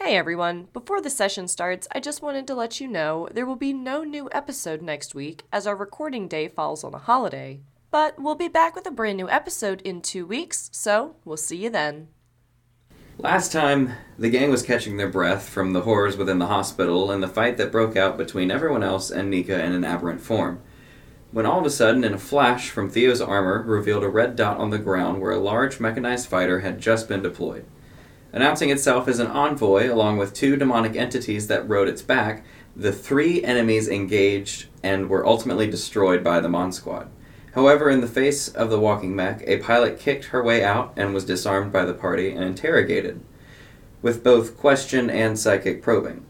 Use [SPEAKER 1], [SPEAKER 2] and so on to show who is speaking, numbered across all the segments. [SPEAKER 1] everyone. Before the session starts, I just wanted to let you know there will be no new episode next week as our recording day falls on a holiday. But we'll be back with a brand new episode in two weeks, so we'll see you then.
[SPEAKER 2] Last time, the gang was catching their breath from the horrors within the hospital and the fight that broke out between everyone else and Nika in an aberrant form. When all of a sudden, in a flash from Theo's armor, revealed a red dot on the ground where a large mechanized fighter had just been deployed. Announcing itself as an envoy, along with two demonic entities that rode its back, the three enemies engaged and were ultimately destroyed by the Mon Squad. However, in the face of the walking mech, a pilot kicked her way out and was disarmed by the party and interrogated, with both question and psychic probing.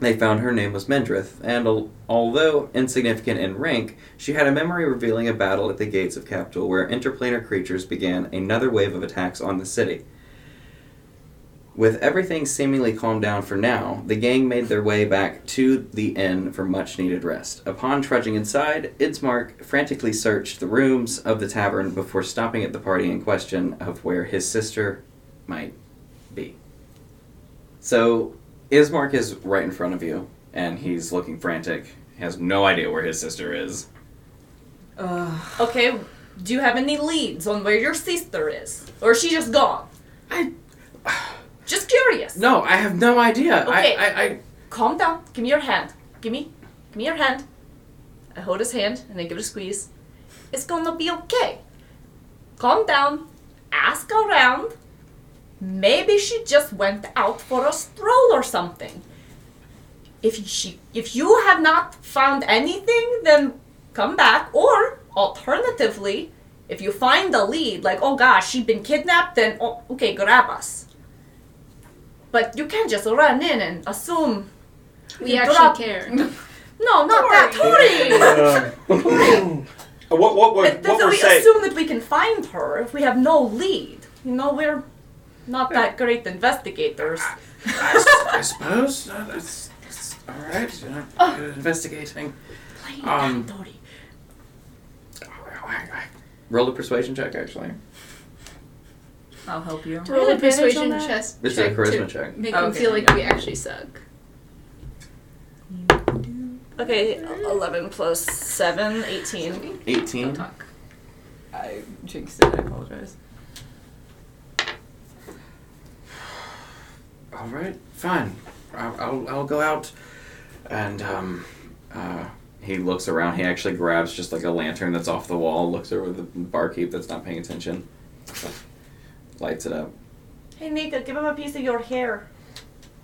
[SPEAKER 2] They found her name was Mendrith, and al- although insignificant in rank, she had a memory revealing a battle at the gates of Capital where interplanar creatures began another wave of attacks on the city. With everything seemingly calmed down for now, the gang made their way back to the inn for much needed rest. Upon trudging inside, Idsmark frantically searched the rooms of the tavern before stopping at the party in question of where his sister might be. So, Ismark is right in front of you, and he's looking frantic. He has no idea where his sister is.
[SPEAKER 3] Okay, do you have any leads on where your sister is? Or is she just gone?
[SPEAKER 2] I-
[SPEAKER 3] Just curious.
[SPEAKER 2] No, I have no idea.
[SPEAKER 3] Okay.
[SPEAKER 2] I, I, I
[SPEAKER 3] Calm down. Give me your hand. Give me. Give me your hand. I hold his hand and I give it a squeeze. It's gonna be okay. Calm down. Ask around. Maybe she just went out for a stroll or something. If she, if you have not found anything, then come back. Or alternatively, if you find a lead, like oh gosh, she been kidnapped, then oh, okay, grab us. But you can't just run in and assume
[SPEAKER 4] We
[SPEAKER 3] You
[SPEAKER 4] actually
[SPEAKER 3] drop-
[SPEAKER 4] care.
[SPEAKER 3] No, not that Tori.
[SPEAKER 5] Uh, what what what,
[SPEAKER 3] But
[SPEAKER 5] what
[SPEAKER 3] that's-
[SPEAKER 5] we're
[SPEAKER 3] we
[SPEAKER 5] saying?
[SPEAKER 3] assume that we can find her if we have no lead. You know, we're not that great investigators.
[SPEAKER 2] I suppose uh, that's, that's all right. you know,
[SPEAKER 4] Oh.
[SPEAKER 2] Investigating.
[SPEAKER 3] Plain
[SPEAKER 2] Um,
[SPEAKER 3] down, Tori.
[SPEAKER 2] Roll a persuasion check, actually.
[SPEAKER 3] I'll help you.
[SPEAKER 4] Roll a
[SPEAKER 1] advantage on
[SPEAKER 4] persuasion
[SPEAKER 1] that?
[SPEAKER 4] chest.
[SPEAKER 2] It's
[SPEAKER 4] check
[SPEAKER 2] a charisma
[SPEAKER 4] to
[SPEAKER 2] check.
[SPEAKER 4] Make
[SPEAKER 3] Oh,
[SPEAKER 4] them
[SPEAKER 3] okay,
[SPEAKER 4] feel
[SPEAKER 3] there you
[SPEAKER 4] like
[SPEAKER 3] go.
[SPEAKER 4] we actually suck.
[SPEAKER 3] Okay, 11 plus 7, 18.
[SPEAKER 2] 18.
[SPEAKER 4] Talk.
[SPEAKER 6] I jinxed it. I apologize.
[SPEAKER 2] All right, fine. I'll, I'll, I'll go out. And um, uh, he looks around. He actually grabs just like a lantern that's off the wall, looks over the barkeep that's not paying attention, lights it up.
[SPEAKER 3] Hey, Nika, give him a piece of your hair.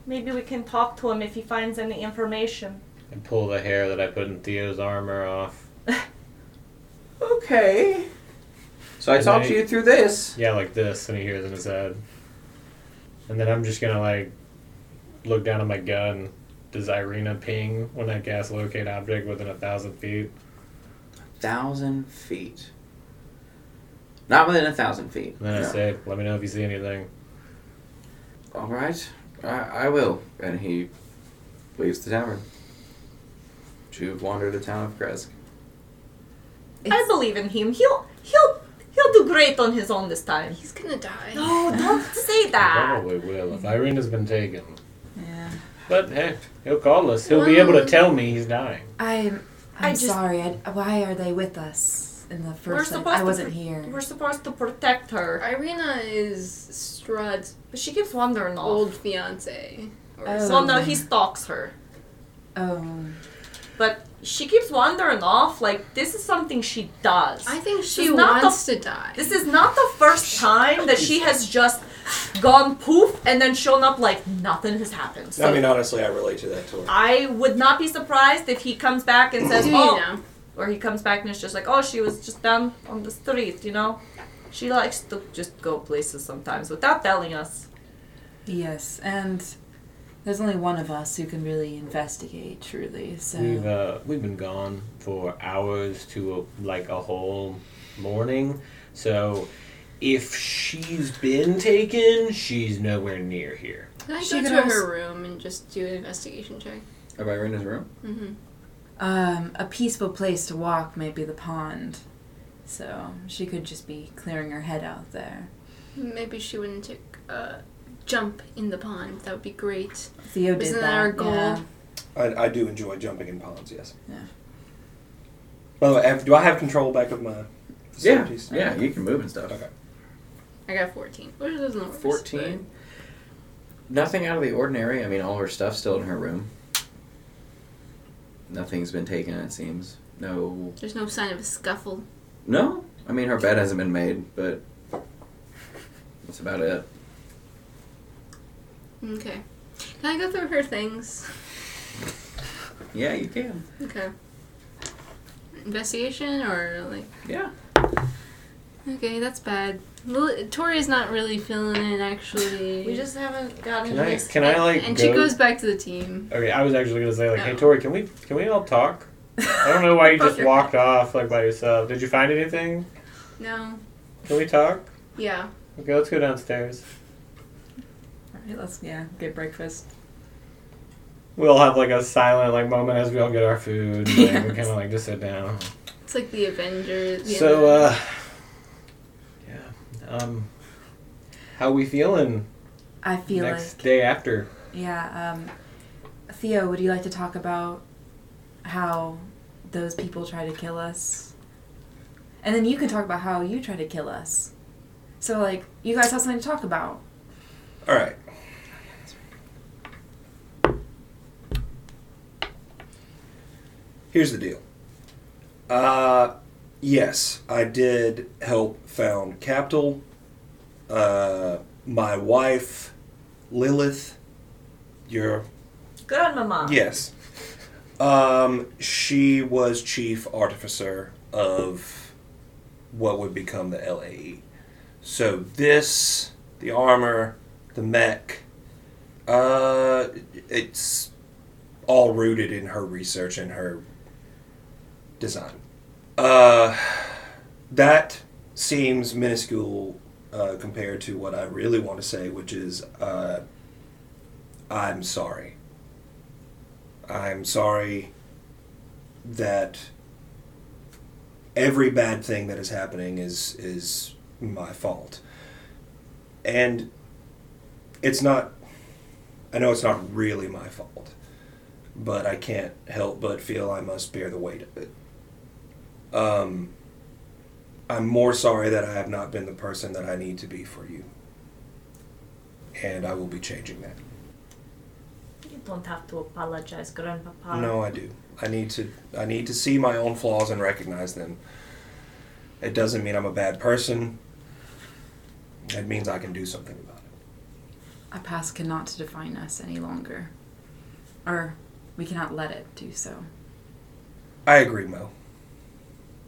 [SPEAKER 3] Maybe we can talk to him if he finds any information.
[SPEAKER 7] and pull the hair that I put in Theo's armor off.
[SPEAKER 2] Okay. So I
[SPEAKER 7] And
[SPEAKER 2] talked to
[SPEAKER 7] they-
[SPEAKER 2] you through this.
[SPEAKER 7] Yeah, like this, and he hears in his head. And then I'm just gonna like look down at my gun. Does Irina ping when I gas locate object within a thousand feet?
[SPEAKER 2] Thousand feet. Not within a thousand feet.
[SPEAKER 7] And then
[SPEAKER 2] No.
[SPEAKER 7] I say, let me know if you see anything.
[SPEAKER 2] All right, I, I will. And he leaves the tavern. To wander the town of Kresk.
[SPEAKER 3] I believe in him. He'll he'll he'll do great on his own this time.
[SPEAKER 4] He's gonna die.
[SPEAKER 3] No, don't say that.
[SPEAKER 7] Probably will if Irina's been taken.
[SPEAKER 6] Yeah.
[SPEAKER 7] But hey, he'll call us. He'll be able to tell me he's dying.
[SPEAKER 6] I'm. I'm
[SPEAKER 3] I just-
[SPEAKER 6] sorry. I, why are they with us in the 1st
[SPEAKER 3] We're
[SPEAKER 6] place?
[SPEAKER 3] supposed
[SPEAKER 6] I
[SPEAKER 3] to
[SPEAKER 6] wasn't
[SPEAKER 3] pr-
[SPEAKER 6] here.
[SPEAKER 3] We're supposed to protect her.
[SPEAKER 4] Irina is Strahd's
[SPEAKER 3] But she keeps wandering off.
[SPEAKER 4] old fiance. Or
[SPEAKER 6] Oh.
[SPEAKER 3] Well, no, he stalks her.
[SPEAKER 6] oh.
[SPEAKER 3] But she keeps wandering off. Like, this is something she does.
[SPEAKER 4] I think she
[SPEAKER 3] She's not the-
[SPEAKER 4] wants to die.
[SPEAKER 3] this is not the first time that she has just gone poof and then shown up like nothing has happened. So
[SPEAKER 5] I mean, honestly, I relate to that too.
[SPEAKER 3] I would not be surprised if he comes back and says,
[SPEAKER 4] Do you
[SPEAKER 3] oh,
[SPEAKER 4] know?
[SPEAKER 3] or he comes back and it's just like, oh, she was just down on the street, you know? She likes to just go places sometimes without telling us.
[SPEAKER 6] Yes, and there's only one of us who can really investigate truly. So
[SPEAKER 7] We've uh, we've been gone for hours to a, like a whole morning. So if she's been taken, she's nowhere near here.
[SPEAKER 4] Can I
[SPEAKER 6] She
[SPEAKER 4] go
[SPEAKER 6] could
[SPEAKER 4] to
[SPEAKER 6] also-
[SPEAKER 4] her room and just do an investigation check?
[SPEAKER 2] Of Irina's room?
[SPEAKER 4] Mm-hmm.
[SPEAKER 6] um, a peaceful place to walk may be the pond. So she could just be clearing her head out there.
[SPEAKER 4] Maybe she wouldn't take uh, jump in the pond. That would be great.
[SPEAKER 6] Theo did
[SPEAKER 4] Isn't
[SPEAKER 6] that.
[SPEAKER 4] that our goal?
[SPEAKER 6] yeah.
[SPEAKER 5] I, I do enjoy jumping in ponds, yes.
[SPEAKER 6] Yeah.
[SPEAKER 5] By the way, I have, do I have control back of my
[SPEAKER 2] Yeah,
[SPEAKER 5] facilities?
[SPEAKER 2] yeah, you can move and stuff.
[SPEAKER 5] Okay.
[SPEAKER 4] I got 14, which isn't the worst. but-
[SPEAKER 2] 14. Nothing out of the ordinary. I mean, all her stuff's still in her room. Nothing's been taken, it seems. No.
[SPEAKER 4] There's no sign of a scuffle.
[SPEAKER 2] No? I mean, her bed hasn't been made, but that's about it.
[SPEAKER 4] Okay. Can I go through her things?
[SPEAKER 2] Yeah, you can.
[SPEAKER 4] Okay. Investigation or like.
[SPEAKER 2] Yeah.
[SPEAKER 4] Okay, that's bad. Lil- Tori's not really feeling it actually.
[SPEAKER 3] We just haven't gotten
[SPEAKER 7] Can I?
[SPEAKER 3] his-
[SPEAKER 7] Can I like?
[SPEAKER 4] and
[SPEAKER 7] go-
[SPEAKER 4] she goes back to the team.
[SPEAKER 7] Okay, I was actually gonna say like, hey
[SPEAKER 4] No.
[SPEAKER 7] Tori, can we can we all talk? I don't know why you just
[SPEAKER 4] Okay.
[SPEAKER 7] walked off like by yourself. Did you find anything?
[SPEAKER 4] No.
[SPEAKER 7] Can we talk?
[SPEAKER 4] Yeah.
[SPEAKER 7] Okay, let's go downstairs.
[SPEAKER 6] Alright, let's yeah, get breakfast.
[SPEAKER 7] We'll have like a silent like moment as we all get our food. And, like, we
[SPEAKER 6] Yes.
[SPEAKER 7] kind of like just sit down.
[SPEAKER 4] It's like the Avengers. you
[SPEAKER 7] So,
[SPEAKER 4] know.
[SPEAKER 7] uh, yeah, um, how we feeling
[SPEAKER 6] I feel
[SPEAKER 7] next
[SPEAKER 6] like
[SPEAKER 7] day after?
[SPEAKER 6] yeah. Um, Theo, would you like to talk about how those people try to kill us? And then you can talk about how you try to kill us. So like, you guys have something to talk about.
[SPEAKER 5] All right. Here's the deal. Uh, yes, I did help found Capital. Uh, my wife, Lilith, your
[SPEAKER 3] Good on my mom.
[SPEAKER 5] Yes. Um, she was chief artificer of what would become the LAE. So this, the armor, the mech, uh, it's all rooted in her research and her design. Uh, that seems minuscule uh, compared to what I really want to say, which is uh, I'm sorry. I'm sorry that every bad thing that is happening is is my fault. And it's not I know it's not really my fault, but I can't help but feel I must bear the weight of it. Um I'm more sorry that I have not been the person that I need to be for you. And I will be changing that.
[SPEAKER 3] You don't have to apologize, Grandpapa.
[SPEAKER 5] No, I do. I need to. I need to see my own flaws and recognize them. It doesn't mean I'm a bad person. It means I can do something about it.
[SPEAKER 6] Our past cannot define us any longer, or we cannot let it do so.
[SPEAKER 5] I agree, Mo.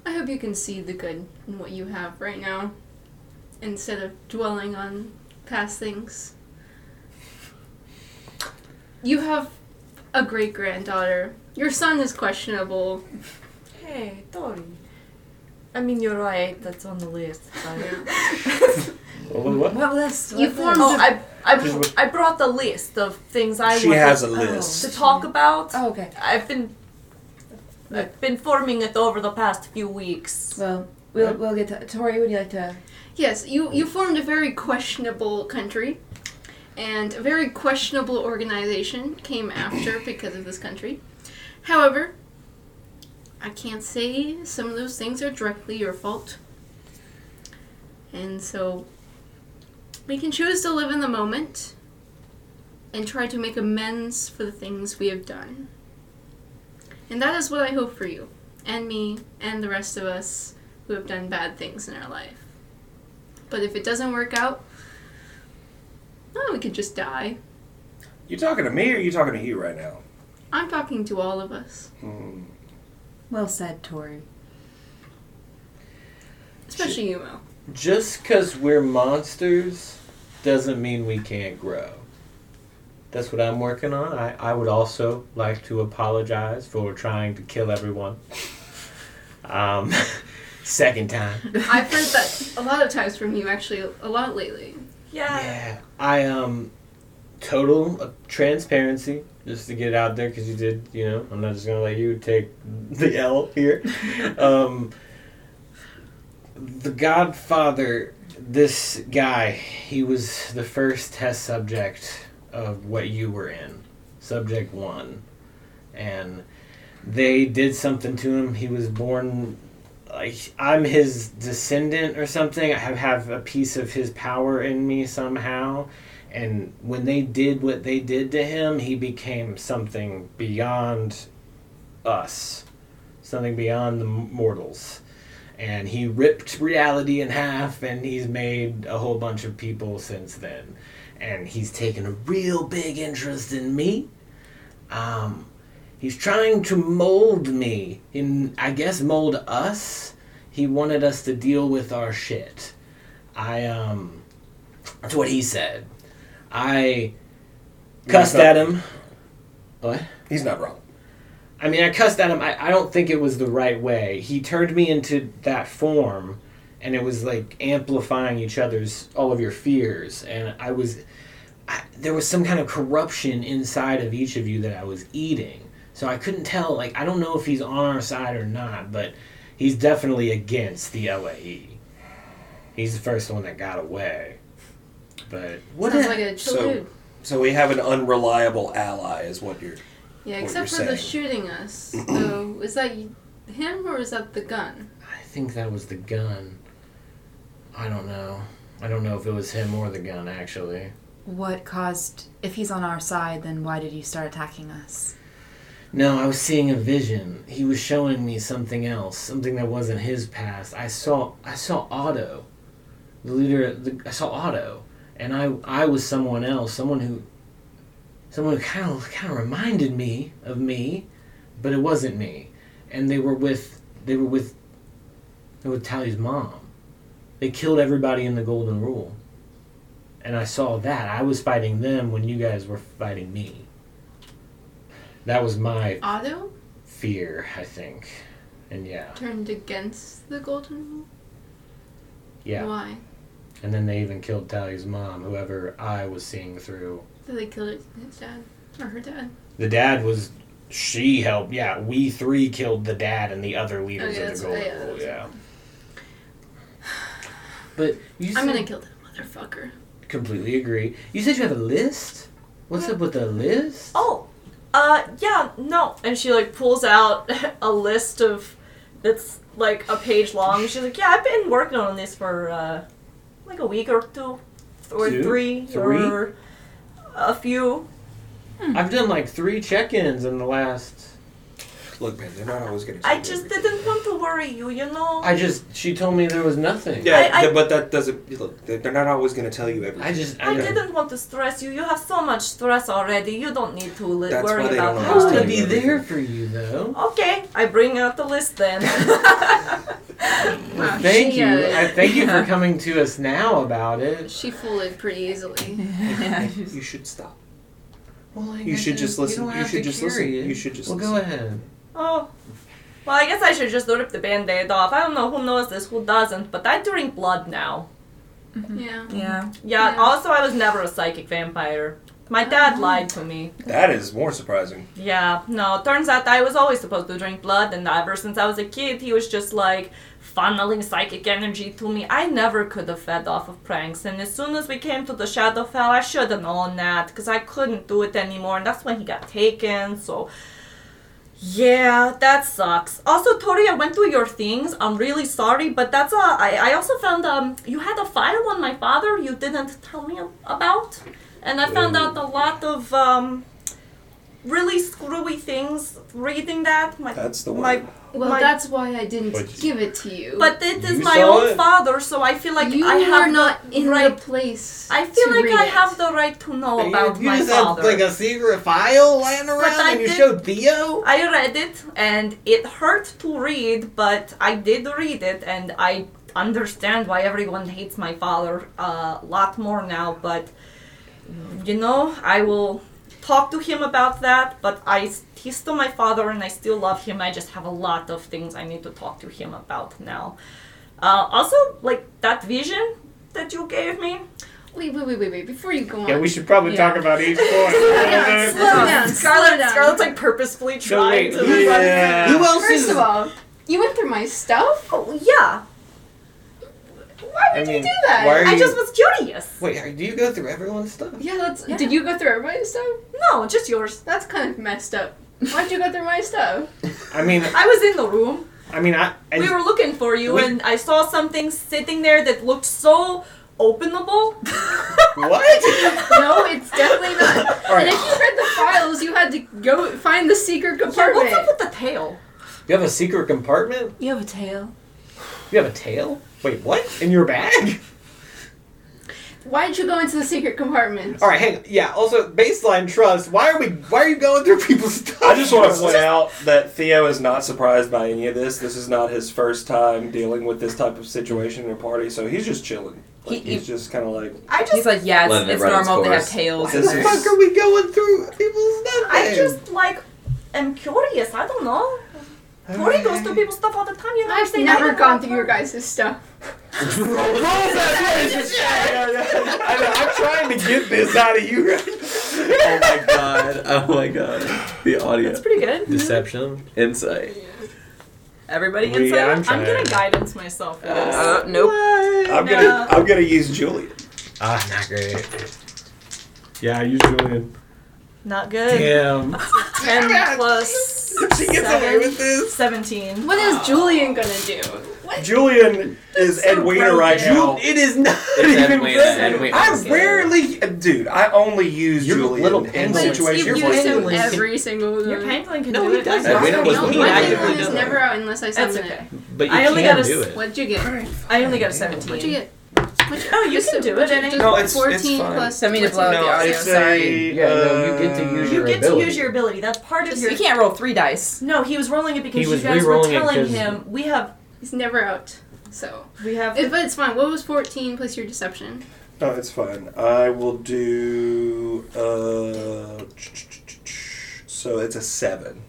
[SPEAKER 4] I hope you can see the good in what you have right now instead of dwelling on past things. You have a great granddaughter. Your son is questionable.
[SPEAKER 3] Hey, Tori. I mean, you're right. That's on the list. But...
[SPEAKER 7] What, what- what?
[SPEAKER 6] What list?
[SPEAKER 3] you
[SPEAKER 6] What
[SPEAKER 3] formed. Oh,
[SPEAKER 6] list?
[SPEAKER 3] I, I,
[SPEAKER 7] Just-
[SPEAKER 3] I brought the list of things I
[SPEAKER 5] she
[SPEAKER 3] wanted
[SPEAKER 5] has a
[SPEAKER 6] oh.
[SPEAKER 5] list.
[SPEAKER 3] to talk about.
[SPEAKER 6] Oh, okay.
[SPEAKER 3] I've been. I've been forming it over the past few weeks.
[SPEAKER 6] Well, we'll we'll get to Tori. Would you like to?
[SPEAKER 4] Yes, you, you formed a very questionable country, and a very questionable organization came after because of this country. However, I can't say some of those things are directly your fault. And so, we can choose to live in the moment and try to make amends for the things we have done. And that is what I hope for you, and me, and the rest of us who have done bad things in our life. But if it doesn't work out, oh, we could just die.
[SPEAKER 5] You talking to me or you talking to you right now?
[SPEAKER 4] I'm talking to all of us,
[SPEAKER 5] Hmm.
[SPEAKER 6] Well said, Tori.
[SPEAKER 4] especially you, Mo.
[SPEAKER 7] Just because we're monsters doesn't mean we can't grow. That's what I'm working on. I, I would also like to apologize for trying to kill everyone. Um, second time.
[SPEAKER 4] I've heard that a lot of times from you, actually, a lot lately.
[SPEAKER 3] Yeah.
[SPEAKER 7] Yeah, I um, total uh, transparency just to get out there because you did. You know, I'm not just gonna let you take the L here. um, the Godfather this guy, he was the first test subject of what you were in, subject one, and they did something to him. He was born like I'm his descendant or something. I have have a piece of his power in me somehow. And when they did what they did to him, he became something beyond us, something beyond the mortals and he ripped reality in half and he's made a whole bunch of people since then and he's taken a real big interest in me um, he's trying to mold me in i guess mold us he wanted us to deal with our shit i um that's what he said i cussed
[SPEAKER 5] not-
[SPEAKER 7] at him what
[SPEAKER 5] He's not wrong.
[SPEAKER 7] I mean, I cussed at him. I, I don't think it was the right way. He turned me into that form, and it was like amplifying each other's, all of your fears. And I was, I, there was some kind of corruption inside of each of you that I was eating. So I couldn't tell, like, I don't know if he's on our side or not, but he's definitely against the LAE. He's the first one that got away. But
[SPEAKER 4] What Sounds like a chill
[SPEAKER 5] So-
[SPEAKER 4] dude.
[SPEAKER 5] So we have an unreliable ally, is what you're.
[SPEAKER 4] Yeah,
[SPEAKER 5] what
[SPEAKER 4] except for
[SPEAKER 5] you're
[SPEAKER 4] the
[SPEAKER 5] saying.
[SPEAKER 4] shooting us. So is that y- him or is that the gun?
[SPEAKER 7] I think that was the gun. I don't know. I don't know if it was him or the gun, actually.
[SPEAKER 6] What caused. If he's on our side, then why did you start attacking us?
[SPEAKER 7] No, I was seeing a vision. He was showing me something else, something that wasn't his past. I saw, I saw Otto, the leader. The, I saw Otto, and I, I was someone else, someone who, someone who kind of, kind of reminded me of me, but it wasn't me. And they were with, they were with, they were with Tally's mom. They killed everybody in the Golden Rule, and I saw that. I was fighting them when you guys were fighting me. That was my
[SPEAKER 4] Otto
[SPEAKER 7] fear, I think. And yeah,
[SPEAKER 4] turned against the Golden Rule?
[SPEAKER 7] yeah.
[SPEAKER 4] Why?
[SPEAKER 7] And then they even killed Tally's mom, whoever I was seeing through.
[SPEAKER 4] Did they kill his dad? Or her dad?
[SPEAKER 7] The dad was. She helped. Yeah, we three killed the dad and the other leaders
[SPEAKER 4] Okay,
[SPEAKER 7] of
[SPEAKER 4] Oh, that's
[SPEAKER 7] the Golden
[SPEAKER 4] right, yeah,
[SPEAKER 7] Rule.
[SPEAKER 4] that's
[SPEAKER 7] Yeah. But you
[SPEAKER 4] I'm
[SPEAKER 7] said-
[SPEAKER 4] gonna kill that motherfucker.
[SPEAKER 7] completely agree. You said you have a list. What's up with the list?
[SPEAKER 3] Oh, uh, yeah, no. And she like pulls out a list of that's like a page long. She's like, yeah, I've been working on this for uh, like a week or two, or
[SPEAKER 7] Two?
[SPEAKER 3] three,
[SPEAKER 7] Three?
[SPEAKER 3] or a few.
[SPEAKER 7] I've done like three check-ins in the last.
[SPEAKER 5] Look, man, they're not always going to.
[SPEAKER 3] I just didn't want to worry you, you know.
[SPEAKER 7] I just. She told me there was nothing.
[SPEAKER 5] Yeah,
[SPEAKER 3] I- I-
[SPEAKER 5] th- but that doesn't. Look, they're they're not always going to tell you everything.
[SPEAKER 7] I just.
[SPEAKER 3] I
[SPEAKER 7] I, don't-
[SPEAKER 3] didn't want to stress you. You have so much stress already. You don't need to li-
[SPEAKER 5] That's
[SPEAKER 3] worry
[SPEAKER 5] why they
[SPEAKER 3] about
[SPEAKER 5] don't
[SPEAKER 7] I
[SPEAKER 5] allow us
[SPEAKER 7] was
[SPEAKER 5] to
[SPEAKER 4] Oh,
[SPEAKER 7] gonna
[SPEAKER 5] do
[SPEAKER 7] be
[SPEAKER 5] it.
[SPEAKER 3] that.
[SPEAKER 7] there for you though.
[SPEAKER 3] Okay, I bring out the list then.
[SPEAKER 4] Wow,
[SPEAKER 7] Thank
[SPEAKER 4] she,
[SPEAKER 7] you.
[SPEAKER 4] uh,
[SPEAKER 7] I thank you for coming to us now about it.
[SPEAKER 4] she fooled pretty easily.
[SPEAKER 5] you should stop.
[SPEAKER 7] Well, I
[SPEAKER 5] You
[SPEAKER 7] guess
[SPEAKER 5] should just
[SPEAKER 7] don't
[SPEAKER 5] listen. You
[SPEAKER 7] have
[SPEAKER 5] should
[SPEAKER 7] to
[SPEAKER 5] just listen.
[SPEAKER 7] carry it.
[SPEAKER 5] You should just
[SPEAKER 7] Well,
[SPEAKER 5] listen.
[SPEAKER 7] go ahead.
[SPEAKER 3] Oh. Well, I guess I should just rip the band aid off. I don't know who knows this, who doesn't, but I drink blood now.
[SPEAKER 4] Yeah.
[SPEAKER 6] Yeah.
[SPEAKER 3] Yeah,
[SPEAKER 4] Yeah.
[SPEAKER 3] also, I was never a psychic vampire. My dad lied to me.
[SPEAKER 5] That is more surprising.
[SPEAKER 3] Yeah, no, turns out I was always supposed to drink blood, and ever since I was a kid, he was just like funneling psychic energy to me. I never could have fed off of pranks, and as soon as we came to the Shadowfell, I should have known that, because I couldn't do it anymore, and that's when he got taken, so. Yeah, that sucks. Also, Tori, I went through your things. I'm really sorry, but that's uh, I, I also found um, you had a file on my father you didn't tell me about, and I
[SPEAKER 7] Mm.
[SPEAKER 3] found out a lot of um, really screwy things reading that. My,
[SPEAKER 5] That's the
[SPEAKER 3] my,
[SPEAKER 5] one.
[SPEAKER 4] Well,
[SPEAKER 3] My-
[SPEAKER 4] that's why I didn't
[SPEAKER 7] But-
[SPEAKER 4] give it to you.
[SPEAKER 3] but it is
[SPEAKER 7] You
[SPEAKER 3] my
[SPEAKER 7] saw
[SPEAKER 3] own
[SPEAKER 7] it?
[SPEAKER 3] father, so I feel like
[SPEAKER 4] you
[SPEAKER 3] I
[SPEAKER 4] are
[SPEAKER 3] have
[SPEAKER 4] not
[SPEAKER 3] the
[SPEAKER 4] in
[SPEAKER 3] right.
[SPEAKER 4] the place.
[SPEAKER 3] I feel
[SPEAKER 4] to
[SPEAKER 3] like
[SPEAKER 4] read
[SPEAKER 3] I
[SPEAKER 4] it.
[SPEAKER 3] have the right to know about my father.
[SPEAKER 7] a secret file laying
[SPEAKER 3] I did-
[SPEAKER 7] Theo.
[SPEAKER 3] I read it and it hurt to read, but I did read it and I understand why everyone hates my father a lot more now. But you know, I will talk to him about that. But I he's still my father and I still love him. I just have a lot of things I need to talk to him about now. Uh, also, like that vision that you gave me.
[SPEAKER 4] Wait, wait, wait, wait, wait. Before you go on.
[SPEAKER 7] Yeah, we should probably
[SPEAKER 3] Yeah.
[SPEAKER 7] talk about each
[SPEAKER 4] Yeah,
[SPEAKER 7] point.
[SPEAKER 4] slow down. slow
[SPEAKER 3] Scarlet,
[SPEAKER 4] down.
[SPEAKER 3] Scarlet's like purposefully
[SPEAKER 7] So
[SPEAKER 3] trying
[SPEAKER 7] wait,
[SPEAKER 3] to.
[SPEAKER 7] who-
[SPEAKER 5] Yeah.
[SPEAKER 7] Who else
[SPEAKER 4] First
[SPEAKER 7] is?
[SPEAKER 4] of all, you went through my stuff.
[SPEAKER 3] Oh yeah. Oh, Why would
[SPEAKER 7] I
[SPEAKER 3] you
[SPEAKER 7] mean,
[SPEAKER 3] do that?
[SPEAKER 7] why are
[SPEAKER 3] I
[SPEAKER 7] you-
[SPEAKER 3] just was curious.
[SPEAKER 7] Wait, do you go through everyone's stuff?
[SPEAKER 4] Yeah, that's.
[SPEAKER 6] Yeah.
[SPEAKER 4] Did you go through everybody's stuff?
[SPEAKER 3] No, just yours.
[SPEAKER 4] That's kind of messed up. Why'd you go through my stuff?
[SPEAKER 7] I mean,
[SPEAKER 3] I was in the room.
[SPEAKER 7] I mean, I. I
[SPEAKER 3] we were looking for you,
[SPEAKER 7] We-
[SPEAKER 3] and I saw something sitting there that looked so openable.
[SPEAKER 7] What?
[SPEAKER 4] No, it's definitely not.
[SPEAKER 7] All right.
[SPEAKER 4] And if you read the files, you had to go find the secret
[SPEAKER 3] Yeah, what's up
[SPEAKER 4] compartment.
[SPEAKER 3] with the tail?
[SPEAKER 7] You have a secret compartment?
[SPEAKER 6] You have a tail.
[SPEAKER 7] You have a tail? Wait, what? In your bag?
[SPEAKER 4] Why'd you go into the secret compartment?
[SPEAKER 7] All right, hang. On. Yeah. Also, baseline trust. Why are we? Why are you going through people's stuff?
[SPEAKER 5] I just want to point out that Theo is not surprised by any of this. This is not his first time dealing with this type of situation in a party, so he's just chilling. Like,
[SPEAKER 6] He-
[SPEAKER 5] he's just kind of like,
[SPEAKER 3] I
[SPEAKER 6] He's
[SPEAKER 3] just,
[SPEAKER 6] like, yeah, it's,
[SPEAKER 2] Letting it
[SPEAKER 6] it's
[SPEAKER 2] run its
[SPEAKER 6] normal if they have
[SPEAKER 2] course.
[SPEAKER 6] tails.
[SPEAKER 5] This
[SPEAKER 7] Why the
[SPEAKER 5] is-
[SPEAKER 7] fuck are we going through people's stuff?
[SPEAKER 3] I
[SPEAKER 7] then?
[SPEAKER 3] just like, am curious. I don't know. Tori goes through people's stuff all the time. You know,
[SPEAKER 4] I've never gone through your guys' stuff.
[SPEAKER 7] Roll that dice. Yeah, yeah, yeah. I know, I'm trying to get this out of you. Right?
[SPEAKER 2] Oh my god. Oh my god. The audio.
[SPEAKER 3] That's pretty good.
[SPEAKER 7] Deception.
[SPEAKER 2] Insight.
[SPEAKER 3] Everybody
[SPEAKER 7] We-
[SPEAKER 3] inside.
[SPEAKER 7] I'm
[SPEAKER 3] I'm,
[SPEAKER 7] trying.
[SPEAKER 3] gonna guidance myself. For this.
[SPEAKER 6] Uh, nope.
[SPEAKER 5] I'm
[SPEAKER 3] No.
[SPEAKER 5] gonna, I'm gonna use Julian.
[SPEAKER 7] Ah, not great. Yeah, you Julian.
[SPEAKER 3] Not good.
[SPEAKER 7] Damn.
[SPEAKER 3] Ten plus
[SPEAKER 7] she gets away
[SPEAKER 3] seven.
[SPEAKER 7] with this.
[SPEAKER 3] Seventeen.
[SPEAKER 4] What is Julian gonna do?
[SPEAKER 5] Julian is Ed Weiner right
[SPEAKER 3] broken.
[SPEAKER 5] now.
[SPEAKER 7] It is not
[SPEAKER 2] It's Ed
[SPEAKER 7] even
[SPEAKER 2] Wien,
[SPEAKER 7] good.
[SPEAKER 2] Ed Wien.
[SPEAKER 7] I rarely.
[SPEAKER 5] dude, I only use
[SPEAKER 7] You're a
[SPEAKER 5] Julian
[SPEAKER 7] little
[SPEAKER 5] in
[SPEAKER 7] penguin.
[SPEAKER 5] situations
[SPEAKER 4] You've
[SPEAKER 5] where
[SPEAKER 4] used him
[SPEAKER 7] Julian.
[SPEAKER 4] every single
[SPEAKER 3] Your
[SPEAKER 4] time.
[SPEAKER 3] pangolin can
[SPEAKER 7] No,
[SPEAKER 3] do
[SPEAKER 7] he
[SPEAKER 3] it.
[SPEAKER 7] doesn't.
[SPEAKER 3] I,
[SPEAKER 2] Edwin
[SPEAKER 3] can't.
[SPEAKER 2] was
[SPEAKER 4] No,
[SPEAKER 2] mean,
[SPEAKER 4] my
[SPEAKER 2] I
[SPEAKER 4] pangolin
[SPEAKER 2] actively
[SPEAKER 4] is
[SPEAKER 2] did that.
[SPEAKER 4] never out unless I
[SPEAKER 3] That's
[SPEAKER 4] summon
[SPEAKER 3] okay.
[SPEAKER 4] it.
[SPEAKER 7] But
[SPEAKER 3] I only got a s-
[SPEAKER 4] What'd you get?
[SPEAKER 3] I only got a seventeen.
[SPEAKER 4] What'd you get? What'd you,
[SPEAKER 3] Oh, you
[SPEAKER 4] just
[SPEAKER 3] can
[SPEAKER 4] a-
[SPEAKER 3] do it,
[SPEAKER 4] what'd you-
[SPEAKER 3] and
[SPEAKER 4] just
[SPEAKER 5] No, it's- it's
[SPEAKER 4] 14
[SPEAKER 5] fine.
[SPEAKER 4] plus.
[SPEAKER 6] I mean, to blow out the
[SPEAKER 5] No,
[SPEAKER 6] audio.
[SPEAKER 5] it's
[SPEAKER 6] Sorry.
[SPEAKER 5] a.
[SPEAKER 8] Yeah, no, you get to
[SPEAKER 5] uh,
[SPEAKER 8] use
[SPEAKER 3] You
[SPEAKER 8] your
[SPEAKER 3] get
[SPEAKER 8] ability.
[SPEAKER 3] to use your ability. That's part of your.
[SPEAKER 6] You can't roll three dice.
[SPEAKER 3] No, he was rolling it
[SPEAKER 7] He
[SPEAKER 3] because you
[SPEAKER 7] was
[SPEAKER 3] guys were
[SPEAKER 7] re-rolling it
[SPEAKER 3] telling
[SPEAKER 7] 'cause-
[SPEAKER 3] him we have
[SPEAKER 4] He's never out. So,
[SPEAKER 3] we have
[SPEAKER 4] it, but it's fine. What was 14 plus your deception?
[SPEAKER 5] No, Oh, it's fine. I will do. Uh, so it's a seven.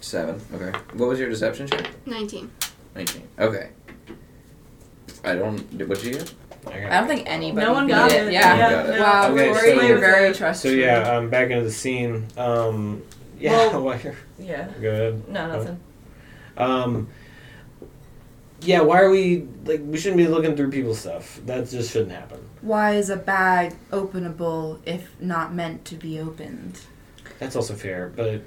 [SPEAKER 2] Seven. Okay. What was your deception check?
[SPEAKER 4] 19.
[SPEAKER 2] 19. Okay. I don't. did- What'd you get?
[SPEAKER 6] I don't think anybody.
[SPEAKER 3] no one
[SPEAKER 6] beat
[SPEAKER 3] got it.
[SPEAKER 6] Yeah.
[SPEAKER 2] Yeah.
[SPEAKER 3] no.
[SPEAKER 6] Wow,
[SPEAKER 7] Okay,
[SPEAKER 6] Corey,
[SPEAKER 7] so-
[SPEAKER 6] you're very trusty.
[SPEAKER 7] So yeah, um, back into the scene. Um, yeah,
[SPEAKER 3] Well-
[SPEAKER 7] why are-
[SPEAKER 3] Yeah.
[SPEAKER 7] go ahead.
[SPEAKER 3] No, nothing.
[SPEAKER 7] Um, yeah, why are we like? We shouldn't be looking through people's stuff. That just shouldn't happen.
[SPEAKER 6] Why is a bag openable if not meant to be opened?
[SPEAKER 7] That's also fair, but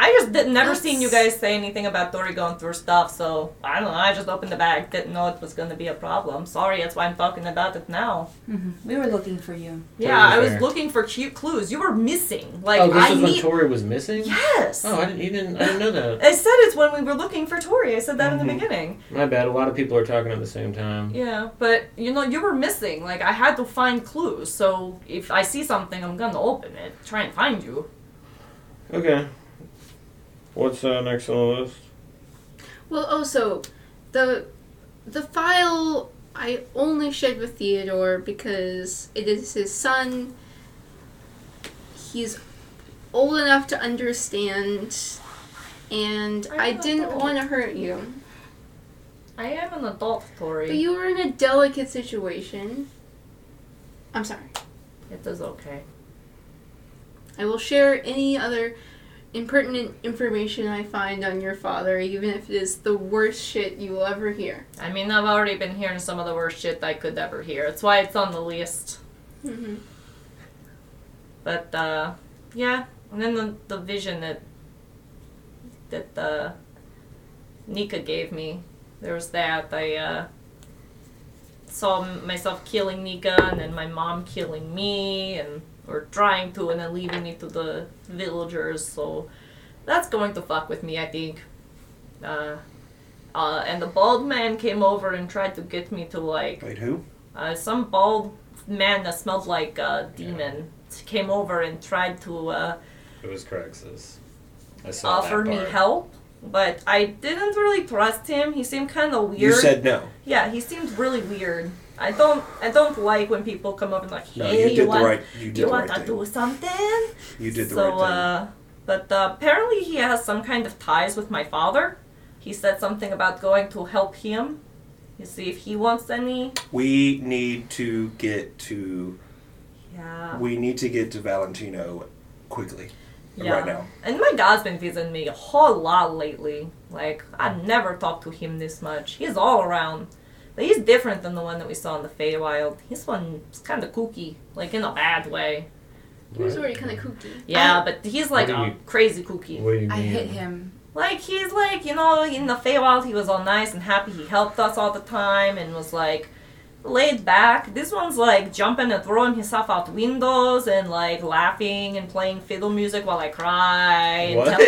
[SPEAKER 3] I just did, never
[SPEAKER 6] That's-
[SPEAKER 3] seen you guys say anything about Dory going through stuff, so I don't know. I just opened the bag, didn't know it was going to be a problem. Sorry, that's why I'm talking about it now.
[SPEAKER 6] We were looking for you.
[SPEAKER 3] Yeah, I was
[SPEAKER 7] fair.
[SPEAKER 3] looking for cute clues. You were missing. Like
[SPEAKER 7] oh, this
[SPEAKER 3] I
[SPEAKER 7] is when
[SPEAKER 3] need.
[SPEAKER 7] Tori was missing.
[SPEAKER 3] yes.
[SPEAKER 7] Oh, I didn't. You didn't. I didn't know that.
[SPEAKER 3] I said it's when we were looking for Tori. I said that in the
[SPEAKER 5] Mhm.
[SPEAKER 3] beginning.
[SPEAKER 7] My bad. A lot of people are talking at the same time.
[SPEAKER 3] Yeah, but you know, you were missing. Like I had to find clues. So if I see something, I'm gonna open it, try and find you.
[SPEAKER 7] Okay. What's uh, next on the list?
[SPEAKER 4] Well, also, the the file I only shared with Theodore because it is his son. He's old enough to understand, and
[SPEAKER 3] I'm
[SPEAKER 4] I
[SPEAKER 3] an
[SPEAKER 4] didn't
[SPEAKER 3] adult.
[SPEAKER 4] want to hurt you.
[SPEAKER 3] I am an adult, Tori.
[SPEAKER 4] But you were in a delicate situation. I'm sorry.
[SPEAKER 3] it is okay.
[SPEAKER 4] I will share any other impertinent information I find on your father, even if it is the worst shit you will ever hear.
[SPEAKER 3] I mean, I've already been hearing some of the worst shit I could ever hear. That's why it's on the list.
[SPEAKER 4] Mm-hmm.
[SPEAKER 3] But uh, yeah, and then the, the vision that that uh, Nika gave me, there was that I uh, saw m- myself killing Nika, and then my mom killing me, and or trying to, and then leaving me to the villagers. So that's going to fuck with me, I think. Uh, uh, and the bald man came over and tried to get me to like
[SPEAKER 5] Wait, who?
[SPEAKER 3] uh, some bald man that smelled like a demon came over and tried to uh,
[SPEAKER 7] It was Craigslist. I saw
[SPEAKER 3] offer me help, but I didn't really trust him. He seemed kind of weird.
[SPEAKER 5] You said no.
[SPEAKER 3] yeah, he seemed really weird. I don't, I don't like when people come over and like, hey,
[SPEAKER 5] No, you did the
[SPEAKER 3] want,
[SPEAKER 5] right. You did
[SPEAKER 3] you
[SPEAKER 5] the
[SPEAKER 3] want
[SPEAKER 5] right
[SPEAKER 3] to
[SPEAKER 5] thing.
[SPEAKER 3] do something?
[SPEAKER 5] You did the
[SPEAKER 3] so,
[SPEAKER 5] right
[SPEAKER 3] uh, but uh, apparently he has some kind of ties with my father. He said something about going to help him. You see if he wants any.
[SPEAKER 5] thing. We need to get to.
[SPEAKER 3] Yeah. Uh,
[SPEAKER 5] We need to get to Valentino quickly. right now.
[SPEAKER 3] And my dad's been visiting me a whole lot lately. Like, I never talked to him this much. He's all around. But he's different than the one that we saw in the Feywild. His one's kind of kooky, like in a bad way.
[SPEAKER 4] Here's already kind of kooky.
[SPEAKER 3] Yeah, but he's like
[SPEAKER 7] What do
[SPEAKER 3] a
[SPEAKER 7] you-
[SPEAKER 3] crazy kooky.
[SPEAKER 7] What do you mean?
[SPEAKER 6] I hit him.
[SPEAKER 3] Like he's like, you know, in the Feywild he was all nice and happy. He helped us all the time and was like laid back. This one's like jumping and throwing himself out windows and like laughing and playing fiddle music while I cry and
[SPEAKER 7] What?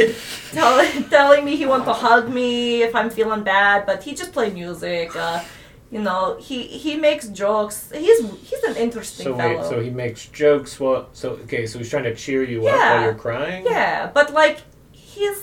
[SPEAKER 3] tell, tell, telling me he wants to hug me if I'm feeling bad, but he just play music. Uh, you know, he he makes jokes. He's he's an interesting
[SPEAKER 7] So
[SPEAKER 3] fellow.
[SPEAKER 7] wait, so he makes jokes while so okay, so he's trying to cheer you up
[SPEAKER 3] Yeah.
[SPEAKER 7] while you're crying?
[SPEAKER 3] Yeah, but like he's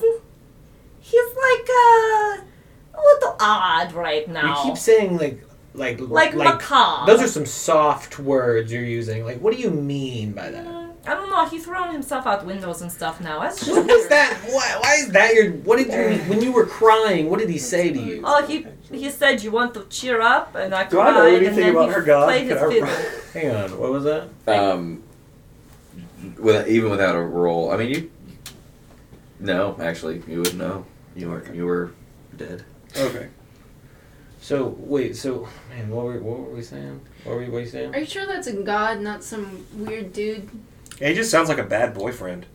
[SPEAKER 3] he's like uh, a little odd right
[SPEAKER 7] You
[SPEAKER 3] now.
[SPEAKER 7] keep saying like like
[SPEAKER 3] like, macabre.
[SPEAKER 7] those are some soft words you're using. Like what do you mean by that?
[SPEAKER 3] Mm, I don't know. He's throwing himself out windows and stuff now. That's just
[SPEAKER 7] What was
[SPEAKER 3] weird.
[SPEAKER 7] that? Why, why is that your what did you when you were crying, what did he say to you?
[SPEAKER 3] Oh, he he said you want to cheer up, and I
[SPEAKER 5] Do I
[SPEAKER 3] cried,
[SPEAKER 5] know
[SPEAKER 3] and
[SPEAKER 5] anything
[SPEAKER 3] then
[SPEAKER 5] about
[SPEAKER 3] he
[SPEAKER 5] her god?
[SPEAKER 3] played his
[SPEAKER 5] Can I
[SPEAKER 3] fiddle.
[SPEAKER 5] roll?
[SPEAKER 7] Hang on, what was that?
[SPEAKER 2] Um, with even without a roll, I mean you. No, actually, you would know. You were you were dead.
[SPEAKER 5] Okay.
[SPEAKER 7] So wait, so man, what were what were we saying? What were you, what were you saying?
[SPEAKER 4] Are you sure that's a god, not some weird dude?
[SPEAKER 5] Yeah, he just sounds like a bad boyfriend.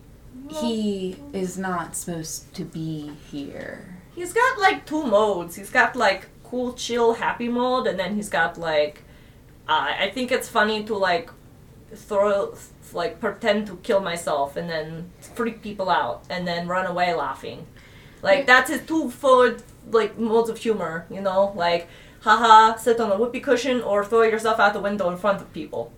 [SPEAKER 6] He is not supposed to be here.
[SPEAKER 3] He's got like two modes. He's got like cool, chill, happy mode, and then he's got like uh, I think it's funny to like throw like pretend to kill myself and then freak people out and then run away laughing. Like that's his two forward like modes of humor, you know, like haha, sit on a whoopee cushion or throw yourself out the window in front of people.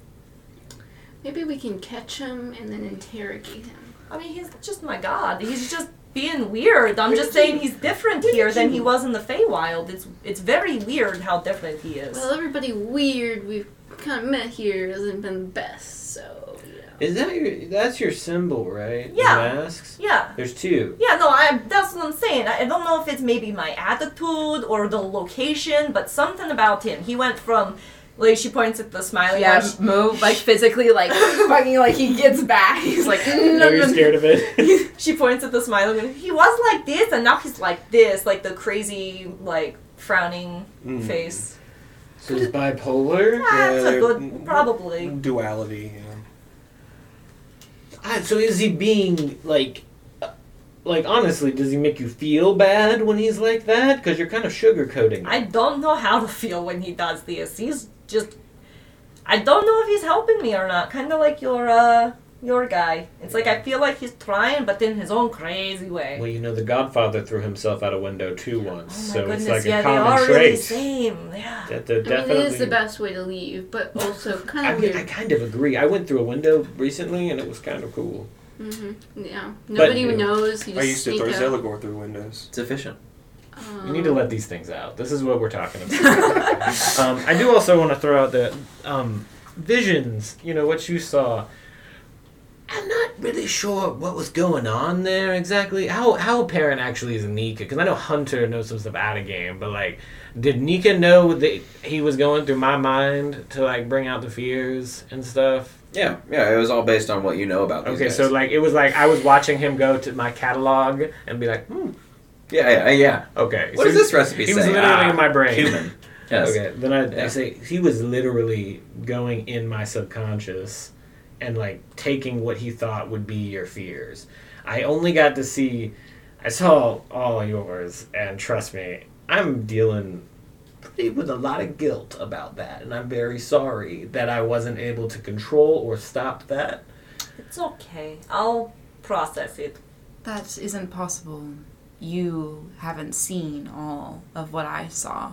[SPEAKER 4] Maybe we can catch him and then interrogate him.
[SPEAKER 3] I mean, he's just my god. He's just being weird. I'm just saying he's different here than he was in the Feywild. It's it's very weird how different he is.
[SPEAKER 4] Well, everybody weird we've kind of met here hasn't been the best, so you know.
[SPEAKER 7] Is that your that's your symbol, right? The
[SPEAKER 3] Yeah.
[SPEAKER 7] masks?
[SPEAKER 3] Yeah.
[SPEAKER 7] There's two.
[SPEAKER 3] Yeah, no, I that's what I'm saying. I, I don't know if it's maybe my attitude or the location, but something about him. He went from like she points at the smiley
[SPEAKER 6] Yeah,
[SPEAKER 3] one.
[SPEAKER 6] move like physically, like fucking, like he gets back. He's like, "Mm, no,
[SPEAKER 7] No,
[SPEAKER 6] no,
[SPEAKER 7] you're
[SPEAKER 6] no.
[SPEAKER 7] scared of it.
[SPEAKER 3] She points at the smiley one. He was like this and now he's like this, like the crazy like frowning
[SPEAKER 5] Mm.
[SPEAKER 3] face.
[SPEAKER 7] so he's bipolar?
[SPEAKER 3] Ah, that's a
[SPEAKER 5] they're-
[SPEAKER 3] good probably.
[SPEAKER 5] Duality. Yeah.
[SPEAKER 7] Ah, so is he being like, uh, like honestly, does he make you feel bad when he's like that? Because you're kind of sugarcoating.
[SPEAKER 3] I don't know how to feel when he does this. He's just I don't know if he's helping me or not. Kinda like your uh your guy. It's like I feel like he's trying but in his own crazy way.
[SPEAKER 7] Well, you know, the Godfather threw himself out a window too once,
[SPEAKER 3] Oh my
[SPEAKER 7] so
[SPEAKER 3] goodness,
[SPEAKER 7] it's like
[SPEAKER 3] yeah,
[SPEAKER 7] a
[SPEAKER 3] they are
[SPEAKER 7] common
[SPEAKER 3] really
[SPEAKER 7] trait.
[SPEAKER 3] the same. Yeah.
[SPEAKER 7] that
[SPEAKER 4] I
[SPEAKER 7] they're
[SPEAKER 4] mean, it is the
[SPEAKER 7] definitely.
[SPEAKER 4] best way to leave, but also kind
[SPEAKER 7] I
[SPEAKER 4] of
[SPEAKER 7] mean, I
[SPEAKER 4] weird.
[SPEAKER 7] kind of agree. I went through a window recently, and it was kind of cool.
[SPEAKER 4] hmm Yeah, nobody knows. You
[SPEAKER 5] I
[SPEAKER 4] just
[SPEAKER 5] used to
[SPEAKER 4] sneak
[SPEAKER 5] throw
[SPEAKER 4] up.
[SPEAKER 5] Zelagor through windows.
[SPEAKER 2] It's efficient.
[SPEAKER 4] Um,
[SPEAKER 7] We need to let these things out. This is what we're talking about. um, I do also want to throw out the um, visions. You know what you saw. I'm not really sure what was going on there exactly. How how apparent actually is Nika? Because I know Hunter knows some stuff out of game, but like, did Nika know that he was going through my mind to like bring out the fears and stuff?
[SPEAKER 2] Yeah, yeah. It was all based on what you know about. These
[SPEAKER 7] Okay,
[SPEAKER 2] guys.
[SPEAKER 7] so like it was like I was watching him go to my catalog and be like, hmm,
[SPEAKER 2] yeah, yeah, yeah.
[SPEAKER 7] okay.
[SPEAKER 2] What
[SPEAKER 7] so
[SPEAKER 2] does this recipe
[SPEAKER 7] He was
[SPEAKER 2] say?
[SPEAKER 7] literally
[SPEAKER 2] Ah,
[SPEAKER 7] in my brain.
[SPEAKER 2] Human. Yes.
[SPEAKER 7] Okay, then I,
[SPEAKER 2] Yeah.
[SPEAKER 7] I say he was literally going in my subconscious and like taking what he thought would be your fears. I only got to see, I saw all yours, and trust me, I'm dealing pretty with a lot of guilt about that, and I'm very sorry that I wasn't able to control or stop that.
[SPEAKER 3] It's okay. I'll process it.
[SPEAKER 6] That isn't possible. You haven't seen all of what I saw.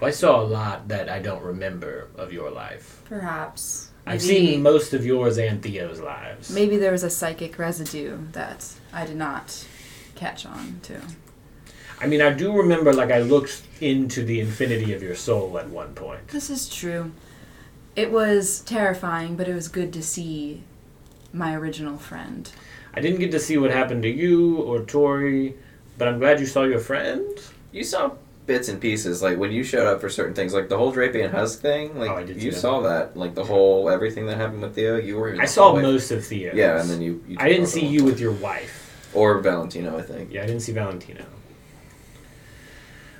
[SPEAKER 7] I saw a lot that I don't remember of your life.
[SPEAKER 6] Perhaps.
[SPEAKER 7] I've
[SPEAKER 6] Maybe-
[SPEAKER 7] seen most of yours and Theo's lives.
[SPEAKER 6] Maybe there was a psychic residue that I did not catch on to.
[SPEAKER 7] I mean, I do remember like I looked into the infinity of your soul at one point.
[SPEAKER 6] This is true. It was terrifying, but it was good to see my original friend.
[SPEAKER 7] I didn't get to see what happened to you or Tori, but I'm glad you saw your friend.
[SPEAKER 2] You saw bits and pieces. Like when you showed up for certain things, like the whole Drapey and Husk thing. Like
[SPEAKER 7] Oh, I did
[SPEAKER 2] you
[SPEAKER 7] see that.
[SPEAKER 2] saw that. Like the whole everything that happened with Theo. You were. in
[SPEAKER 7] I
[SPEAKER 2] the
[SPEAKER 7] saw
[SPEAKER 2] hallway.
[SPEAKER 7] most of Theo.
[SPEAKER 2] Yeah, and then you. you
[SPEAKER 7] I didn't
[SPEAKER 2] took
[SPEAKER 7] see
[SPEAKER 2] over.
[SPEAKER 7] you with your wife.
[SPEAKER 2] or Valentino. I think.
[SPEAKER 7] Yeah, I didn't see Valentino.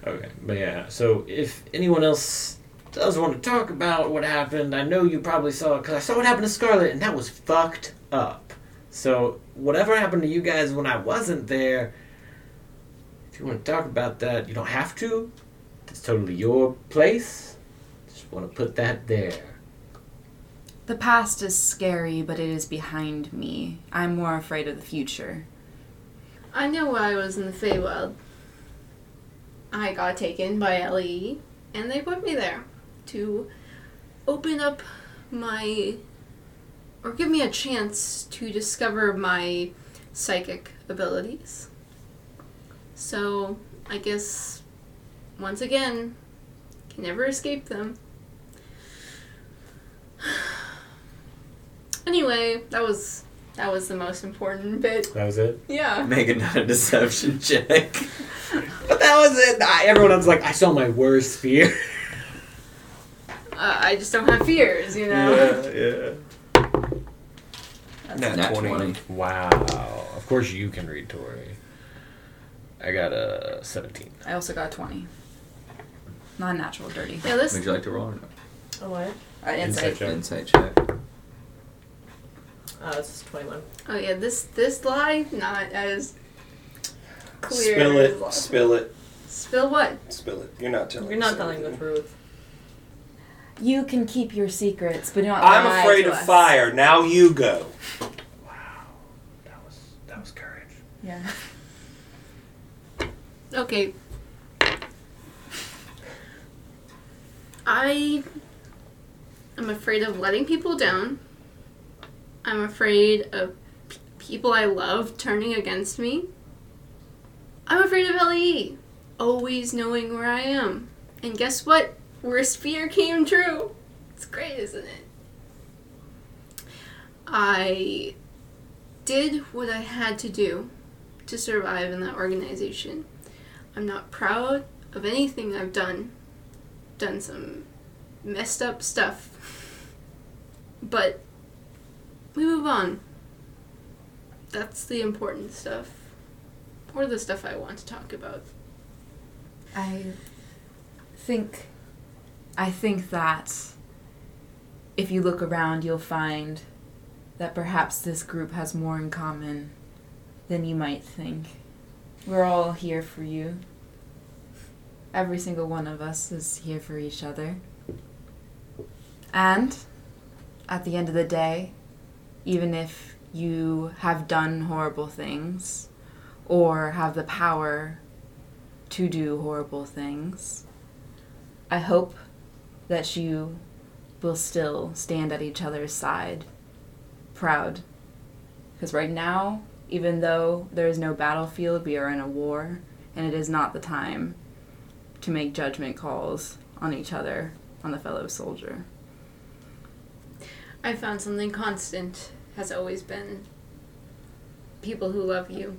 [SPEAKER 7] Okay, but yeah. So if anyone else does want to talk about what happened, I know you probably saw it because I saw what happened to Scarlet, and that was fucked up. So whatever happened to you guys when I wasn't there, if you want to talk about that, you don't have to. It's totally your place. Just want to put that there.
[SPEAKER 6] The past is scary, but it is behind me. I'm more afraid of the future.
[SPEAKER 4] I know why I was in the Feywild. I got taken by Ellie, and they put me there to open up my. or give me a chance to discover my psychic abilities. So, I guess, once again, can never escape them. Anyway, that was that was the most important bit.
[SPEAKER 7] That was it.
[SPEAKER 4] Yeah.
[SPEAKER 2] Make another deception check.
[SPEAKER 7] But that was it. I, everyone else was like, I saw my worst fear.
[SPEAKER 4] uh, I just don't have fears, you know.
[SPEAKER 7] yeah.
[SPEAKER 2] Nat,
[SPEAKER 5] Nat 20.
[SPEAKER 7] Wow. Of course you can read Tori. I got a 17.
[SPEAKER 6] I also got 20. Non natural, dirty.
[SPEAKER 4] Yeah, this
[SPEAKER 2] Would you like to roll or no?
[SPEAKER 3] Oh, what?
[SPEAKER 6] Uh,
[SPEAKER 7] Insight
[SPEAKER 6] insight.
[SPEAKER 7] check.
[SPEAKER 2] Insight check.
[SPEAKER 3] Oh, this is 21.
[SPEAKER 4] oh yeah, this this lie not as clear.
[SPEAKER 5] Spill
[SPEAKER 4] as lo-
[SPEAKER 5] it. Spill it.
[SPEAKER 4] Spill what?
[SPEAKER 5] Spill it. You're not telling.
[SPEAKER 3] You're not
[SPEAKER 5] us
[SPEAKER 3] telling the
[SPEAKER 5] anything.
[SPEAKER 3] truth.
[SPEAKER 6] You can keep your secrets, but not
[SPEAKER 5] I'm
[SPEAKER 6] lie
[SPEAKER 5] afraid
[SPEAKER 6] to
[SPEAKER 5] of
[SPEAKER 6] us.
[SPEAKER 5] fire. Now you go.
[SPEAKER 7] That was that was courage.
[SPEAKER 6] Yeah.
[SPEAKER 4] Okay. I am afraid of letting people down. I'm afraid of p- people I love turning against me. I'm afraid of LE, always knowing where I am. And guess what? Worst fear came true. It's great, isn't it? I did what I had to do to survive in that organization. I'm not proud of anything I've done. Done some messed up stuff. But we move on. That's the important stuff. Or the stuff I want to talk about.
[SPEAKER 6] I think I think that if you look around you'll find that perhaps this group has more in common than you might think. We're all here for you. Every single one of us is here for each other. And at the end of the day, even if you have done horrible things or have the power to do horrible things. I hope that you will still stand at each other's side, proud. Because right now, even though there is no battlefield, we are in a war, and it is not the time to make judgment calls on each other, on the fellow soldier.
[SPEAKER 4] I found something constant has always been people who love you,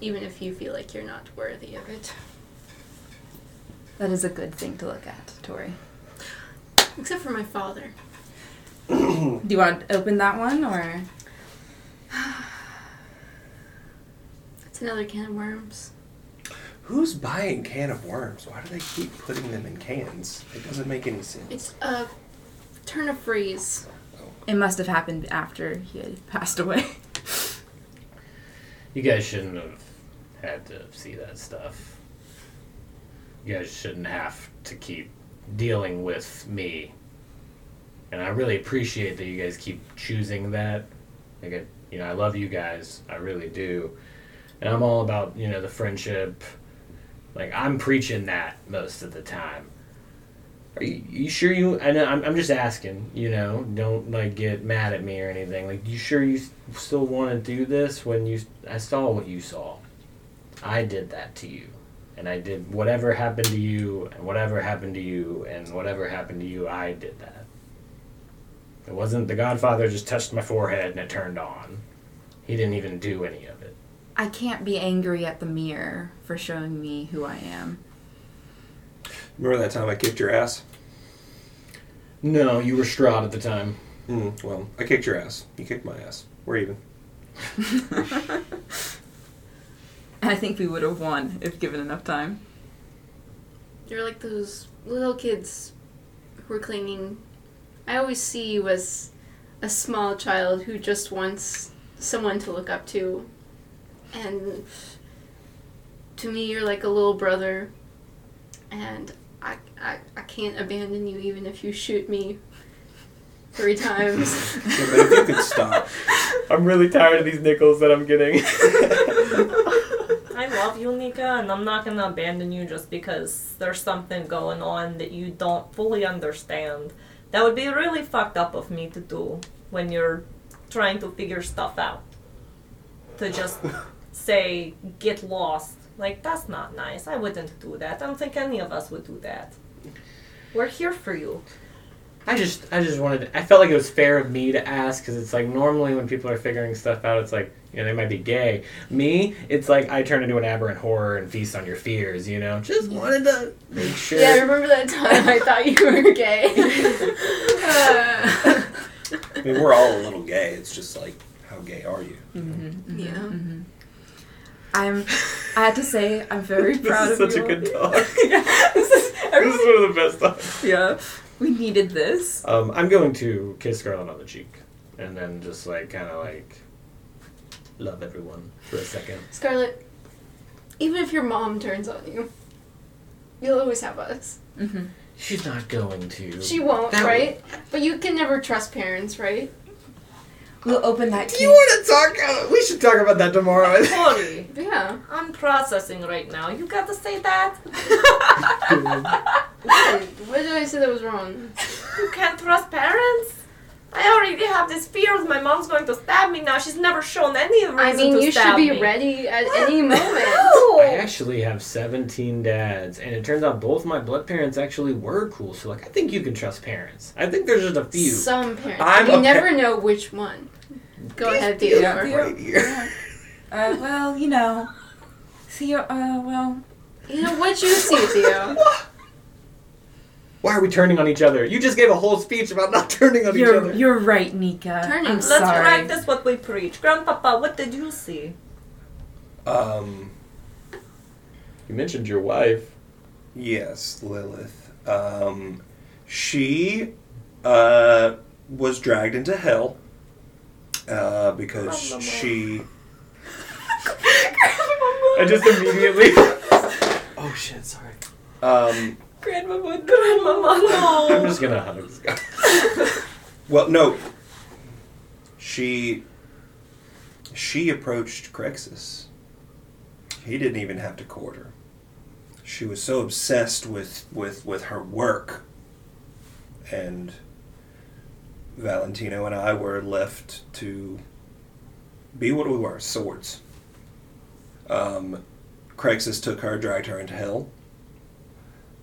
[SPEAKER 4] even if you feel like you're not worthy of it.
[SPEAKER 6] That is a good thing to look at, Tori.
[SPEAKER 4] Except for my father.
[SPEAKER 6] Do you want to open that one, or?
[SPEAKER 4] That's another can of worms.
[SPEAKER 5] Who's buying can of worms? Why do they keep putting them in cans? It doesn't make any sense.
[SPEAKER 4] It's a turn of phrase.
[SPEAKER 6] It must have happened after he had passed away.
[SPEAKER 7] You guys shouldn't have had to see that stuff. You guys shouldn't have to keep dealing with me. And I really appreciate that you guys keep choosing that. Like, I, you know, I love you guys. I really do. And I'm all about, you know, the friendship. Like, I'm preaching that most of the time. Are you, you sure you? I know, I'm, I'm just asking, you know, don't like get mad at me or anything. Like, you sure you s- still want to do this when you? I saw what you saw. I did that to you, and I did whatever happened to you, and whatever happened to you, and whatever happened to you. I did that. It wasn't the Godfather just touched my forehead and it turned on. He didn't even do any of it.
[SPEAKER 6] I can't be angry at the mirror for showing me who I am.
[SPEAKER 5] Remember that time I kicked your ass?
[SPEAKER 7] No, you were Strahd at the time.
[SPEAKER 5] Mm, well, I kicked your ass. You kicked my ass. We're even.
[SPEAKER 6] I think we would have won if given enough time.
[SPEAKER 4] You're like those little kids who are clinging. I always see you as a small child who just wants someone to look up to. And to me, you're like a little brother. And I, I, I can't abandon you even if you shoot me three times.
[SPEAKER 5] Yeah, but if you could stop.
[SPEAKER 7] I'm really tired of these nickels that I'm getting.
[SPEAKER 3] I love you, Nika, and I'm not gonna abandon you just because there's something going on that you don't fully understand. That would be really fucked up of me to do when you're trying to figure stuff out. To just say, get lost. Like, that's not nice. I wouldn't do that. I don't think any of us would do that. We're here for you.
[SPEAKER 7] I just, I just wanted. I felt like it was fair of me to ask because it's like normally when people are figuring stuff out, it's like you know they might be gay. Me, it's like I turn into an aberrant horror and feast on your fears. You know, just wanted to make sure.
[SPEAKER 4] Yeah, I remember that time I thought you were gay. Uh,
[SPEAKER 5] I mean, we're all a little gay. It's just like, how gay are you?
[SPEAKER 4] yeah.
[SPEAKER 6] I'm. I have to say, I'm very proud
[SPEAKER 7] this is
[SPEAKER 6] of
[SPEAKER 7] such a
[SPEAKER 6] you all.
[SPEAKER 7] good talk.
[SPEAKER 6] yeah, this is
[SPEAKER 7] this
[SPEAKER 6] everyone.
[SPEAKER 7] is one of the best talks.
[SPEAKER 6] Yeah, we needed this.
[SPEAKER 7] Um, I'm going to kiss Scarlet on the cheek and then just like kind of like love everyone for a second.
[SPEAKER 4] Scarlet, even if your mom turns on you, you'll always have us.
[SPEAKER 6] Mm-hmm.
[SPEAKER 7] She's not going to.
[SPEAKER 4] She won't,
[SPEAKER 7] That-
[SPEAKER 4] right? But you can never trust parents, right?
[SPEAKER 6] We'll open that.
[SPEAKER 7] Do you want to talk? uh, We should talk about that tomorrow.
[SPEAKER 3] Sorry,
[SPEAKER 4] Yeah.
[SPEAKER 3] I'm processing right now. You gotta say that.
[SPEAKER 4] What what did I say that was wrong?
[SPEAKER 3] You can't trust parents? I already have this fear of my mom's going to stab me now. She's never shown any reason
[SPEAKER 4] I mean,
[SPEAKER 3] to
[SPEAKER 4] you should
[SPEAKER 3] stab
[SPEAKER 4] be
[SPEAKER 3] me.
[SPEAKER 4] ready at any moment.
[SPEAKER 7] I
[SPEAKER 3] No!
[SPEAKER 7] actually have 17 dads, and it turns out both my blood parents actually were cool. So, like, I think you can trust parents. I think there's just a few.
[SPEAKER 4] Some parents.
[SPEAKER 5] I'm
[SPEAKER 4] you
[SPEAKER 5] a
[SPEAKER 4] never know which one. Go ahead, Theo.
[SPEAKER 6] Yeah.
[SPEAKER 5] Right here.
[SPEAKER 6] Uh, well, you know. See, uh, well,
[SPEAKER 4] You know what you see, Theo.
[SPEAKER 7] Why are we turning on each other? You just gave a whole speech about not turning on each
[SPEAKER 6] you're
[SPEAKER 7] other.
[SPEAKER 6] you're right, Nika.
[SPEAKER 4] Turn it.
[SPEAKER 6] I'm
[SPEAKER 4] Let's
[SPEAKER 3] Let's
[SPEAKER 6] sorry.
[SPEAKER 3] practice what we preach. Grandpapa, what did you see?
[SPEAKER 5] Um,
[SPEAKER 7] You mentioned your wife.
[SPEAKER 5] yes, Lilith. Um, she uh, was dragged into hell uh, because
[SPEAKER 3] Grandmama.
[SPEAKER 5] she.
[SPEAKER 7] I just immediately.
[SPEAKER 2] Oh shit, sorry.
[SPEAKER 5] Um,
[SPEAKER 3] Grandmama, Grandmama, no!
[SPEAKER 7] I'm just gonna hug this guy.
[SPEAKER 5] well, no. She. She approached Crexus. He didn't even have to court her. She was so obsessed with, with, with her work. And Valentino and I were left to be what we were swords. Um, Crexus took her, dragged her into hell.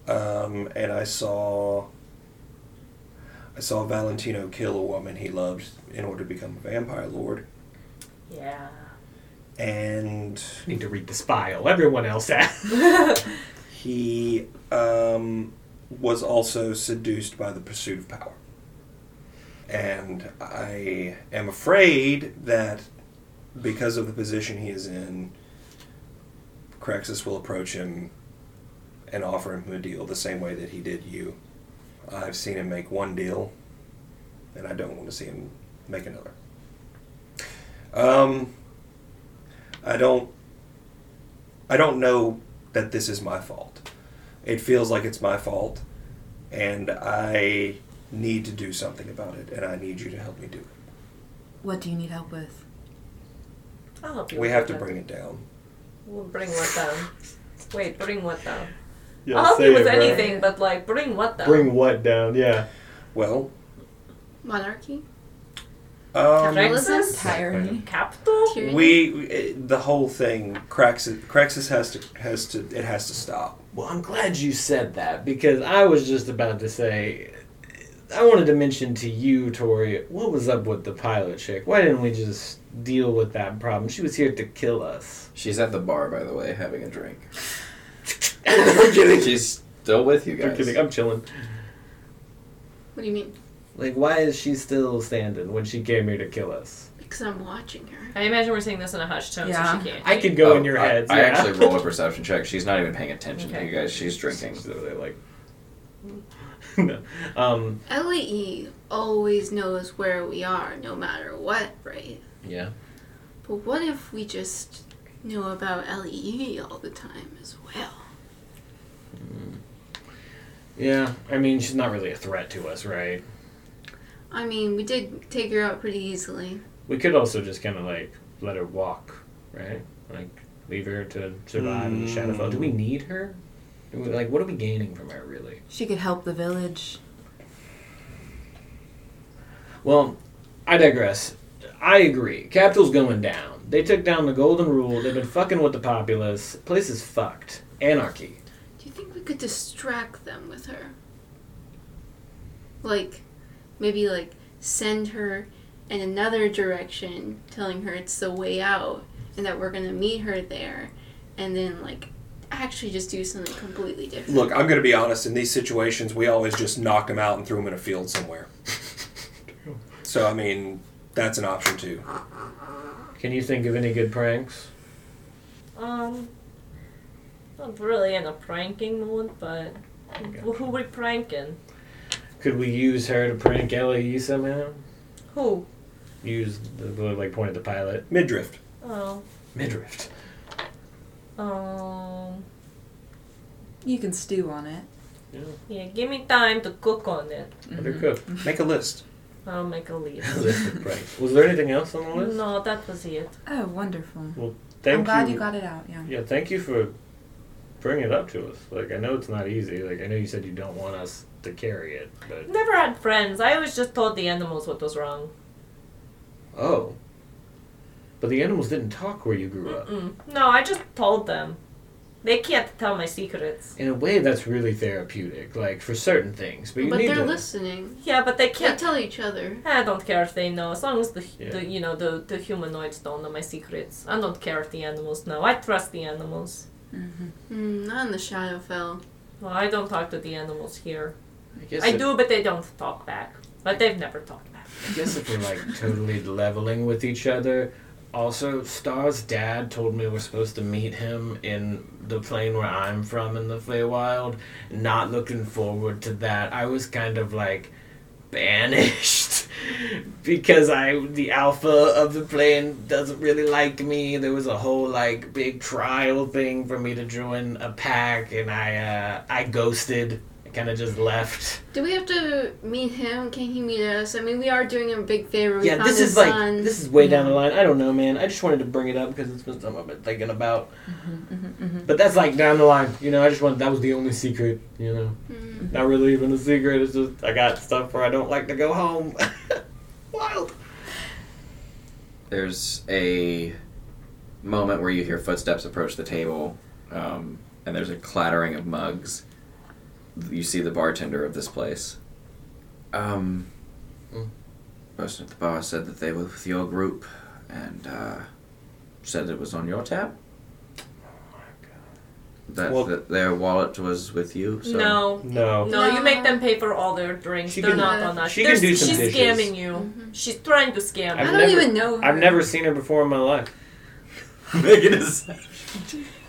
[SPEAKER 5] Um, and I saw. I saw Valentino kill a woman he loved in order to become a vampire lord.
[SPEAKER 3] Yeah.
[SPEAKER 5] And
[SPEAKER 7] Need to read the spile. Everyone else has.
[SPEAKER 5] he um, was also seduced by the pursuit of power. And I am afraid that because of the position he is in, Craxus will approach him and offer him a deal the same way that he did you. I've seen him make one deal, and I don't want to see him make another. Um, I don't. I don't know that this is my fault. It feels like it's my fault, and I need to do something about it, and I need you to help me do it.
[SPEAKER 6] What do you need help with?
[SPEAKER 3] I'll help you
[SPEAKER 5] We
[SPEAKER 3] with
[SPEAKER 5] have to
[SPEAKER 3] that.
[SPEAKER 5] bring it down.
[SPEAKER 3] We'll bring what down. Wait, bring what down? I'll help you with anything, but like, bring what down?
[SPEAKER 7] Bring what down? Yeah.
[SPEAKER 5] Well,
[SPEAKER 4] Monarchy?
[SPEAKER 5] um,
[SPEAKER 3] Crexus?
[SPEAKER 6] Tyranny.
[SPEAKER 3] Capital?
[SPEAKER 4] Tyranny?
[SPEAKER 5] we it- the whole thing Craxus, Craxus has to has to it has to stop.
[SPEAKER 7] Well, I'm glad you said that because I was just about to say. I wanted to mention to you, Tori, what was up with the pilot chick? Why didn't we just deal with that problem? She was here to kill us.
[SPEAKER 2] She's at the bar, by the way, having a drink. I'm kidding. She's still with you
[SPEAKER 7] I'm
[SPEAKER 2] guys.
[SPEAKER 7] kidding. I'm chilling.
[SPEAKER 4] What do you mean?
[SPEAKER 7] Like, why is she still standing when she came here to kill us?
[SPEAKER 4] Because I'm watching her.
[SPEAKER 3] I imagine we're saying this in a hushed tone, so
[SPEAKER 6] Yeah.
[SPEAKER 3] she can't.
[SPEAKER 7] I can go
[SPEAKER 2] Oh,
[SPEAKER 7] in your
[SPEAKER 2] I-
[SPEAKER 7] heads.
[SPEAKER 2] I,
[SPEAKER 7] yeah.
[SPEAKER 2] actually roll a perception check. She's not even paying attention to
[SPEAKER 3] Okay.
[SPEAKER 2] you guys. She's drinking.
[SPEAKER 7] She's literally like. no. Um.
[SPEAKER 4] Lee E always knows where we are, no matter what, right?
[SPEAKER 7] Yeah.
[SPEAKER 4] But what if we just knew about Lee all the time as well?
[SPEAKER 7] Yeah. I mean, she's not really a threat to us, right?
[SPEAKER 4] I mean, we did take her out pretty easily.
[SPEAKER 7] We could also just kind of like let her walk, right? Like leave her to survive in the Shadowfell. Do we need her? Do we, like, what are we gaining from her, really?
[SPEAKER 6] She could help the village.
[SPEAKER 7] Well, I digress. I agree. Capital's going down. They took down the Golden Rule. They've been fucking with the populace. Place is fucked. Anarchy.
[SPEAKER 4] Do you think we could distract them with her? Like, maybe like send her in another direction, telling her it's the way out and that we're gonna meet her there, and then like actually just do something completely different.
[SPEAKER 5] Look, I'm going to be honest. In these situations, we always just knocked them out and threw them in a field somewhere. So, I mean, that's an option too.
[SPEAKER 7] Can you think of any good pranks?
[SPEAKER 3] Um, not really in a pranking mood, but who who we pranking?
[SPEAKER 7] Could we use her to prank LAE somehow?
[SPEAKER 3] Who?
[SPEAKER 7] Use the, the like point at the pilot.
[SPEAKER 5] Midrift.
[SPEAKER 3] Oh,
[SPEAKER 7] Midrift.
[SPEAKER 3] um,
[SPEAKER 6] You can stew on it.
[SPEAKER 3] yeah. Give me time to cook on it.
[SPEAKER 7] Undercooked.
[SPEAKER 5] Make a list.
[SPEAKER 3] I'll make a list.
[SPEAKER 7] List of pranks. Was there anything else on the list?
[SPEAKER 3] no, that was it.
[SPEAKER 6] Oh, wonderful.
[SPEAKER 7] Thank
[SPEAKER 6] I'm glad you. got it out, yeah.
[SPEAKER 7] Yeah, thank you for bringing it up to us. Like, I know it's not easy. Like, I know you said you don't want us to carry it, but
[SPEAKER 3] Never had friends. I always just told the animals what was wrong.
[SPEAKER 7] oh, but the animals didn't talk where you grew up.
[SPEAKER 3] Mm. No, I just told them. They can't tell my secrets.
[SPEAKER 7] In a way, that's really therapeutic. Like for certain things, but you
[SPEAKER 4] But
[SPEAKER 7] need
[SPEAKER 4] they're
[SPEAKER 7] to.
[SPEAKER 4] listening.
[SPEAKER 3] Yeah, but they
[SPEAKER 4] They
[SPEAKER 3] can't.
[SPEAKER 4] tell each other.
[SPEAKER 3] I don't care if they know, as long as the,
[SPEAKER 7] Yeah.
[SPEAKER 3] the you know the, the humanoids don't know my secrets. I don't care if the animals know. I trust the animals.
[SPEAKER 4] Mm, not in the Shadowfell.
[SPEAKER 3] Well, I don't talk to the animals here.
[SPEAKER 7] I guess
[SPEAKER 3] I
[SPEAKER 7] if,
[SPEAKER 3] do, but they don't talk back. But they've never talked back.
[SPEAKER 7] I guess if we're like totally leveling with each other. Also, Star's dad told me we're supposed to meet him in the plane where I'm from in the Feywild. Not looking forward to that. I was kind of like banished because I the alpha of the plane doesn't really like me. There was a whole like big trial thing for me to join a pack, and I uh, I ghosted. I kind of just left.
[SPEAKER 4] Do we have to meet him? Can he meet us? I mean, we are doing him a big favor. We
[SPEAKER 7] yeah,
[SPEAKER 4] found
[SPEAKER 7] this
[SPEAKER 4] his
[SPEAKER 7] is like
[SPEAKER 4] son.
[SPEAKER 7] this is way down the line. I don't know, man. I just wanted to bring it up because it's been something I've been thinking about.
[SPEAKER 4] Mm-hmm,
[SPEAKER 7] But that's like down the line, you know. I just wanted that was the only secret, you know.
[SPEAKER 4] Mm.
[SPEAKER 7] Not really even a secret. It's just I got stuff where I don't like to go home. Wild.
[SPEAKER 2] There's a moment where you hear footsteps approach the table, um, and there's a clattering of mugs. You see the bartender of this place. Um,
[SPEAKER 7] Hmm.
[SPEAKER 2] person at the bar said that they were with your group, and uh, said it was on your tab. That,
[SPEAKER 7] Well-
[SPEAKER 2] that their wallet was with you. So.
[SPEAKER 3] No.
[SPEAKER 7] No.
[SPEAKER 3] No, you
[SPEAKER 4] No.
[SPEAKER 3] make them pay for all their drinks.
[SPEAKER 7] She
[SPEAKER 3] They're
[SPEAKER 7] can-
[SPEAKER 3] not on us.
[SPEAKER 7] she can
[SPEAKER 3] They're-
[SPEAKER 7] do some
[SPEAKER 3] she's
[SPEAKER 7] dishes.
[SPEAKER 3] scamming you. She's trying to scam.
[SPEAKER 4] I
[SPEAKER 7] I've
[SPEAKER 3] you.
[SPEAKER 4] don't
[SPEAKER 7] never-
[SPEAKER 4] even know. Her.
[SPEAKER 7] I've never seen her before in my life.
[SPEAKER 2] Make it a-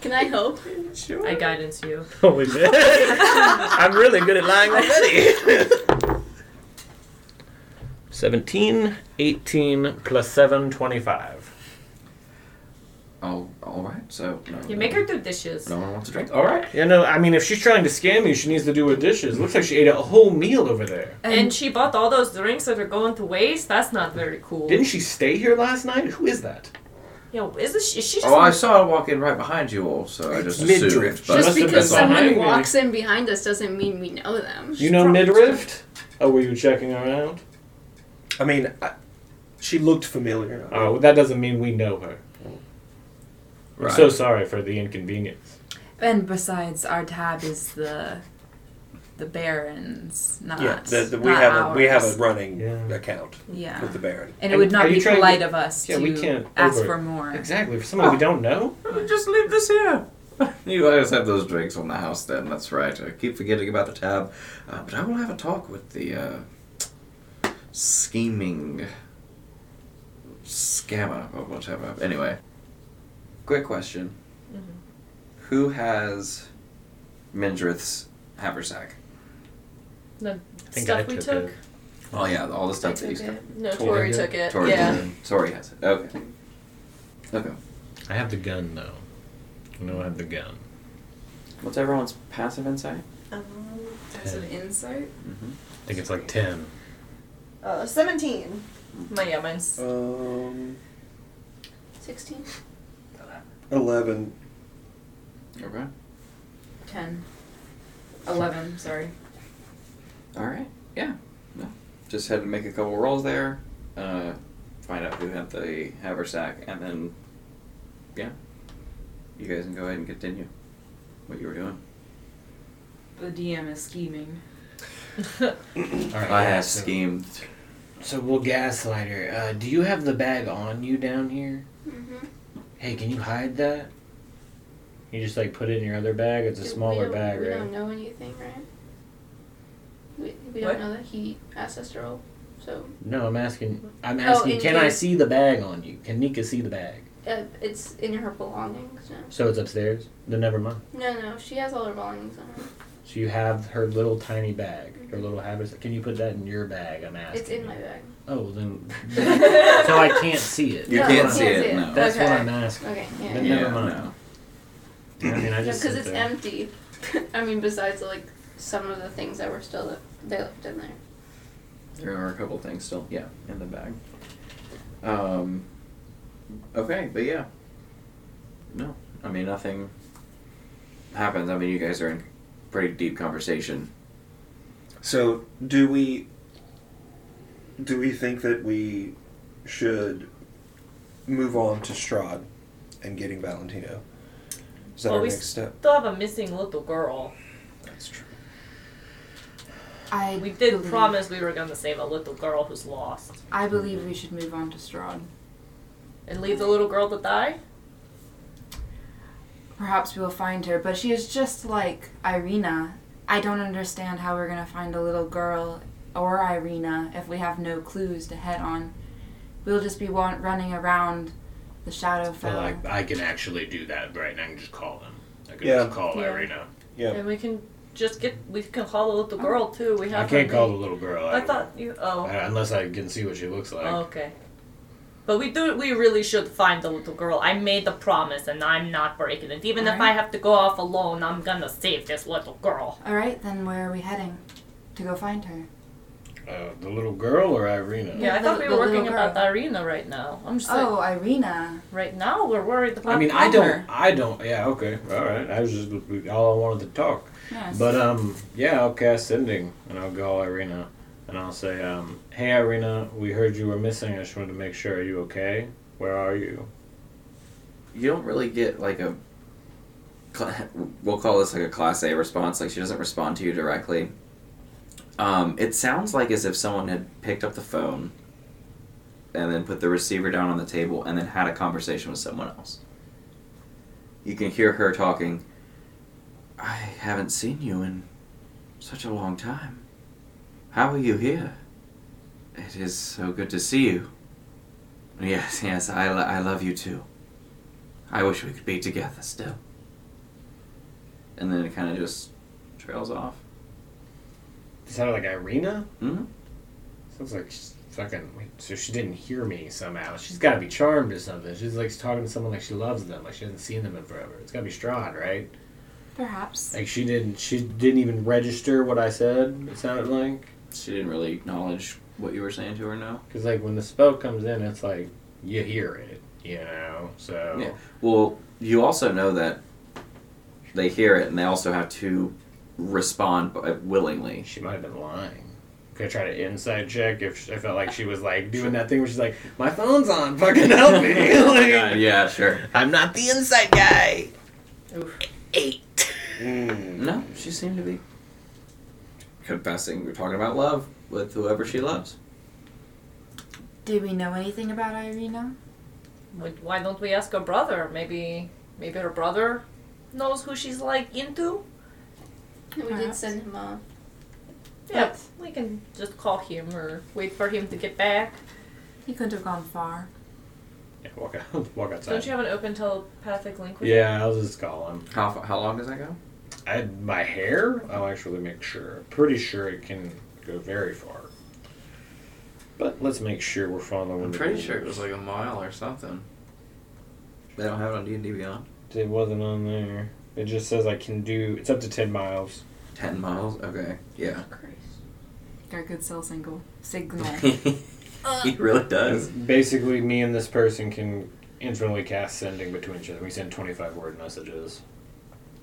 [SPEAKER 4] Can I help?
[SPEAKER 3] I guidance you.
[SPEAKER 7] Holy shit! I'm really good at lying already. 17, 18, plus 7, 25.
[SPEAKER 2] Oh, all right. So no,
[SPEAKER 3] You make her do dishes.
[SPEAKER 2] No one wants a drink. All right.
[SPEAKER 7] Yeah, no, I mean, if she's trying to scam you, she needs to do her dishes. Looks like she ate a whole meal over there.
[SPEAKER 3] And she bought all those drinks that are going to waste. That's not very cool.
[SPEAKER 7] Didn't she stay here last night? Who is that?
[SPEAKER 3] Yo, is this, is she just?
[SPEAKER 2] Oh, I saw her walk in right behind you all, so I
[SPEAKER 5] It's
[SPEAKER 2] just assumed.
[SPEAKER 5] mid-drift.
[SPEAKER 2] but-
[SPEAKER 4] Just
[SPEAKER 7] must have
[SPEAKER 4] because
[SPEAKER 7] been behind
[SPEAKER 4] someone
[SPEAKER 7] me.
[SPEAKER 4] walks in behind us doesn't mean we know them.
[SPEAKER 7] You know Midrift? Oh, were you checking around?
[SPEAKER 5] I mean, I, she looked familiar.
[SPEAKER 7] Oh, that doesn't mean we know her.
[SPEAKER 2] right.
[SPEAKER 7] I'm so sorry for the inconvenience.
[SPEAKER 6] And besides, our tab is the the Baron's, not
[SPEAKER 5] yeah, the, the, we
[SPEAKER 6] not
[SPEAKER 5] have
[SPEAKER 6] ours.
[SPEAKER 5] a, we have a running
[SPEAKER 7] Yeah.
[SPEAKER 5] account
[SPEAKER 6] Yeah,
[SPEAKER 5] with the Baron.
[SPEAKER 6] and
[SPEAKER 7] Are
[SPEAKER 6] it would
[SPEAKER 7] you
[SPEAKER 6] not be
[SPEAKER 7] trying to-
[SPEAKER 6] polite of us
[SPEAKER 7] Yeah,
[SPEAKER 6] to
[SPEAKER 7] we can't
[SPEAKER 6] ask
[SPEAKER 7] over-
[SPEAKER 6] for more.
[SPEAKER 7] Exactly, for someone we don't know?
[SPEAKER 2] Just Oh, leave this here. You always have those drinks on the house then, that's right. I keep forgetting about the tab. Uh, but I will have a talk with the uh, scheming scammer or whatever. Anyway, quick question
[SPEAKER 4] Mm-hmm.
[SPEAKER 2] Who has Mindrith's haversack?
[SPEAKER 3] The
[SPEAKER 7] I think I
[SPEAKER 3] stuff we
[SPEAKER 7] took
[SPEAKER 3] took.
[SPEAKER 7] it.
[SPEAKER 2] Oh, yeah, all the stuff that he's got.
[SPEAKER 3] No, Tori
[SPEAKER 2] Tori
[SPEAKER 3] took it.
[SPEAKER 2] Tori,
[SPEAKER 3] yeah.
[SPEAKER 2] did. Tori has it. Okay. Okay.
[SPEAKER 7] I have the gun though. I know I have the gun.
[SPEAKER 2] What's everyone's passive insight?
[SPEAKER 8] Um, as an insight.
[SPEAKER 2] Mm-hmm.
[SPEAKER 7] I think it's like ten.
[SPEAKER 8] Uh, 17.
[SPEAKER 3] My yeah, mine's
[SPEAKER 5] Um,
[SPEAKER 4] 16?
[SPEAKER 5] 11.
[SPEAKER 2] Okay.
[SPEAKER 8] 10. 11, sorry.
[SPEAKER 2] All right. Yeah. No. Just had to make a couple rolls there, uh, find out who had the haversack, and then, yeah, you guys can go ahead and continue what you were doing.
[SPEAKER 8] The DM is scheming.
[SPEAKER 7] All right.
[SPEAKER 2] I
[SPEAKER 7] yeah,
[SPEAKER 2] have
[SPEAKER 7] so-
[SPEAKER 2] schemed.
[SPEAKER 7] So we'll gaslight her. Uh, do you have the bag on you down here?
[SPEAKER 4] Mm-hmm.
[SPEAKER 7] Hey, can you hide that? You just like put it in your other bag. It's a smaller bag,
[SPEAKER 4] we
[SPEAKER 7] right?
[SPEAKER 4] don't know anything, right? We, we
[SPEAKER 3] What?
[SPEAKER 4] don't know that he asked us to roll. So
[SPEAKER 7] No, I'm asking. I'm
[SPEAKER 4] Oh,
[SPEAKER 7] asking.
[SPEAKER 4] in
[SPEAKER 7] can I
[SPEAKER 4] your-
[SPEAKER 7] see the bag on you? Can Nika see the bag?
[SPEAKER 4] uh, it's in her belongings now.
[SPEAKER 7] So it's upstairs. Then never mind.
[SPEAKER 4] No, no, she has all her belongings on her.
[SPEAKER 7] So you have her little tiny bag, her little haversack. Can you put that in your bag? I'm asking.
[SPEAKER 4] Mm-hmm. It's in
[SPEAKER 7] you.
[SPEAKER 4] my bag.
[SPEAKER 7] Oh, then. so I can't see it.
[SPEAKER 2] You
[SPEAKER 4] No,
[SPEAKER 2] can't
[SPEAKER 4] I
[SPEAKER 2] see
[SPEAKER 4] can't
[SPEAKER 2] it,
[SPEAKER 4] see it.
[SPEAKER 2] no.
[SPEAKER 7] That's what
[SPEAKER 3] Okay.
[SPEAKER 7] I'm asking.
[SPEAKER 4] Okay, yeah.
[SPEAKER 7] But
[SPEAKER 4] yeah.
[SPEAKER 7] never
[SPEAKER 2] Yeah,
[SPEAKER 7] mind. I mean, I
[SPEAKER 4] No,
[SPEAKER 7] just.
[SPEAKER 4] because
[SPEAKER 7] sit
[SPEAKER 4] it's
[SPEAKER 7] there.
[SPEAKER 4] empty. I mean, besides like some of the things that were still they left in there.
[SPEAKER 2] There are a couple things still, yeah, in the bag. Um, okay, but yeah. No, I mean, nothing happens. I mean, you guys are in pretty deep conversation.
[SPEAKER 5] So, do we do we think that we should move on to Strahd and getting Valentino? Is that
[SPEAKER 3] Well,
[SPEAKER 5] our
[SPEAKER 3] we
[SPEAKER 5] next
[SPEAKER 3] s-
[SPEAKER 5] step?
[SPEAKER 3] still have a missing little girl.
[SPEAKER 5] That's true.
[SPEAKER 8] I
[SPEAKER 3] We did
[SPEAKER 8] believe-
[SPEAKER 3] promise we were gonna save a little girl who's lost
[SPEAKER 8] I believe we should move on to Strahd.
[SPEAKER 3] and leave the little girl to die.
[SPEAKER 8] Perhaps we'll find her, but she is just like Irina. I don't understand how we're gonna find a little girl or Irina if we have no clues to head on. We'll just be wa- running around the Shadowfell.
[SPEAKER 7] Well, I, I can actually do that right now. I can just call them. I can
[SPEAKER 5] Yeah.
[SPEAKER 7] just call
[SPEAKER 3] Yeah.
[SPEAKER 7] Irina.
[SPEAKER 5] Yeah.
[SPEAKER 3] And we can just get we can call the little
[SPEAKER 8] Oh.
[SPEAKER 3] girl too. We
[SPEAKER 7] I
[SPEAKER 3] have.
[SPEAKER 7] can't
[SPEAKER 3] her
[SPEAKER 7] call the
[SPEAKER 3] name.
[SPEAKER 7] little girl.
[SPEAKER 3] I thought you. Oh.
[SPEAKER 7] I- unless I can see what she looks like.
[SPEAKER 3] okay. But we do. We really should find the little girl. I made the promise, and I'm not breaking it. Even if I
[SPEAKER 8] Alright.
[SPEAKER 3] have to go off alone, I'm gonna save this little girl.
[SPEAKER 8] All right, then where are we heading to go find her?
[SPEAKER 7] Uh, the little girl or Irina?
[SPEAKER 3] Yeah, I
[SPEAKER 8] The-
[SPEAKER 3] thought we
[SPEAKER 8] the
[SPEAKER 3] were
[SPEAKER 8] little
[SPEAKER 3] working about
[SPEAKER 8] girl.
[SPEAKER 3] the arena right now. I'm just like,
[SPEAKER 8] Oh, Irina.
[SPEAKER 3] right now we're worried about.
[SPEAKER 7] I mean, I
[SPEAKER 3] her.
[SPEAKER 7] don't. I don't. Yeah. Okay. All right. I was just all I wanted to talk.
[SPEAKER 8] Yes.
[SPEAKER 7] But um, yeah, I'll cast sending, and I'll call Irina, and I'll say, um, hey Irina, we heard you were missing. I just wanted to make sure. Are you okay? Where are you?
[SPEAKER 2] You don't really get like a. cla- We'll call this like a class A response. Like she doesn't respond to you directly. Um, it sounds like as if someone had picked up the phone, and then put the receiver down on the table, and then had a conversation with someone else. You can hear her talking. I haven't seen you in such a long time. How are you here? It is so good to see you. Yes, yes, I, lo- I love you too. I wish we could be together still. And then it kind of just trails off.
[SPEAKER 7] It sounded like Irina.
[SPEAKER 2] hmm
[SPEAKER 7] Sounds like she's fucking. wait, So she didn't hear me somehow. She's got to be charmed or something. She's like talking to someone like she loves them, like she hasn't seen them in forever. It's got to be Strahd, right?
[SPEAKER 8] Perhaps.
[SPEAKER 7] Like she didn't. She didn't even register what I said. It sounded like.
[SPEAKER 2] She didn't really acknowledge what you were saying to her, no?
[SPEAKER 7] Because, like, when the spell comes in, it's like, you hear it, you know? So,
[SPEAKER 2] Yeah. Well, you also know that they hear it and they also have to respond uh, willingly.
[SPEAKER 7] she might have been lying. Could I try to inside check if sh I felt like she was, like, doing that thing where she's like, my phone's on, fucking help me. Like,
[SPEAKER 2] Yeah, yeah, sure.
[SPEAKER 7] I'm not the inside guy.
[SPEAKER 3] Oof.
[SPEAKER 7] Eight.
[SPEAKER 5] Mm.
[SPEAKER 2] No, she seemed to be confessing. We're talking about love with whoever she loves.
[SPEAKER 8] Do we know anything about Irina?
[SPEAKER 3] Wait, Why don't we ask her brother? Maybe, maybe her brother knows who she's like into.
[SPEAKER 4] We did
[SPEAKER 6] Perhaps.
[SPEAKER 4] send him off.
[SPEAKER 3] Yeah, we can just call him or wait for him to get back.
[SPEAKER 6] He couldn't have gone far.
[SPEAKER 7] Yeah, walk out, walk
[SPEAKER 3] Don't
[SPEAKER 7] outside.
[SPEAKER 3] you have an open telepathic link with you?
[SPEAKER 7] Yeah, I'll just call him.
[SPEAKER 2] How, fa- how long does that go?
[SPEAKER 7] I, my hair? I'll actually make sure. Pretty sure it can go very far. But let's make sure we're following.
[SPEAKER 2] I'm
[SPEAKER 7] the
[SPEAKER 2] pretty
[SPEAKER 7] rules.
[SPEAKER 2] sure it was like a mile or something. They don't have it on D and D Beyond.
[SPEAKER 7] It wasn't on there. It just says I can do. It's up to ten miles.
[SPEAKER 2] Ten miles. Okay. Yeah.
[SPEAKER 6] Got a good cell single signal.
[SPEAKER 2] he really does.
[SPEAKER 7] Basically, me and this person can internally cast sending between each other. We send twenty-five word messages.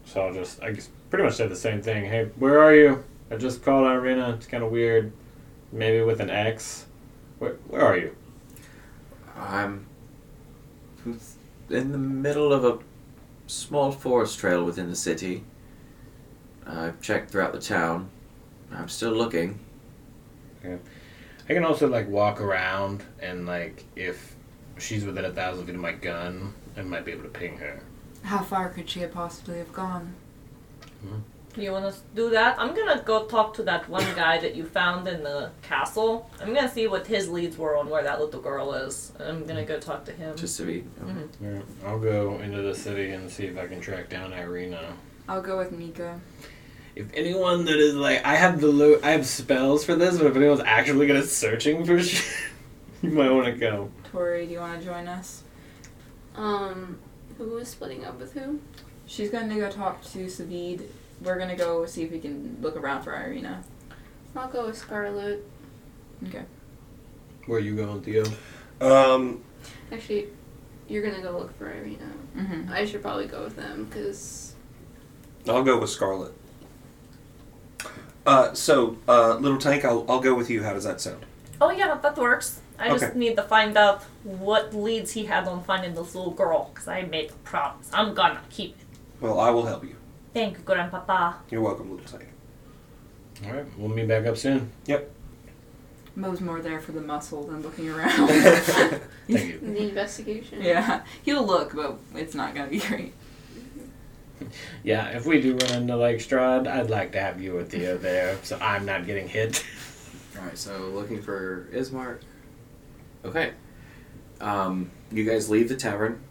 [SPEAKER 7] So I'll just, I guess, pretty much say the same thing. Hey, where are you? I just called Irina. It's kind of weird. Maybe with an X. Where, where are you?
[SPEAKER 2] I'm in the middle of a small forest trail within the city. I've checked throughout the town. I'm still looking.
[SPEAKER 7] I can also like walk around and like if she's within a thousand feet of my gun, I might be able to ping her.
[SPEAKER 6] How far could she have possibly have gone?
[SPEAKER 3] You want to do that? I'm gonna go talk to that one guy that you found in the castle. I'm gonna see what his leads were on where that little girl is. I'm gonna go talk to him.
[SPEAKER 2] Just to be.
[SPEAKER 3] Mhm.
[SPEAKER 7] Yeah, I'll go into the city and see if I can track down Irina.
[SPEAKER 6] I'll go with Mika.
[SPEAKER 7] If anyone that is like, I have the lo- I have spells for this, but if anyone's actually gonna searching for shit, you might want to go.
[SPEAKER 6] Tori, do you want to join us?
[SPEAKER 4] Um, who was splitting up with who?
[SPEAKER 6] She's going to go talk to Savid. We're going to go see if we can look around for Irina.
[SPEAKER 4] I'll go with Scarlet.
[SPEAKER 6] Okay.
[SPEAKER 7] Where are you going, Theo?
[SPEAKER 5] Um,
[SPEAKER 4] Actually, you're gonna go look for Irina.
[SPEAKER 6] Mm-hmm.
[SPEAKER 4] I should probably go with them because
[SPEAKER 5] I'll go with Scarlet. Uh, so, uh, Little Tank, I'll, I'll go with you. How does that sound?
[SPEAKER 3] Oh yeah, that works. I just
[SPEAKER 5] Okay.
[SPEAKER 3] need to find out what leads he had on finding this little girl, because I made a promise. I'm gonna keep it.
[SPEAKER 5] Well, I will help you.
[SPEAKER 3] Thank you, Grandpapa.
[SPEAKER 5] You're welcome, Little Tank.
[SPEAKER 7] All right, we'll meet back up soon.
[SPEAKER 6] Mo's more there for the muscle than looking around.
[SPEAKER 7] Thank you.
[SPEAKER 4] the investigation.
[SPEAKER 6] yeah, he'll look, but it's not going to be great.
[SPEAKER 7] Yeah, if we do run into like Strahd, I'd like to have you and Theo there, so I'm not getting hit.
[SPEAKER 2] Alright, so looking for Ismark. Okay. Um, you guys leave the tavern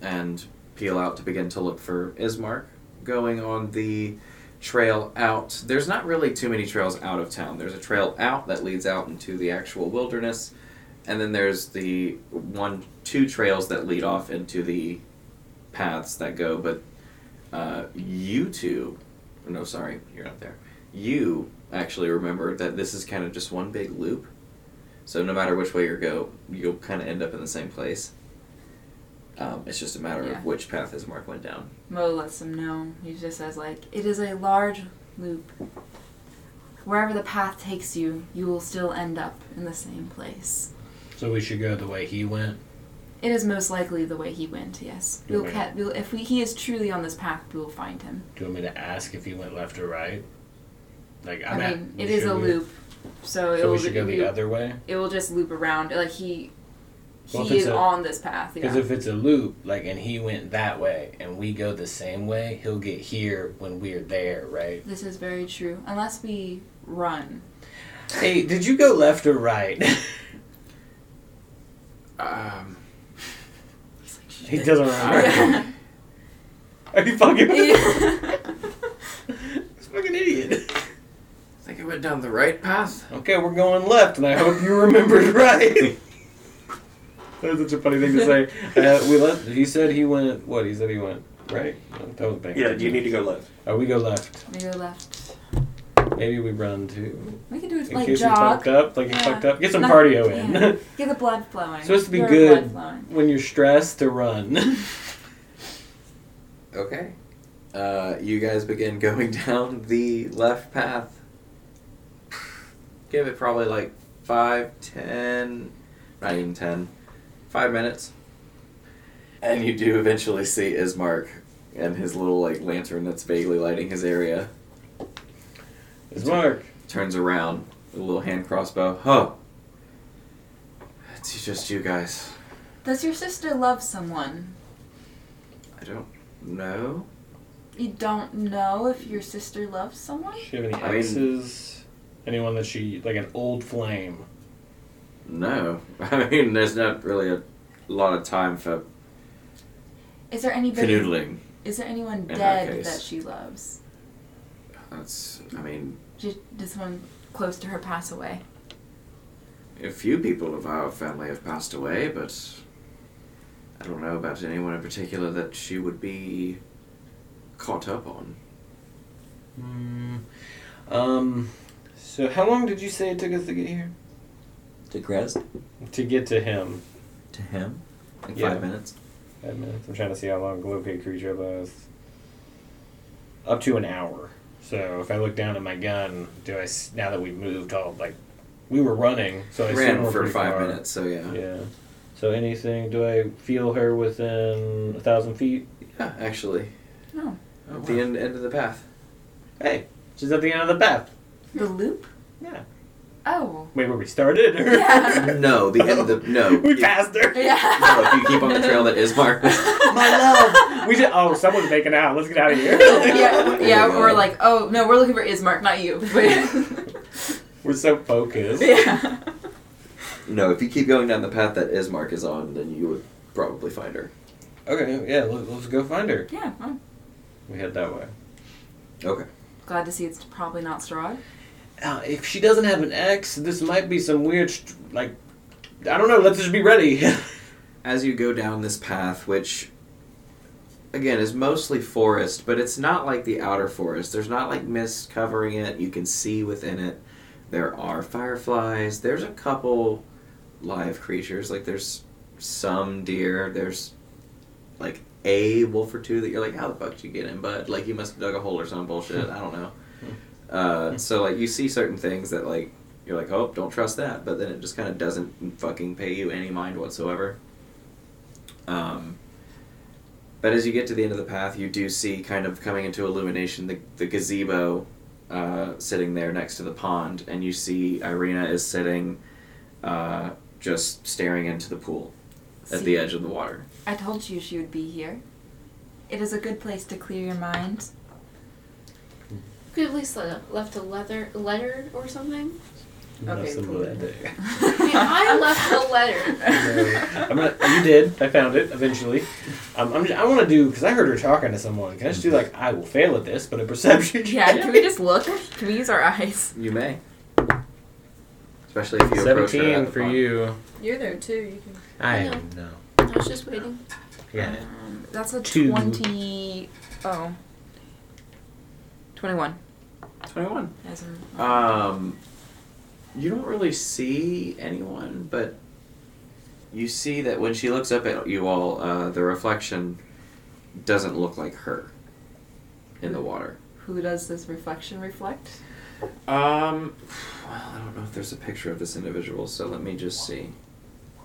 [SPEAKER 2] and peel out to begin to look for Ismark. Going on the trail out, there's not really too many trails out of town. There's a trail out that leads out into the actual wilderness, and then there's the one, two trails that lead off into the paths that go, but uh, you two, no, sorry, you're not there. You actually remember that this is kind of just one big loop. So no matter which way you go, you'll kind of end up in the same place. Um, it's just a matter
[SPEAKER 6] Yeah.
[SPEAKER 2] of which path his mark went down.
[SPEAKER 6] Mo lets him know. He just says, like, it is a large loop. Wherever the path takes you, you will still end up in the same place.
[SPEAKER 7] So we should go the way he went.
[SPEAKER 6] It is most likely the way he went, yes. We'll
[SPEAKER 7] Okay.
[SPEAKER 6] ca- we'll, if we, he is truly on this path, we will find him.
[SPEAKER 7] Do you want me to ask if he went left or right? Like
[SPEAKER 6] i
[SPEAKER 7] I'm at-
[SPEAKER 6] mean, it is
[SPEAKER 7] should
[SPEAKER 6] a
[SPEAKER 7] we-
[SPEAKER 6] loop, so, it
[SPEAKER 7] So
[SPEAKER 6] will
[SPEAKER 7] we should go
[SPEAKER 6] be-
[SPEAKER 7] the other way.
[SPEAKER 6] It will just loop around. Like he, he
[SPEAKER 7] Well, if it's
[SPEAKER 6] is
[SPEAKER 7] a-
[SPEAKER 6] on this path.
[SPEAKER 7] Because
[SPEAKER 6] Yeah.
[SPEAKER 7] if it's a loop, like, and he went that way, and we go the same way, he'll get here when we're there, right?
[SPEAKER 6] this is very true. Unless we run,
[SPEAKER 7] Hey, did you go left or right?
[SPEAKER 2] Um,
[SPEAKER 7] he doesn't remember. Are you fucking? He's a fucking idiot.
[SPEAKER 2] I think I went down the right path.
[SPEAKER 7] Okay, we're going left, and I hope you remembered right. That's such a funny thing to say. Uh, we left. He said he went. What? He said he went right. That was bad.
[SPEAKER 5] Yeah, you need to go left.
[SPEAKER 7] Uh, we go left.
[SPEAKER 6] we go left.
[SPEAKER 7] Maybe we run too.
[SPEAKER 6] We can do it
[SPEAKER 7] In
[SPEAKER 6] like
[SPEAKER 7] case we
[SPEAKER 6] jog.
[SPEAKER 7] fucked up, like you
[SPEAKER 6] Yeah.
[SPEAKER 7] fucked up. Get some
[SPEAKER 6] Not-
[SPEAKER 7] cardio in.
[SPEAKER 6] yeah. Get the blood flowing.
[SPEAKER 7] It's supposed to be
[SPEAKER 6] Your
[SPEAKER 7] good.
[SPEAKER 6] Blood flowing.
[SPEAKER 7] when you're stressed to run.
[SPEAKER 2] Okay. Uh, you guys begin going down the left path. Give it probably like five, ten, not even ten, five minutes. And you do eventually see Ismark and his little like lantern that's vaguely lighting his area
[SPEAKER 7] It's Mark.
[SPEAKER 2] turns around with a little hand crossbow. Oh, it's just you guys.
[SPEAKER 6] Does your sister love someone?
[SPEAKER 2] I don't know.
[SPEAKER 8] You don't know if your sister loves someone?
[SPEAKER 7] She have any
[SPEAKER 2] I mean-
[SPEAKER 7] exes? Anyone that she like an old flame?
[SPEAKER 2] No, I mean there's not really a lot of time for
[SPEAKER 8] Is there anybody?
[SPEAKER 2] canoodling.
[SPEAKER 8] Is there anyone
[SPEAKER 2] her
[SPEAKER 8] dead
[SPEAKER 2] case.
[SPEAKER 8] that she loves?
[SPEAKER 2] That's, I mean,
[SPEAKER 8] Did, did someone close to her pass away?
[SPEAKER 2] a few people of our family have passed away, but I don't know about anyone in particular that she would be caught up on.
[SPEAKER 7] Hmm. Um. So how long did you say it took us to get here?
[SPEAKER 2] To Grez?
[SPEAKER 7] To get to him.
[SPEAKER 2] To him? Like
[SPEAKER 7] Yeah.
[SPEAKER 2] five minutes?
[SPEAKER 7] Five minutes. I'm trying to see how long locate creature was. Up to an hour. So if I look down at my gun, do I? s- Now that we've moved all like, we were running, so I assume
[SPEAKER 2] Ran
[SPEAKER 7] we're
[SPEAKER 2] for
[SPEAKER 7] pretty
[SPEAKER 2] five
[SPEAKER 7] far.
[SPEAKER 2] minutes, so yeah.
[SPEAKER 7] Yeah. So anything? Do I feel her within a thousand feet?
[SPEAKER 2] Yeah, actually.
[SPEAKER 8] No.
[SPEAKER 2] At the end, end of the path.
[SPEAKER 7] Hey, she's at the end of the path.
[SPEAKER 8] The loop?
[SPEAKER 7] Yeah.
[SPEAKER 8] Oh.
[SPEAKER 7] Wait, where we started? or-
[SPEAKER 8] Yeah.
[SPEAKER 2] No, the end of the. No.
[SPEAKER 7] we
[SPEAKER 2] You-
[SPEAKER 7] passed her.
[SPEAKER 8] Yeah.
[SPEAKER 2] No, if you keep on the trail that is marked.
[SPEAKER 7] My love. We did. Oh, someone's making out. Let's get out of here.
[SPEAKER 8] yeah, yeah, we're like, oh no, we're looking for Ismark, not you.
[SPEAKER 7] We're so focused.
[SPEAKER 8] yeah.
[SPEAKER 2] No, if you keep going down the path that Ismark is on, then you would probably find her.
[SPEAKER 7] Okay. Yeah. Let, let's go find her.
[SPEAKER 8] Yeah. well,
[SPEAKER 7] We head that way.
[SPEAKER 2] Okay.
[SPEAKER 8] glad to see it's probably not Strahd.
[SPEAKER 7] Uh, if she doesn't have an ex, this might be some weird, st- like, I don't know. Let's just be ready.
[SPEAKER 2] as you go down this path, which again is mostly forest, but it's not like the outer forest. There's not like mist covering it. You can see within it. There are fireflies. There's a couple live creatures. Like there's some deer. There's like a wolf or two that you're like, how the fuck did you get in? But like you must have dug a hole or some bullshit. I don't know. Uh, so like you see certain things that like you're like, oh, don't trust that. But then it just kind of doesn't fucking pay you any mind whatsoever. Um, but as you get to the end of the path, you do see kind of coming into illumination the, the gazebo uh, sitting there next to the pond, and you see Irina is sitting uh, just staring into the pool at
[SPEAKER 8] See,
[SPEAKER 2] the edge of the water.
[SPEAKER 8] I told you she would be here. It is a good place to clear your mind.
[SPEAKER 4] Could at least le- left a leather letter or something.
[SPEAKER 8] Okay,
[SPEAKER 7] Some
[SPEAKER 8] cool.
[SPEAKER 7] of that day.
[SPEAKER 4] I, mean, I left a letter.
[SPEAKER 7] I'm not, you did. I found it eventually. Um, I'm just, I want to do because I heard her talking to someone. Can I just do like I will fail at this, but a perception?
[SPEAKER 8] Yeah,
[SPEAKER 7] check?
[SPEAKER 8] can we just look? Can we use our eyes?
[SPEAKER 2] You may. Especially if you approach her at
[SPEAKER 7] Seventeen
[SPEAKER 2] the
[SPEAKER 7] for
[SPEAKER 2] pond.
[SPEAKER 7] you.
[SPEAKER 3] You're there too. You can.
[SPEAKER 7] I
[SPEAKER 4] No.
[SPEAKER 7] know.
[SPEAKER 4] I was just waiting.
[SPEAKER 7] Yeah.
[SPEAKER 8] Um, that's a
[SPEAKER 7] Two.
[SPEAKER 8] 20. Oh. 21.
[SPEAKER 2] 21.
[SPEAKER 8] As in,
[SPEAKER 2] Um, you don't really see anyone, but you see that when she looks up at you all, uh, the reflection doesn't look like her in the water.
[SPEAKER 8] who does this reflection reflect?
[SPEAKER 2] Um, well, I don't know if there's a picture of this individual, so let me just see.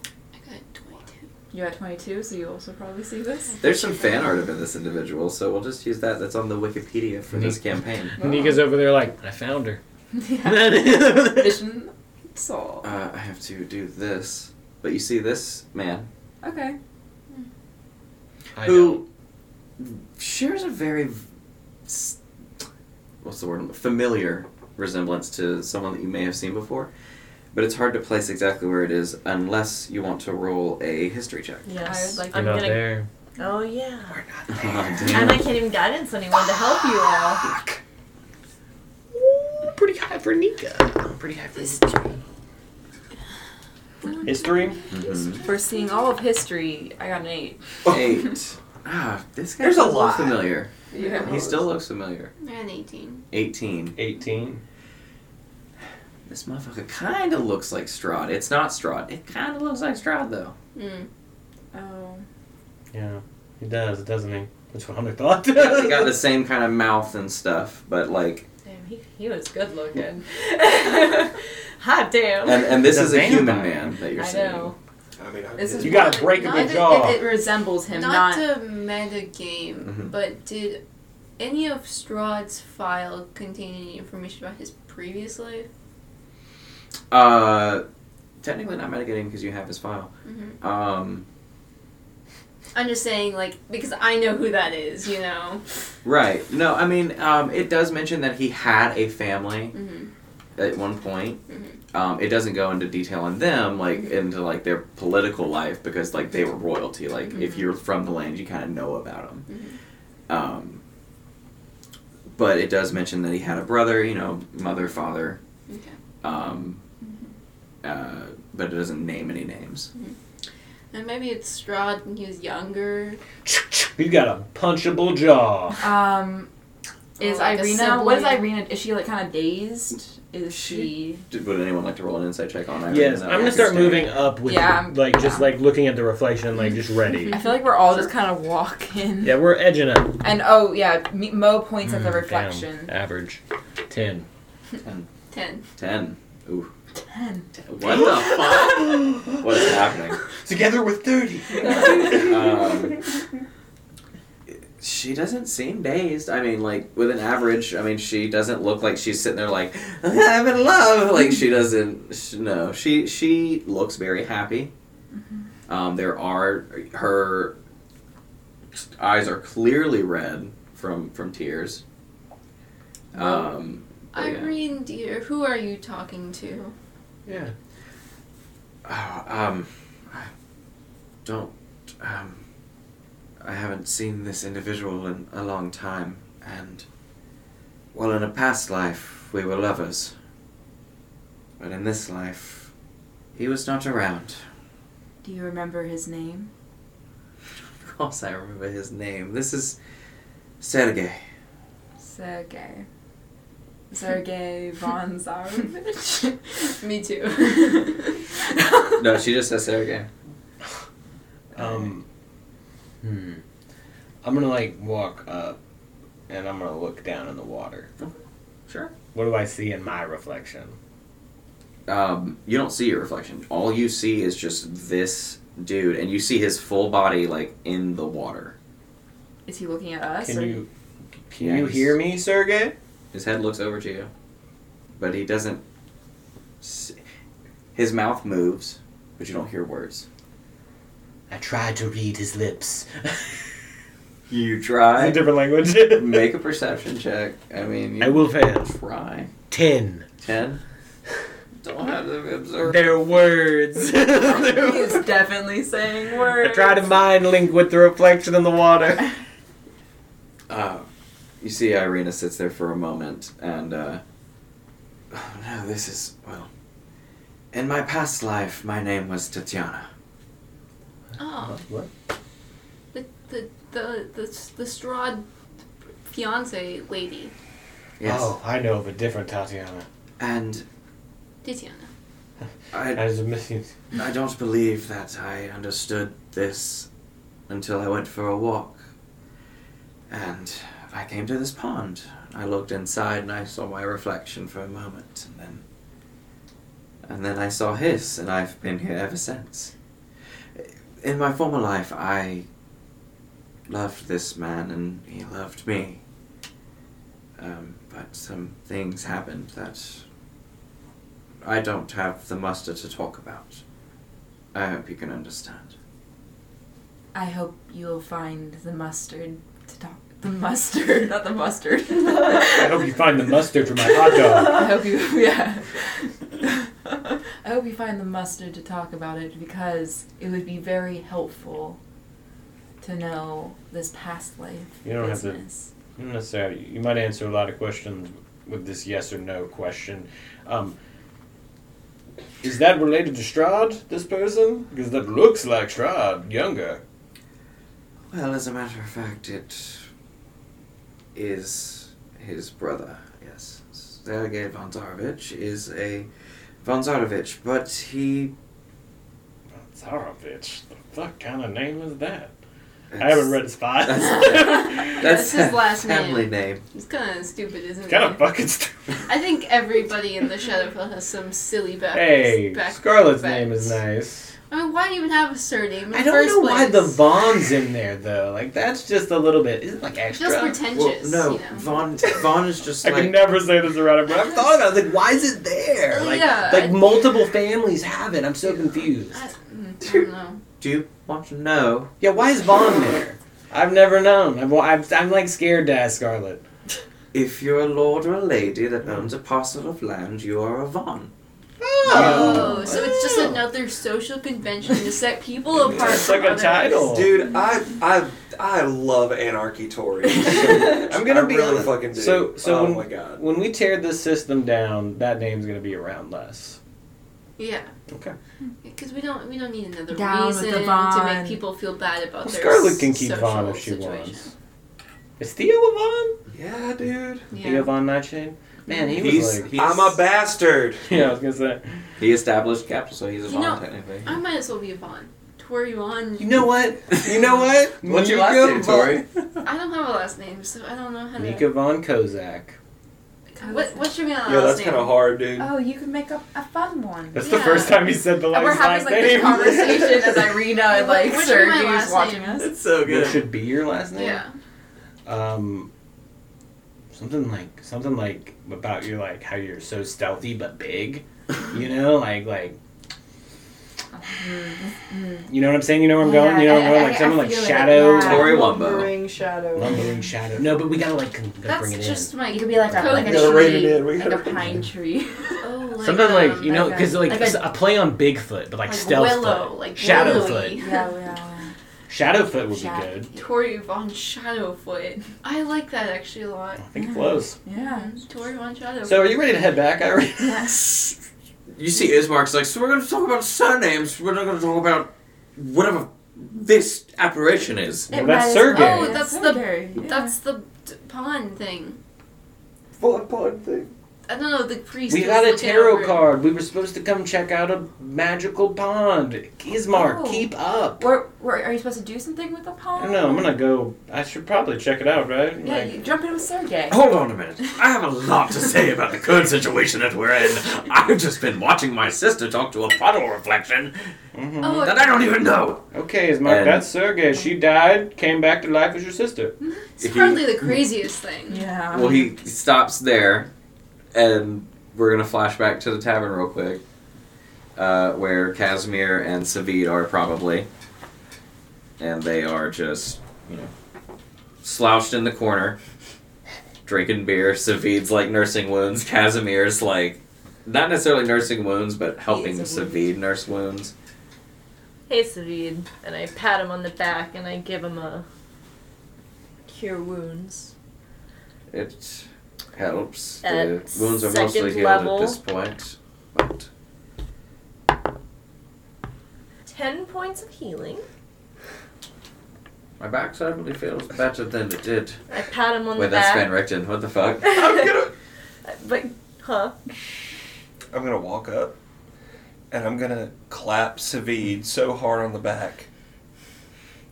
[SPEAKER 4] I got 22.
[SPEAKER 8] You're at 22, so you also probably see this.
[SPEAKER 2] There's some fan art of this individual, so we'll just use that. That's on the Wikipedia for this campaign.
[SPEAKER 7] Nika's over there like I found her.
[SPEAKER 8] Vision. Soul.
[SPEAKER 2] Uh, I have to do this, but you see this man
[SPEAKER 8] Okay.
[SPEAKER 7] I
[SPEAKER 2] who shares a very v- s- what's the word familiar resemblance to someone that you may have seen before but it's hard to place exactly where it is unless you want to roll a history check
[SPEAKER 8] I would like
[SPEAKER 7] You're
[SPEAKER 3] I'm
[SPEAKER 7] not
[SPEAKER 3] gonna.
[SPEAKER 7] there.
[SPEAKER 3] Oh yeah.
[SPEAKER 2] Oh,
[SPEAKER 3] And I
[SPEAKER 2] damn.
[SPEAKER 3] can't even guidance anyone to help you all.
[SPEAKER 7] Ooh, pretty high for Nika. Pretty high for history.
[SPEAKER 2] Mhm.
[SPEAKER 8] For seeing all of history, I got an eight.
[SPEAKER 2] eight ah this guy
[SPEAKER 5] There's a
[SPEAKER 2] still looks
[SPEAKER 5] lot.
[SPEAKER 2] familiar
[SPEAKER 8] Yeah.
[SPEAKER 2] he still looks familiar
[SPEAKER 4] I got 18.
[SPEAKER 2] 18
[SPEAKER 7] Eighteen.
[SPEAKER 2] this motherfucker kind of looks like Strahd. It's not Strahd. It kind of looks like Strahd, though.
[SPEAKER 4] Mm.
[SPEAKER 8] Oh.
[SPEAKER 7] Yeah, he does, doesn't he? That's what Hunter thought.
[SPEAKER 2] They got the same kind of mouth and stuff, but like
[SPEAKER 3] Damn, he, he was good looking. Hot damn.
[SPEAKER 2] And and this
[SPEAKER 7] The
[SPEAKER 2] is a
[SPEAKER 7] vampire.
[SPEAKER 2] human man that you're
[SPEAKER 3] I
[SPEAKER 2] seeing.
[SPEAKER 3] know.
[SPEAKER 5] I mean, I
[SPEAKER 8] This is
[SPEAKER 7] You gotta break
[SPEAKER 4] Not
[SPEAKER 7] a big
[SPEAKER 4] that-
[SPEAKER 7] jaw.
[SPEAKER 8] It, it resembles him,
[SPEAKER 4] not,
[SPEAKER 8] not.
[SPEAKER 4] to metagame,
[SPEAKER 2] Mhm.
[SPEAKER 4] but did any of Strahd's file contain any information about his previous life?
[SPEAKER 2] Uh, technically not mitigating because you have his file.
[SPEAKER 4] Mhm.
[SPEAKER 2] Um,
[SPEAKER 4] I'm just saying, like, because I know who that is, you know?
[SPEAKER 2] Right. No, I mean, um, it does mention that he had a family at one point.
[SPEAKER 3] Mm-hmm.
[SPEAKER 2] Um, it doesn't go into detail on them, like into like their political life, because like they were royalty. Like if
[SPEAKER 3] Mm-hmm.
[SPEAKER 2] you're from the land, you kind of know about them. Um, but it does mention that he had a brother. You know, mother, father.
[SPEAKER 4] Okay.
[SPEAKER 2] Um,
[SPEAKER 3] Mm-hmm.
[SPEAKER 2] uh, but it doesn't name any names.
[SPEAKER 4] And maybe it's Strahd when he was younger.
[SPEAKER 7] You've got a punchable jaw.
[SPEAKER 8] Um, is
[SPEAKER 4] Or like a
[SPEAKER 8] Irina? What is
[SPEAKER 4] sibling.
[SPEAKER 8] Irina? Is she like kind of dazed? Is she?
[SPEAKER 2] Did, would anyone like to roll an insight check on that?
[SPEAKER 7] Yes, I'm gonna start moving up with
[SPEAKER 8] Yeah,
[SPEAKER 7] the-
[SPEAKER 8] I'm-
[SPEAKER 7] like just
[SPEAKER 8] yeah.
[SPEAKER 7] like looking at the reflection, like just ready.
[SPEAKER 8] I feel like we're all just kind of walking.
[SPEAKER 7] yeah, we're edging up.
[SPEAKER 8] And oh yeah, me- Mo points at the
[SPEAKER 7] Mm,
[SPEAKER 8] reflection.
[SPEAKER 7] damn, average, ten.
[SPEAKER 4] Ten.
[SPEAKER 2] Ten. Ooh.
[SPEAKER 8] Ten.
[SPEAKER 2] What the fuck? what is happening?
[SPEAKER 5] Together with 30.
[SPEAKER 2] Um, she doesn't seem dazed. I mean, like with an average. I mean, she doesn't look like she's sitting there like I'm in love. Like she doesn't. Sh no, she she looks very happy. Um, there are her eyes are clearly red from from tears. Um, but yeah.
[SPEAKER 4] Irene, dear, who are you talking to?
[SPEAKER 7] Yeah.
[SPEAKER 2] Oh, um, I don't, um, I haven't seen this individual in a long time, and, well, in a past life, we were lovers. But in this life, he was not around.
[SPEAKER 8] Do you remember his name?
[SPEAKER 2] Of course, I remember his name. This is Sergei.
[SPEAKER 8] Sergei. Sergei von Zarovich.
[SPEAKER 4] Me too.
[SPEAKER 2] No, she just says Sergei.
[SPEAKER 7] Um. Hmm. I'm gonna like walk up, and I'm gonna look down in the water.
[SPEAKER 2] Sure.
[SPEAKER 7] What do I see in my reflection?
[SPEAKER 2] um, you don't see your reflection. All you see is just this dude, and you see his full body like in the water.
[SPEAKER 8] Is he looking at us?
[SPEAKER 7] Can
[SPEAKER 8] or-
[SPEAKER 7] you can
[SPEAKER 2] Yeah,
[SPEAKER 7] you
[SPEAKER 2] he's-
[SPEAKER 7] hear me, Sergey?
[SPEAKER 2] His head looks over to you, but he doesn't. s His mouth moves, but you don't hear words.
[SPEAKER 7] I tried to read his lips.
[SPEAKER 2] You try.
[SPEAKER 7] different language.
[SPEAKER 2] Make a perception check. I mean, you
[SPEAKER 7] I will fail.
[SPEAKER 2] try.
[SPEAKER 7] Ten.
[SPEAKER 2] Ten. Don't have to observe.
[SPEAKER 7] Their words. I
[SPEAKER 8] He's definitely saying words.
[SPEAKER 7] try to mind link with the reflection in the water.
[SPEAKER 2] Uh, you see, Irina sits there for a moment, and uh, oh no, this is well. In my past life, my name was Tatiana.
[SPEAKER 4] oh,
[SPEAKER 7] What?
[SPEAKER 4] the, the, the, the, the Strahd fiance lady,
[SPEAKER 2] Yes,
[SPEAKER 7] Oh, I know of a different Tatiana.
[SPEAKER 2] and
[SPEAKER 4] Titiana.
[SPEAKER 2] I
[SPEAKER 7] I was missing.
[SPEAKER 2] I don't believe that I understood this until I went for a walk, and I came to this pond. I looked inside and I saw my reflection for a moment, and then and then I saw his, and I've been here ever since. In my former life, I loved this man, and he loved me. Um, but some things happened that I don't have the muster to talk about. I hope you can understand.
[SPEAKER 8] I hope you'll find the mustard to talk. The mustard, not the mustard.
[SPEAKER 7] I hope you find the mustard for my hot dog.
[SPEAKER 8] I hope you, yeah. I hope you find the mustard to talk about it because it would be very helpful to know this past life
[SPEAKER 7] You don't have to
[SPEAKER 8] business.
[SPEAKER 7] Not necessarily. You might answer a lot of questions with this yes or no question. Um, is that related to Strahd, this person? Because that looks like Strahd, younger.
[SPEAKER 2] Well, as a matter of fact, it is his brother, yes. Sergei von Zarovich is a von Zarovich, but he.
[SPEAKER 7] Zarovich. The fuck kind of name is that? I
[SPEAKER 2] it's-
[SPEAKER 7] haven't read his file.
[SPEAKER 2] That's
[SPEAKER 4] That's his last name.
[SPEAKER 2] family name.
[SPEAKER 4] It's kind of stupid, isn't
[SPEAKER 7] kind of
[SPEAKER 4] it?
[SPEAKER 7] fucking stupid.
[SPEAKER 4] I think everybody in the Shadowfell has some silly back.
[SPEAKER 7] Hey,
[SPEAKER 4] back-
[SPEAKER 7] Scarlet's
[SPEAKER 4] back-
[SPEAKER 7] name is nice.
[SPEAKER 4] I mean, why do you even have a surname in
[SPEAKER 7] I
[SPEAKER 4] the
[SPEAKER 7] don't
[SPEAKER 4] first
[SPEAKER 7] know why
[SPEAKER 4] place?
[SPEAKER 7] the Vaughn's in there though. Like that's just a little bit. Isn't like extra.
[SPEAKER 4] Just
[SPEAKER 2] Well,
[SPEAKER 4] pretentious.
[SPEAKER 2] no,
[SPEAKER 4] you know?
[SPEAKER 2] Von, von is just
[SPEAKER 7] I
[SPEAKER 2] like.
[SPEAKER 7] could never say this around it, but I've thought about it. I was like, why is it there? Like,
[SPEAKER 4] Yeah, I-
[SPEAKER 7] like multiple families have it. I'm so confused.
[SPEAKER 4] I, mm, I don't know.
[SPEAKER 2] Do you want to know?
[SPEAKER 7] Yeah, why is Vaughn there? I've never known. I'm, I'm, I'm like scared to ask Scarlet.
[SPEAKER 2] If you're a lord or a lady that owns a parcel of land, you are a Von.
[SPEAKER 5] Ah.
[SPEAKER 4] Oh, so it's just another social convention to set people apart.
[SPEAKER 7] It's like
[SPEAKER 4] from
[SPEAKER 7] a
[SPEAKER 4] others.
[SPEAKER 7] title.
[SPEAKER 5] Dude, I I I love Anarchy Tory. I'm
[SPEAKER 7] I'm gonna be
[SPEAKER 5] really
[SPEAKER 7] honest.
[SPEAKER 5] fucking do.
[SPEAKER 7] So, so
[SPEAKER 5] oh
[SPEAKER 7] when,
[SPEAKER 5] my god.
[SPEAKER 7] when we tear this system down, that name's gonna be around less.
[SPEAKER 4] Yeah.
[SPEAKER 7] Okay.
[SPEAKER 4] Because we don't we don't need another
[SPEAKER 6] Down with the
[SPEAKER 4] reason to
[SPEAKER 6] Vaughn.
[SPEAKER 4] make people feel bad about
[SPEAKER 7] Well,
[SPEAKER 4] their
[SPEAKER 7] Scarlet can keep
[SPEAKER 4] social
[SPEAKER 7] Vaughn if she
[SPEAKER 4] situation.
[SPEAKER 7] wants. Is Theo a Vaughn?
[SPEAKER 5] Yeah, dude.
[SPEAKER 7] Theo
[SPEAKER 4] Yeah.
[SPEAKER 7] Von Nightshade. Man, he was
[SPEAKER 2] He's,
[SPEAKER 7] like.
[SPEAKER 2] he's
[SPEAKER 5] I'm a bastard.
[SPEAKER 7] Yeah, I was gonna say.
[SPEAKER 2] He established capital, so he's a
[SPEAKER 4] You
[SPEAKER 2] Von
[SPEAKER 4] know,
[SPEAKER 2] technically.
[SPEAKER 4] I might as well be a Vaughn. Tori Vaughn.
[SPEAKER 7] You know what? You know what?
[SPEAKER 2] What's your last name, Tori?
[SPEAKER 4] I don't have a last name, so I don't know how to.
[SPEAKER 7] Mika Von Kozak.
[SPEAKER 4] What, what's your
[SPEAKER 7] Oh,
[SPEAKER 4] last
[SPEAKER 5] Yeah, that's
[SPEAKER 4] name?
[SPEAKER 5] kind of hard, dude.
[SPEAKER 8] Oh, you can make up a fun one.
[SPEAKER 7] That's the
[SPEAKER 4] Yeah.
[SPEAKER 7] first time he said the
[SPEAKER 8] And
[SPEAKER 7] last,
[SPEAKER 8] we're having
[SPEAKER 7] last
[SPEAKER 8] like
[SPEAKER 7] name.
[SPEAKER 8] this conversation as Irina and
[SPEAKER 4] What-
[SPEAKER 8] like
[SPEAKER 4] what should my
[SPEAKER 8] Sergey's
[SPEAKER 4] last
[SPEAKER 8] watching
[SPEAKER 4] name?
[SPEAKER 8] us.
[SPEAKER 2] It's so
[SPEAKER 7] What should be your last name?
[SPEAKER 4] Yeah.
[SPEAKER 7] Um, something like something like about you, like how you're so stealthy but big. You know, like like. You know what I'm saying? You know where I'm going?
[SPEAKER 8] Mm-hmm. Yeah,
[SPEAKER 7] You know where I'm
[SPEAKER 8] I- I-
[SPEAKER 7] going? Like
[SPEAKER 8] I
[SPEAKER 7] something like
[SPEAKER 8] feel it,
[SPEAKER 7] shadow,
[SPEAKER 8] yeah. Mm-hmm.
[SPEAKER 7] like
[SPEAKER 2] Tori Wumbo.
[SPEAKER 9] shadow.
[SPEAKER 7] lumbering shadow. No, but we gotta like con- gotta
[SPEAKER 4] That's
[SPEAKER 7] bring it
[SPEAKER 4] just my.
[SPEAKER 8] You could be like a,
[SPEAKER 4] Code
[SPEAKER 8] like a
[SPEAKER 4] gotta
[SPEAKER 5] rein it
[SPEAKER 8] tree,
[SPEAKER 5] in, we
[SPEAKER 8] like
[SPEAKER 5] gotta
[SPEAKER 8] a pine tree.
[SPEAKER 4] Oh,
[SPEAKER 7] in.
[SPEAKER 4] like,
[SPEAKER 7] Something like
[SPEAKER 4] um,
[SPEAKER 7] you know,
[SPEAKER 8] like a-
[SPEAKER 7] because like,
[SPEAKER 8] like
[SPEAKER 7] s-
[SPEAKER 8] a-
[SPEAKER 7] a, play on Bigfoot, but like,
[SPEAKER 4] like
[SPEAKER 7] stealth
[SPEAKER 4] Willow,
[SPEAKER 7] foot,
[SPEAKER 4] like
[SPEAKER 7] shadow
[SPEAKER 4] willowy.
[SPEAKER 7] foot,
[SPEAKER 8] yeah, yeah.
[SPEAKER 7] Shadowfoot would
[SPEAKER 8] Shadow.
[SPEAKER 7] be good.
[SPEAKER 4] Tori Von Shadowfoot. I like that actually a lot. Um,
[SPEAKER 7] I
[SPEAKER 8] Mm-hmm.
[SPEAKER 7] think close.
[SPEAKER 8] Yeah.
[SPEAKER 4] Tori Von Shadowfoot.
[SPEAKER 7] So, are you ready to head back, Irene?
[SPEAKER 2] You see, Ismark's like, so we're going to talk about surnames. We're not going to talk about whatever this apparition is.
[SPEAKER 7] Well, that's Sergey.
[SPEAKER 4] Oh, that's the-
[SPEAKER 8] the
[SPEAKER 4] That's the d- pawn thing.
[SPEAKER 5] Fun, fun thing.
[SPEAKER 4] I don't know. The priest.
[SPEAKER 7] We
[SPEAKER 4] was
[SPEAKER 7] got a
[SPEAKER 4] looking
[SPEAKER 7] tarot
[SPEAKER 4] over-
[SPEAKER 7] card. We were supposed to come check out a magical pond. Gizmark,
[SPEAKER 8] Oh.
[SPEAKER 7] keep up.
[SPEAKER 8] Or, or are you supposed to do something with the
[SPEAKER 7] I
[SPEAKER 8] pond?
[SPEAKER 7] don't know. I'm gonna go. I should probably check it out, right?
[SPEAKER 8] Yeah,
[SPEAKER 7] Like- Oh,
[SPEAKER 8] you jump in with Sergey.
[SPEAKER 2] Hold on a minute. I have a lot to say about the current situation that we're in. I've just been watching my sister talk to a puddle reflection
[SPEAKER 7] Mm-hmm.
[SPEAKER 4] Oh,
[SPEAKER 2] that I don't even know.
[SPEAKER 7] okay, Gizmark,
[SPEAKER 2] And-
[SPEAKER 7] that's Sergey. She died, came back to life as your sister.
[SPEAKER 4] it's hardly the craziest thing.
[SPEAKER 8] Yeah.
[SPEAKER 2] Well, he stops there, and we're gonna flash back to the tavern real quick, uh, where Casimir and Savid are probably, and they are just you know slouched in the corner, drinking beer. Savid's like nursing wounds. Casimir's like not necessarily nursing wounds, but helping
[SPEAKER 8] He's a wound.
[SPEAKER 2] Savid nurse wounds.
[SPEAKER 3] Hey, Savid. And I pat him on the back and I give him a cure wounds.
[SPEAKER 2] It helps. The
[SPEAKER 3] At
[SPEAKER 2] wounds are mostly
[SPEAKER 3] second
[SPEAKER 2] healed
[SPEAKER 3] level.
[SPEAKER 2] at this point, but.
[SPEAKER 3] Ten points of healing.
[SPEAKER 2] My back suddenly feels better than it did.
[SPEAKER 3] I pat him on
[SPEAKER 2] Wait,
[SPEAKER 3] the
[SPEAKER 2] that's
[SPEAKER 3] back.
[SPEAKER 2] Van Richten. What the fuck?
[SPEAKER 3] but huh?
[SPEAKER 5] I'm gonna walk up, and I'm gonna clap Savid so hard on the back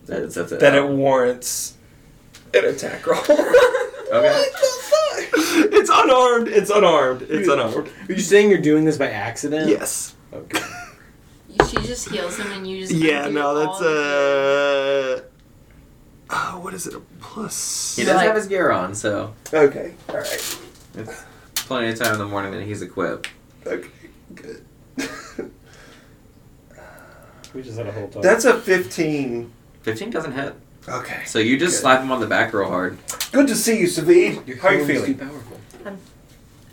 [SPEAKER 2] That is, that's it.
[SPEAKER 5] that it warrants an attack roll.
[SPEAKER 2] okay.
[SPEAKER 5] it's unarmed. It's unarmed. It's unarmed.
[SPEAKER 7] Are you saying you're doing this by accident?
[SPEAKER 5] Yes.
[SPEAKER 7] Okay.
[SPEAKER 4] She just heals him, and you just.
[SPEAKER 5] Yeah.
[SPEAKER 4] undo
[SPEAKER 5] No.
[SPEAKER 4] all
[SPEAKER 5] That's
[SPEAKER 4] the-
[SPEAKER 5] uh. Oh, what is it? A plus.
[SPEAKER 2] He does have his gear on, so
[SPEAKER 5] Okay. All right.
[SPEAKER 2] it's plenty of time in the morning that he's equipped.
[SPEAKER 5] Okay. Good.
[SPEAKER 7] We just had a whole talk.
[SPEAKER 5] That's a fifteen.
[SPEAKER 2] 15 doesn't hit.
[SPEAKER 5] Okay.
[SPEAKER 2] So you just
[SPEAKER 5] Good.
[SPEAKER 2] slap him on the back real hard.
[SPEAKER 5] Good to see you, Savid. How are you
[SPEAKER 7] clone is
[SPEAKER 5] feeling?
[SPEAKER 7] Too powerful.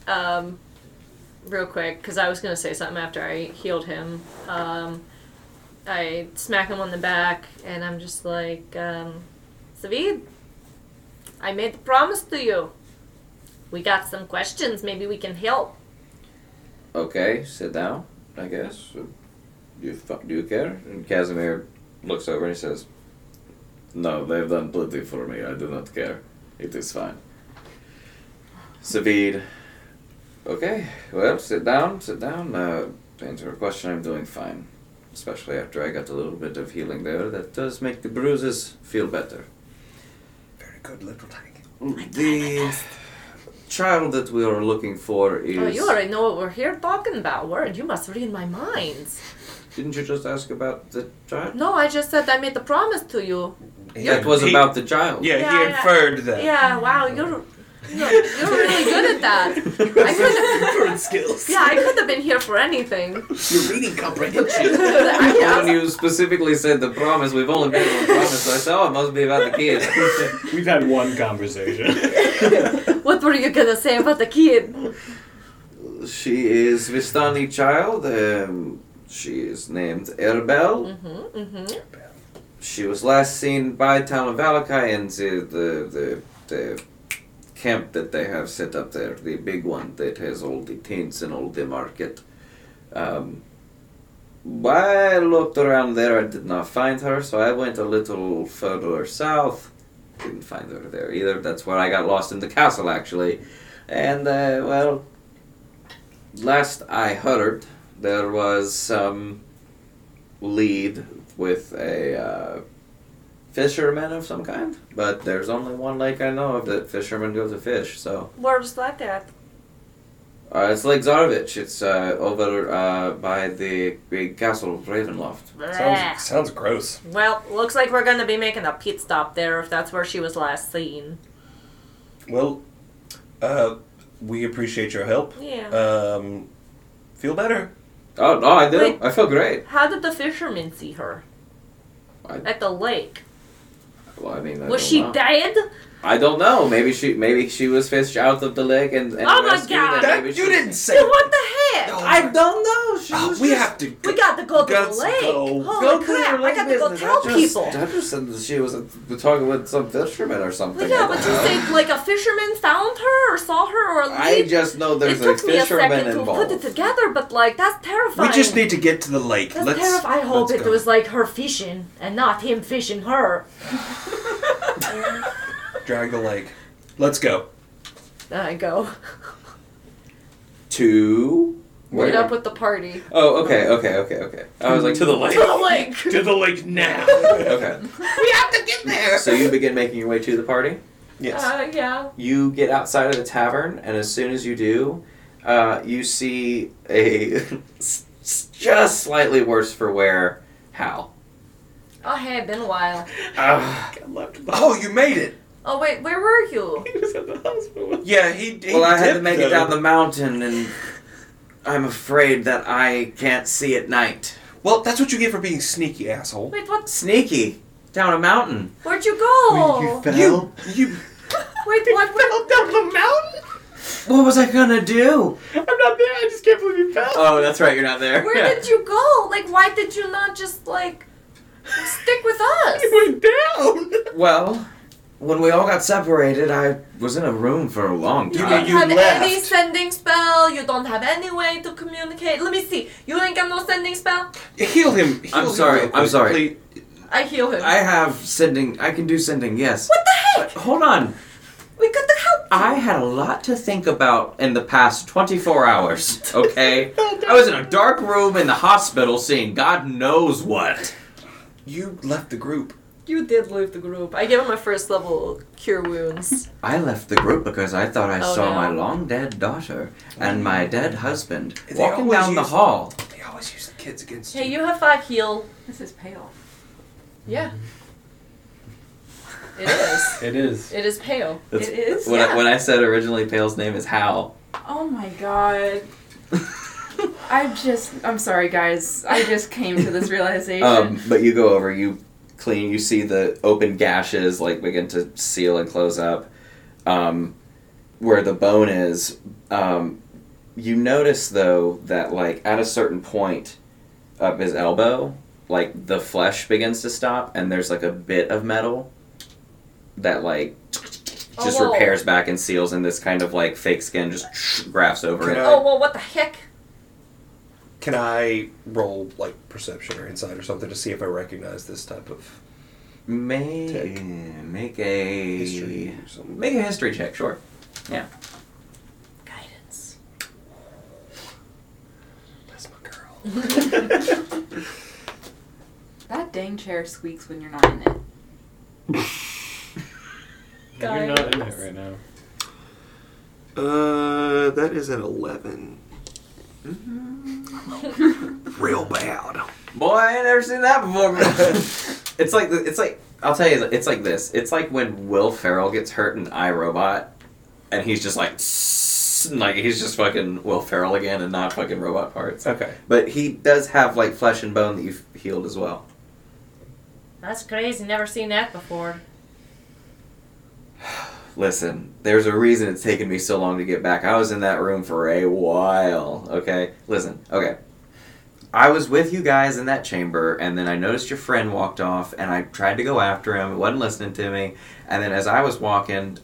[SPEAKER 3] Um, real quick, because I was gonna say something after I healed him. Um, I smack him on the back, and I'm just like, um, Savid, I made the promise to you. We got some questions. Maybe we can help.
[SPEAKER 2] Okay, sit down, I guess. Do you, fu- do you care? And Casimir looks over and he says, No, they've done plenty for me. I do not care. It is fine. Savid. Okay, well, sit down, sit down. Uh, to answer your question, I'm doing fine. Especially after I got a little bit of healing there. That does make the bruises feel better.
[SPEAKER 5] Very good, little tank.
[SPEAKER 2] The child that we are looking for is.
[SPEAKER 3] Oh, you already know what we're here talking about. Word, you must read my minds.
[SPEAKER 2] Didn't you just ask about the child?
[SPEAKER 3] No, I just said I made the promise to you.
[SPEAKER 2] That was
[SPEAKER 5] He-
[SPEAKER 2] about the child.
[SPEAKER 5] Yeah,
[SPEAKER 3] Yeah,
[SPEAKER 5] he
[SPEAKER 3] I-
[SPEAKER 5] inferred that.
[SPEAKER 3] Yeah, wow, you're You're, you're really good at that.
[SPEAKER 7] Current skills.
[SPEAKER 3] Yeah, I could have been here for anything.
[SPEAKER 7] Your reading comprehension.
[SPEAKER 3] I
[SPEAKER 2] When
[SPEAKER 3] guess.
[SPEAKER 2] you specifically said the promise, we've only been able to promise, so I said, oh, it must be about the kids.
[SPEAKER 7] We've had one conversation.
[SPEAKER 3] What were you gonna say about the kid?
[SPEAKER 2] she is Vistani child. Um, she is named Erbel.
[SPEAKER 3] Mm-hmm, mm-hmm.
[SPEAKER 2] She was last seen by town of Valakai and the, the the the camp that they have set up there, the big one that has all the tents and all the market. Um, I looked around there. I did not find her, so I went a little further south. Didn't find her there either. That's where I got lost in the castle, actually. And uh, well, last I heard, there was some lead with a uh, fisherman of some kind, but there's only one lake I know of that fishermen go to fish. So
[SPEAKER 3] Where's that at?
[SPEAKER 2] uh, it's Lake Zarovich. It's uh, over uh, by the big castle of Ravenloft.
[SPEAKER 5] Sounds, sounds gross.
[SPEAKER 3] Well, looks like we're gonna be making a pit stop there if that's where she was last seen.
[SPEAKER 5] Well, uh, we appreciate your help.
[SPEAKER 3] Yeah.
[SPEAKER 5] Um, feel better.
[SPEAKER 2] Oh no, I do.
[SPEAKER 3] Wait.
[SPEAKER 2] I feel great.
[SPEAKER 3] How did the fishermen see her?
[SPEAKER 2] I-
[SPEAKER 3] At the lake.
[SPEAKER 2] Well, I mean, I
[SPEAKER 3] was
[SPEAKER 2] don't
[SPEAKER 3] she
[SPEAKER 2] know.
[SPEAKER 3] dead?
[SPEAKER 2] I don't know. Maybe she, maybe she was fished out of the lake and. and
[SPEAKER 3] Oh my
[SPEAKER 2] rescued, and
[SPEAKER 3] God.
[SPEAKER 5] That-
[SPEAKER 2] maybe
[SPEAKER 5] you
[SPEAKER 2] she- Uh,
[SPEAKER 5] didn't say.
[SPEAKER 3] Then what the heck?
[SPEAKER 5] No.
[SPEAKER 2] I don't know. She
[SPEAKER 5] Oh,
[SPEAKER 2] was
[SPEAKER 5] we
[SPEAKER 2] just-
[SPEAKER 5] have to.
[SPEAKER 3] We got to go to the
[SPEAKER 5] Guts,
[SPEAKER 3] lake.
[SPEAKER 2] Go
[SPEAKER 5] go.
[SPEAKER 3] Holy
[SPEAKER 2] to your
[SPEAKER 3] Oh crap! I
[SPEAKER 2] lake
[SPEAKER 3] got to go
[SPEAKER 2] business.
[SPEAKER 3] tell
[SPEAKER 2] I just,
[SPEAKER 3] people.
[SPEAKER 2] I just said that she was uh, talking with some fisherman or something.
[SPEAKER 3] Well, yeah,
[SPEAKER 2] I
[SPEAKER 3] but
[SPEAKER 2] don't
[SPEAKER 3] you
[SPEAKER 2] know.
[SPEAKER 3] think like a fisherman found her or saw her or
[SPEAKER 2] I
[SPEAKER 3] leave?
[SPEAKER 2] just know there's
[SPEAKER 3] it
[SPEAKER 2] a
[SPEAKER 3] took me a
[SPEAKER 2] fisherman
[SPEAKER 3] second
[SPEAKER 2] involved.
[SPEAKER 3] to put it together, but like that's
[SPEAKER 5] We
[SPEAKER 3] terrifying.
[SPEAKER 5] just need to get to the lake.
[SPEAKER 3] That's
[SPEAKER 5] let's.
[SPEAKER 3] terrif- I hope
[SPEAKER 5] let's
[SPEAKER 3] it
[SPEAKER 5] go.
[SPEAKER 3] was like her fishing and not him fishing her.
[SPEAKER 5] Drag the lake. Let's go.
[SPEAKER 3] I go.
[SPEAKER 2] to
[SPEAKER 3] Meet
[SPEAKER 2] where?
[SPEAKER 3] up with the party.
[SPEAKER 2] Oh, okay, okay, okay, okay. I was like to the lake.
[SPEAKER 3] To the lake.
[SPEAKER 7] to the lake now.
[SPEAKER 2] okay.
[SPEAKER 3] we have to get there.
[SPEAKER 2] So you begin making your way to the party.
[SPEAKER 5] Yes.
[SPEAKER 3] Uh, yeah.
[SPEAKER 2] You get outside of the tavern, and as soon as you do, uh, you see a s- s- just slightly worse for wear Hal.
[SPEAKER 3] Oh, hey, been a while.
[SPEAKER 5] Ah.
[SPEAKER 7] Got left
[SPEAKER 5] oh, you made it.
[SPEAKER 3] Oh wait, where were you?
[SPEAKER 7] He was at the hospital.
[SPEAKER 5] Yeah, he. he
[SPEAKER 2] Well, I had to
[SPEAKER 5] dipped,
[SPEAKER 2] make it
[SPEAKER 5] though.
[SPEAKER 2] down the mountain, and I'm afraid that I can't see at night.
[SPEAKER 5] Well, that's what you get for being sneaky, asshole.
[SPEAKER 3] Wait, what?
[SPEAKER 2] Sneaky down a mountain.
[SPEAKER 3] Where'd Oh. you go?
[SPEAKER 5] You, you.
[SPEAKER 3] Wait, what? what?
[SPEAKER 7] Fell down the mountain.
[SPEAKER 2] What was I gonna do?
[SPEAKER 7] I'm not there. I just can't believe you fell.
[SPEAKER 5] Uh,
[SPEAKER 2] Oh, that's right. You're not there.
[SPEAKER 3] Where did you go? Like, why did you not just like stick with us?
[SPEAKER 7] you went down.
[SPEAKER 2] Well, when we all got separated, I was in a room for a long
[SPEAKER 3] You
[SPEAKER 5] Yeah,
[SPEAKER 2] time.
[SPEAKER 3] don't
[SPEAKER 5] you
[SPEAKER 3] have any
[SPEAKER 5] left.
[SPEAKER 3] sending spell. You don't have any way to communicate. Let me see. You ain't got no sending spell.
[SPEAKER 5] Heal him. Heal
[SPEAKER 2] I'm
[SPEAKER 5] him
[SPEAKER 2] sorry,
[SPEAKER 5] real
[SPEAKER 2] I'm
[SPEAKER 5] quick,
[SPEAKER 2] sorry.
[SPEAKER 5] please.
[SPEAKER 3] I heal him.
[SPEAKER 2] I have sending. I can do sending. Yes.
[SPEAKER 3] what the
[SPEAKER 2] But
[SPEAKER 3] heck?
[SPEAKER 2] hold on.
[SPEAKER 3] We got the help.
[SPEAKER 2] I had a lot to think about in the past 24 hours. Okay. I was in a dark room in the hospital, seeing God knows what.
[SPEAKER 5] You left the group.
[SPEAKER 3] You did leave the group. I gave him my first level cure wounds.
[SPEAKER 2] I left the group because I thought I
[SPEAKER 3] Oh,
[SPEAKER 2] saw
[SPEAKER 3] no.
[SPEAKER 2] my long dead daughter and my dead husband
[SPEAKER 5] They
[SPEAKER 2] walking
[SPEAKER 5] always
[SPEAKER 2] down the
[SPEAKER 5] use-
[SPEAKER 2] hall.
[SPEAKER 5] They always use the kids against
[SPEAKER 3] hey, you have five heal.
[SPEAKER 8] This is pale.
[SPEAKER 3] Yeah. It is.
[SPEAKER 7] It is.
[SPEAKER 3] It is pale.
[SPEAKER 2] That's-
[SPEAKER 8] It is?
[SPEAKER 2] When, I,
[SPEAKER 3] Yeah.
[SPEAKER 2] when I said originally Pale's name is Hal.
[SPEAKER 8] Oh my god. I just, I'm sorry guys. I just came to this realization.
[SPEAKER 2] Um, but you go over, you clean, you see the open gashes like begin to seal and close up. Um, where the bone is, um, you notice though that like at a certain point up his elbow, like the flesh begins to stop, and there's like a bit of metal that like
[SPEAKER 3] Oh,
[SPEAKER 2] just
[SPEAKER 3] whoa.
[SPEAKER 2] repairs back and seals, and this kind of like fake skin just grafts over
[SPEAKER 5] Can
[SPEAKER 2] it.
[SPEAKER 5] I-
[SPEAKER 3] Oh well, what the heck?
[SPEAKER 5] Can I roll like perception or insight or something to see if I recognize this type of
[SPEAKER 2] May
[SPEAKER 5] Tech.
[SPEAKER 2] make a
[SPEAKER 5] history? or something?
[SPEAKER 2] make a history check, sure.
[SPEAKER 3] Guidance.
[SPEAKER 5] That's my girl.
[SPEAKER 8] that dang chair squeaks when you're not in it.
[SPEAKER 7] You're not in it right now.
[SPEAKER 5] Uh, that is an 11
[SPEAKER 3] Mm-hmm.
[SPEAKER 5] Real bad.
[SPEAKER 2] Boy, I ain't never seen that before. it's like the- it's like I'll tell you, it's like this. It's like when Will Ferrell gets hurt in iRobot, and he's just like, and, like he's just fucking Will Ferrell again, and not fucking robot parts.
[SPEAKER 7] Okay.
[SPEAKER 2] But he does have like flesh and bone that you've healed as well.
[SPEAKER 3] That's crazy. Never seen that before.
[SPEAKER 2] Listen, there's a reason it's taken me so long to get back. I was in that room for a while, okay? Listen, okay. I was with you guys in that chamber, and then I noticed your friend walked off, and I tried to go after him. He wasn't listening to me. And then as I was walking,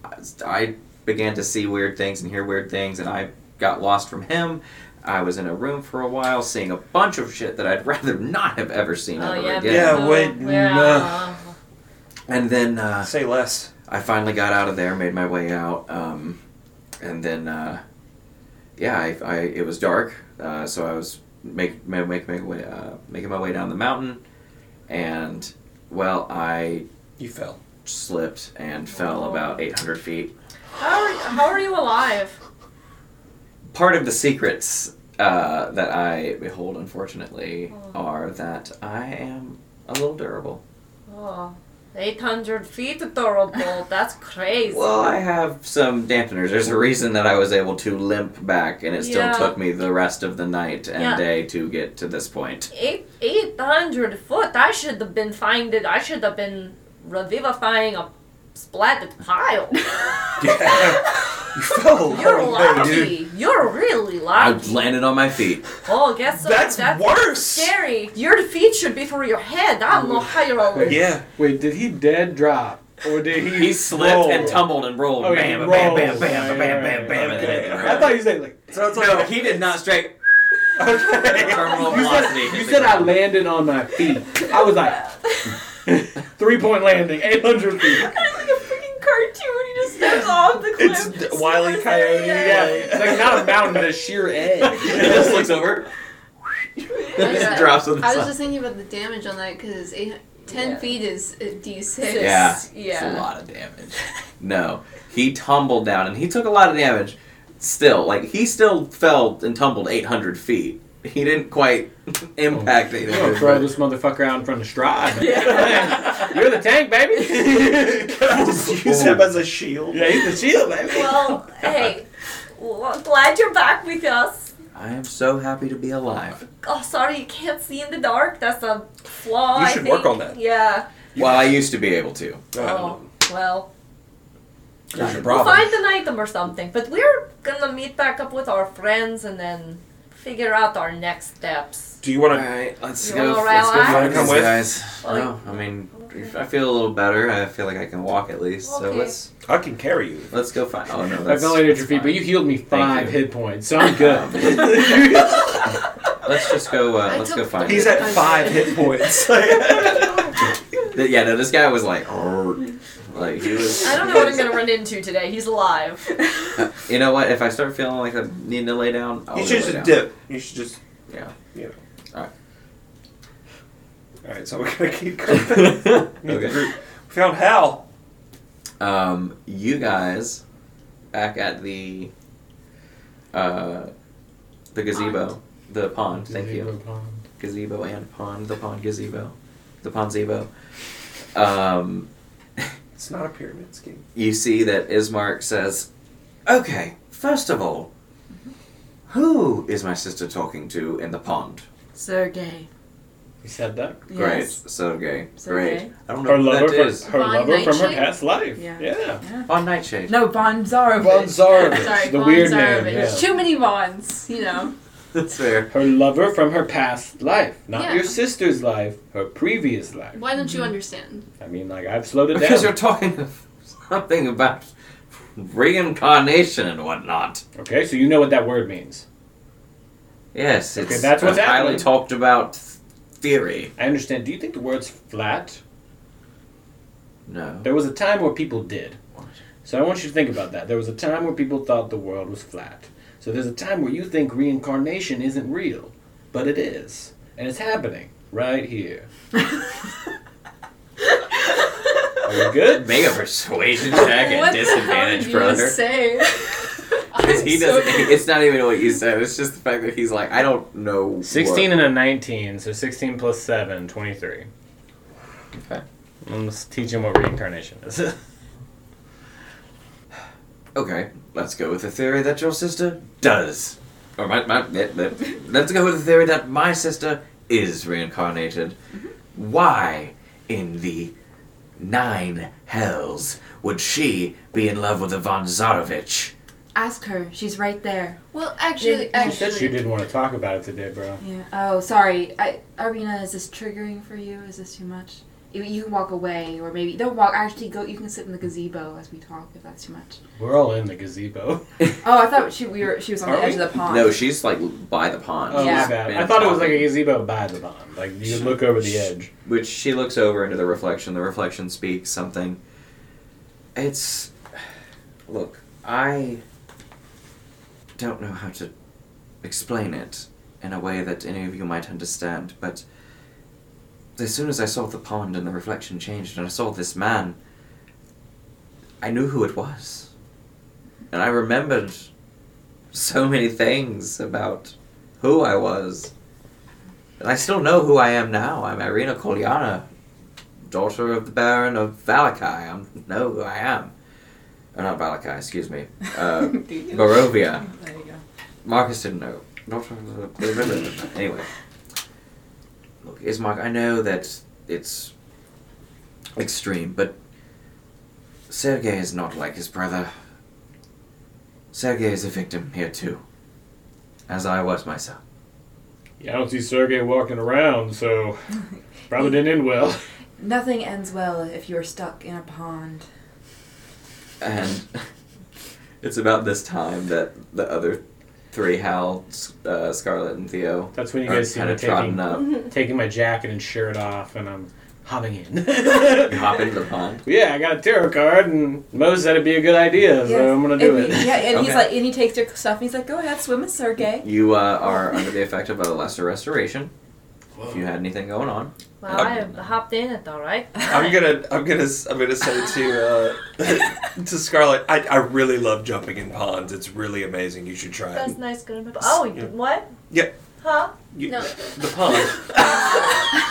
[SPEAKER 2] I began to see weird things and hear weird things, and I got lost from him. I was in a room for a while, seeing a bunch of shit that I'd rather not have ever seen
[SPEAKER 3] oh
[SPEAKER 2] ever
[SPEAKER 3] yeah.
[SPEAKER 2] again.
[SPEAKER 5] Yeah,
[SPEAKER 3] people-
[SPEAKER 5] wait,
[SPEAKER 3] Yeah.
[SPEAKER 2] And then uh,
[SPEAKER 5] Say less.
[SPEAKER 2] I finally got out of there, made my way out, um, and then uh, yeah, I, I it was dark, uh, so I was make make make, make way, uh, making my way down the mountain, and well, I
[SPEAKER 5] You fell.
[SPEAKER 2] slipped and fell about eight hundred feet.
[SPEAKER 3] How are, how are you alive?
[SPEAKER 2] Part of the secrets uh, that I behold, unfortunately, are that I am a little durable.
[SPEAKER 3] Oh, 800 feet adorable. That's crazy.
[SPEAKER 2] Well, I have some dampeners. There's a reason that I was able to limp back, and it still
[SPEAKER 3] Yeah.
[SPEAKER 2] took me the rest of the night and
[SPEAKER 3] Yeah.
[SPEAKER 2] day to get to this point.
[SPEAKER 3] Eight, 800 foot. I should have been finding, I should have been revivifying a splatted pile.
[SPEAKER 5] Yeah. you fell a
[SPEAKER 3] You're
[SPEAKER 5] long way, dude.
[SPEAKER 3] lucky. You're really
[SPEAKER 2] I
[SPEAKER 3] lucky.
[SPEAKER 2] landed on my feet.
[SPEAKER 3] oh, guess what?
[SPEAKER 5] That's worse.
[SPEAKER 3] scary. Your feet should be for your head. I don't know how you're alive.
[SPEAKER 5] Yeah.
[SPEAKER 7] Wait, did he dead drop or did he?
[SPEAKER 2] He slipped
[SPEAKER 7] roll?
[SPEAKER 2] and tumbled and rolled.
[SPEAKER 7] Oh, he
[SPEAKER 2] bam, bam, bam, bam, bam,
[SPEAKER 7] rolled.
[SPEAKER 2] bam, bam, bam,
[SPEAKER 7] Okay.
[SPEAKER 2] bam,
[SPEAKER 7] I thought you said like.
[SPEAKER 5] So it's like
[SPEAKER 2] No, he did not straight. Terminal
[SPEAKER 7] You said,
[SPEAKER 2] velocity.
[SPEAKER 7] you said I landed on my feet. I was like, three point landing, 800 feet.
[SPEAKER 3] like a freaking cartoon. He just steps off the
[SPEAKER 5] it's
[SPEAKER 3] cliff.
[SPEAKER 5] d- Wile E. Coyote.
[SPEAKER 7] Yeah, it's like not a mountain, but a sheer edge.
[SPEAKER 2] He just looks over.
[SPEAKER 4] I
[SPEAKER 2] just
[SPEAKER 4] was-
[SPEAKER 2] drops on the
[SPEAKER 4] I was
[SPEAKER 2] side.
[SPEAKER 4] just thinking about the damage on that because 10
[SPEAKER 3] Yeah.
[SPEAKER 4] feet is uh, a d6.
[SPEAKER 2] Yeah. It's a
[SPEAKER 3] Yeah.
[SPEAKER 2] lot of damage. No. He tumbled down and he took a lot of damage. Still, like he still fell and tumbled 800 feet. He didn't quite
[SPEAKER 5] Oh.
[SPEAKER 2] impact
[SPEAKER 7] I'm gonna
[SPEAKER 2] 800.
[SPEAKER 7] throw this motherfucker out in front of Stride. You're the tank, baby.
[SPEAKER 5] I just use him as a shield.
[SPEAKER 3] Oh.
[SPEAKER 7] yeah, he's the shield, baby.
[SPEAKER 3] Well, hey, well, glad you're back with us.
[SPEAKER 2] I am so happy to be alive.
[SPEAKER 3] Oh, sorry, you can't see in the dark. That's a flaw.
[SPEAKER 5] You
[SPEAKER 3] I
[SPEAKER 5] should
[SPEAKER 3] think.
[SPEAKER 5] work on that.
[SPEAKER 3] Yeah.
[SPEAKER 2] Well, I used to be able to.
[SPEAKER 5] Oh,
[SPEAKER 3] Oh, well,
[SPEAKER 5] there's your
[SPEAKER 3] we'll
[SPEAKER 5] problem.
[SPEAKER 3] find an item or something. But we're gonna meet back up with our friends and then figure out our next steps.
[SPEAKER 5] Do you want to?
[SPEAKER 2] Alright, let's
[SPEAKER 3] You
[SPEAKER 2] go.
[SPEAKER 3] wanna
[SPEAKER 2] Let's go
[SPEAKER 3] rally?
[SPEAKER 2] find
[SPEAKER 5] Come
[SPEAKER 2] these
[SPEAKER 5] with?
[SPEAKER 2] guys.
[SPEAKER 3] Well,
[SPEAKER 2] no, I mean, I feel a little better. I feel like I can walk at least. So
[SPEAKER 3] Okay.
[SPEAKER 2] let's
[SPEAKER 5] I can carry you.
[SPEAKER 2] let's go find. Oh no,
[SPEAKER 7] I
[SPEAKER 2] that's.
[SPEAKER 7] fell at your feet,
[SPEAKER 2] that's
[SPEAKER 7] but you healed me five
[SPEAKER 2] you.
[SPEAKER 7] hit points, so I'm good.
[SPEAKER 2] fine. Let's just go. Uh,
[SPEAKER 4] I
[SPEAKER 2] let's go
[SPEAKER 4] took-
[SPEAKER 2] find.
[SPEAKER 5] He's
[SPEAKER 2] him.
[SPEAKER 5] at five hit points.
[SPEAKER 2] Th- yeah, no, this guy was like, "Arr." like he was.
[SPEAKER 3] I don't know what I'm gonna run into today. He's alive.
[SPEAKER 2] You know what? If I start feeling like I'm needing to lay down, I'll
[SPEAKER 5] you should
[SPEAKER 2] lay
[SPEAKER 5] just
[SPEAKER 2] down.
[SPEAKER 5] dip. You should just.
[SPEAKER 2] Yeah.
[SPEAKER 5] You know.
[SPEAKER 2] Alright.
[SPEAKER 5] Alright, so we're gonna keep going. Meet the
[SPEAKER 2] okay.
[SPEAKER 5] group. We found Hal.
[SPEAKER 2] Um, you guys, back at the, uh, the gazebo, the pond. Thank you. Gazebo and pond. The pond gazebo, the pond zebo. Um,
[SPEAKER 5] It's not a pyramid scheme.
[SPEAKER 2] you see that Ismark says, "Okay, first of all, who is my sister talking to in the pond?"
[SPEAKER 8] Sergey.
[SPEAKER 7] You said that?
[SPEAKER 2] Great,
[SPEAKER 8] Yes.
[SPEAKER 2] Sergey.
[SPEAKER 8] Sergey.
[SPEAKER 2] Great. I don't know
[SPEAKER 7] Her
[SPEAKER 2] who
[SPEAKER 7] lover,
[SPEAKER 2] that is.
[SPEAKER 7] from, her
[SPEAKER 4] Von
[SPEAKER 7] lover from her
[SPEAKER 4] Nightshade?
[SPEAKER 7] past life.
[SPEAKER 8] Yeah.
[SPEAKER 7] yeah.
[SPEAKER 2] On Nightshade.
[SPEAKER 6] No, Bonzarovich.
[SPEAKER 7] Von Zarovich,
[SPEAKER 4] Sorry,
[SPEAKER 7] the
[SPEAKER 4] Von
[SPEAKER 7] weird
[SPEAKER 4] Zarovich.
[SPEAKER 7] name. Yeah.
[SPEAKER 4] Too many Vons, you know.
[SPEAKER 2] That's fair.
[SPEAKER 7] Her lover from her past life, not
[SPEAKER 4] Yeah.
[SPEAKER 7] your sister's life, her previous life.
[SPEAKER 4] Why don't you understand?
[SPEAKER 7] I mean, like I've slowed it
[SPEAKER 2] Because you're
[SPEAKER 7] down.
[SPEAKER 2] talking something about reincarnation and whatnot.
[SPEAKER 7] Okay, so you know what that word means.
[SPEAKER 2] Yes, it's
[SPEAKER 7] that's what's
[SPEAKER 2] a highly
[SPEAKER 7] happening.
[SPEAKER 2] talked about theory.
[SPEAKER 7] I understand. Do you think the word's flat?
[SPEAKER 2] No.
[SPEAKER 7] There was a time where people did. So I want you to think about that. There was a time where people thought the world was flat. So there's a time where you think reincarnation isn't real, but it is, and it's happening right here. Are you good?
[SPEAKER 2] Make a persuasion check
[SPEAKER 4] What
[SPEAKER 2] at
[SPEAKER 4] the
[SPEAKER 2] disadvantage,
[SPEAKER 4] hell did you
[SPEAKER 2] brother.
[SPEAKER 4] say?
[SPEAKER 2] Because he
[SPEAKER 4] I'm so
[SPEAKER 2] doesn't. it's not even what you said. It's just the fact that he's like, I don't know.
[SPEAKER 7] 16 and a 19, so 16 plus 7, 23.
[SPEAKER 2] Okay.
[SPEAKER 7] I'm just teaching what reincarnation is.
[SPEAKER 2] Okay. let's go with the theory that your sister does. Or my, my, eh, eh, let's go with the theory that my sister is reincarnated. Mm-hmm. Why in the nine hells would she be in love with Ivan Zarovich?
[SPEAKER 8] Ask her. She's right there.
[SPEAKER 4] Well, actually,
[SPEAKER 8] Yeah,
[SPEAKER 7] She said she
[SPEAKER 4] actually,
[SPEAKER 7] didn't want to talk about it today, bro.
[SPEAKER 8] Yeah. Oh, sorry. I, Arena, is this triggering for you? Is this too much? You, you can walk away, or maybe don't walk. Actually, go. You can sit in the gazebo as we talk if that's too much.
[SPEAKER 7] We're all in the gazebo.
[SPEAKER 8] Oh, I thought she we were she was on
[SPEAKER 7] Are
[SPEAKER 8] the edge
[SPEAKER 7] we?
[SPEAKER 8] of the pond.
[SPEAKER 2] No, she's like by the pond.
[SPEAKER 7] Oh,
[SPEAKER 8] Yeah.
[SPEAKER 7] my bad. I thought it was like a gazebo by the pond. Like you could look over the edge.
[SPEAKER 2] Which she looks over into the reflection. The reflection speaks something. It's. Look, I don't know how to explain it in a way that any of you might understand, but as soon as I saw the pond and the reflection changed and I saw this man, I knew who it was. And I remembered so many things about who I was. And I still know who I am now. I'm Irina Kolyana, daughter of the Baron of Valakai. I know who I am. Oh, not Valakai, excuse me. Uh, Barovia.
[SPEAKER 6] There you go.
[SPEAKER 2] Marcus didn't know. Daughter of the Baron. Anyway. Look, Ismark, I know that it's extreme, but Sergei is not like his brother. Sergei is a victim here too, as I was myself.
[SPEAKER 7] Yeah, I don't see Sergey walking around, so probably didn't end well.
[SPEAKER 6] Nothing ends well if you're stuck in a pond.
[SPEAKER 2] and it's about this time that the other three Hal, uh, Scarlet, and Theo
[SPEAKER 7] That's when you
[SPEAKER 2] are
[SPEAKER 7] guys see
[SPEAKER 2] kind
[SPEAKER 7] me
[SPEAKER 2] of trotting
[SPEAKER 7] taking,
[SPEAKER 2] up,
[SPEAKER 7] taking my jacket and shirt off, and I'm hopping in.
[SPEAKER 2] hop into the pond.
[SPEAKER 7] Yeah, I got a tarot card, and Mo said it'd be a good idea, so I'm gonna do
[SPEAKER 6] And
[SPEAKER 7] it.
[SPEAKER 6] he- yeah, and he's
[SPEAKER 2] Okay.
[SPEAKER 6] like, and he takes your stuff. and He's like, go ahead, swim with Sergey.
[SPEAKER 2] You uh, are under the effect of a lesser restoration. If you had anything going on,
[SPEAKER 3] Well, I hopped in it, all right.
[SPEAKER 5] I'm gonna, I'm gonna, s- I'm gonna say to uh, to Scarlett, I, I really love jumping in ponds. It's really amazing. You should try
[SPEAKER 3] That's
[SPEAKER 5] it.
[SPEAKER 3] nice. Good. enough. Oh,
[SPEAKER 5] Yeah.
[SPEAKER 3] what?
[SPEAKER 5] Yeah.
[SPEAKER 3] Huh?
[SPEAKER 5] You-
[SPEAKER 4] No.
[SPEAKER 5] The pond.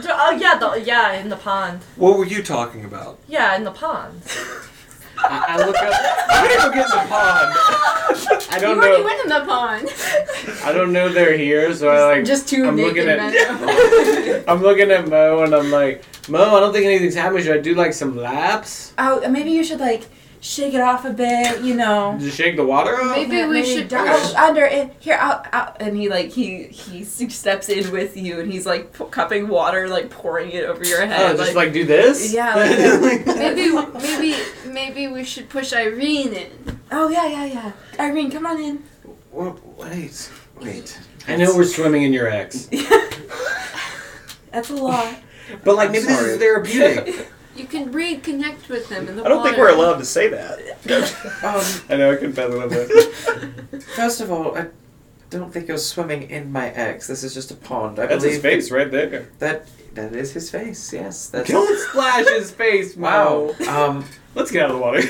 [SPEAKER 3] Dr- Oh yeah, the, yeah, in the pond.
[SPEAKER 5] What were you talking about?
[SPEAKER 3] Yeah, in the pond.
[SPEAKER 7] I, I look up.
[SPEAKER 5] I'm gonna go get in the pond.
[SPEAKER 7] I
[SPEAKER 4] you
[SPEAKER 7] don't
[SPEAKER 4] already
[SPEAKER 7] know.
[SPEAKER 4] went in the pond.
[SPEAKER 7] I don't know they're here, so I like.
[SPEAKER 8] Just 2
[SPEAKER 7] I'm
[SPEAKER 8] naked
[SPEAKER 7] looking at-
[SPEAKER 8] men.
[SPEAKER 7] I'm looking at Mo, and I'm like, Mo, I don't think anything's happening. Should I do like some laps?
[SPEAKER 6] Oh, maybe you should like shake it off a bit, you know.
[SPEAKER 7] Just shake the water off.
[SPEAKER 4] Maybe
[SPEAKER 8] Yeah,
[SPEAKER 4] we
[SPEAKER 8] maybe
[SPEAKER 4] should.
[SPEAKER 8] don't.
[SPEAKER 6] Out, oh, under it here out out and he like he he s- steps in with you and he's like p- cupping water like pouring it over your
[SPEAKER 7] Oh,
[SPEAKER 4] Uh,
[SPEAKER 6] head
[SPEAKER 7] just like do this.
[SPEAKER 6] Yeah, like that.
[SPEAKER 4] Maybe, maybe, maybe we should push Irene in.
[SPEAKER 6] oh yeah yeah yeah Irene come on in
[SPEAKER 2] Wha- wait, wait.
[SPEAKER 7] I know we're swimming in your ex,
[SPEAKER 6] that's a lot
[SPEAKER 7] but like
[SPEAKER 5] I'm
[SPEAKER 7] maybe this
[SPEAKER 5] sorry.
[SPEAKER 7] is therapeutic.
[SPEAKER 4] You can reconnect with them in the
[SPEAKER 5] I don't think
[SPEAKER 4] water.
[SPEAKER 5] we're allowed to say that.
[SPEAKER 2] Um,
[SPEAKER 7] I know I can bet a little bit.
[SPEAKER 2] first of all, I don't think you're swimming in my ex. This is just a pond. I
[SPEAKER 7] That's his
[SPEAKER 2] believe
[SPEAKER 7] face right there.
[SPEAKER 2] that that is his face. Yes, that's
[SPEAKER 7] Don't splash his face, Mo.
[SPEAKER 2] wow. Um,
[SPEAKER 7] Let's get out of the water.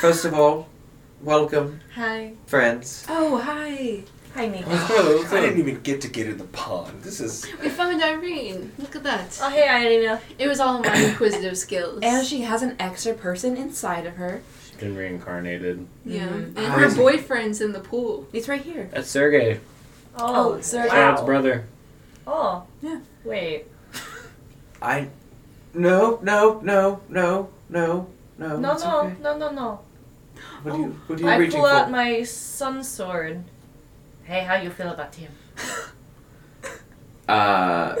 [SPEAKER 2] first of all, welcome,
[SPEAKER 4] Hi.
[SPEAKER 2] friends.
[SPEAKER 6] oh hi
[SPEAKER 3] Hi, Nico.
[SPEAKER 5] I didn't even get to get in the pond. This is
[SPEAKER 4] We found Irene. Look at that.
[SPEAKER 3] Oh, hey, Irina.
[SPEAKER 4] It was all my inquisitive skills.
[SPEAKER 6] and she has an extra person inside of her
[SPEAKER 7] Been reincarnated.
[SPEAKER 4] yeah.
[SPEAKER 6] Mhm.
[SPEAKER 4] And her boyfriend's in the pool.
[SPEAKER 6] it's right here
[SPEAKER 7] That's Sergey.
[SPEAKER 3] Oh,
[SPEAKER 6] Oh, sorry.
[SPEAKER 7] Chad's
[SPEAKER 3] wow.
[SPEAKER 7] brother.
[SPEAKER 3] Oh.
[SPEAKER 6] Yeah.
[SPEAKER 3] Wait.
[SPEAKER 2] I. No, no, no, no, no, no.
[SPEAKER 3] No,
[SPEAKER 2] it's
[SPEAKER 3] no,
[SPEAKER 2] Oh, okay.
[SPEAKER 3] no, no, no.
[SPEAKER 2] What are you, what are you
[SPEAKER 3] I
[SPEAKER 2] reaching
[SPEAKER 3] pull out
[SPEAKER 2] for?
[SPEAKER 3] my sun sword. Hey, how you feel about him?
[SPEAKER 2] Uh,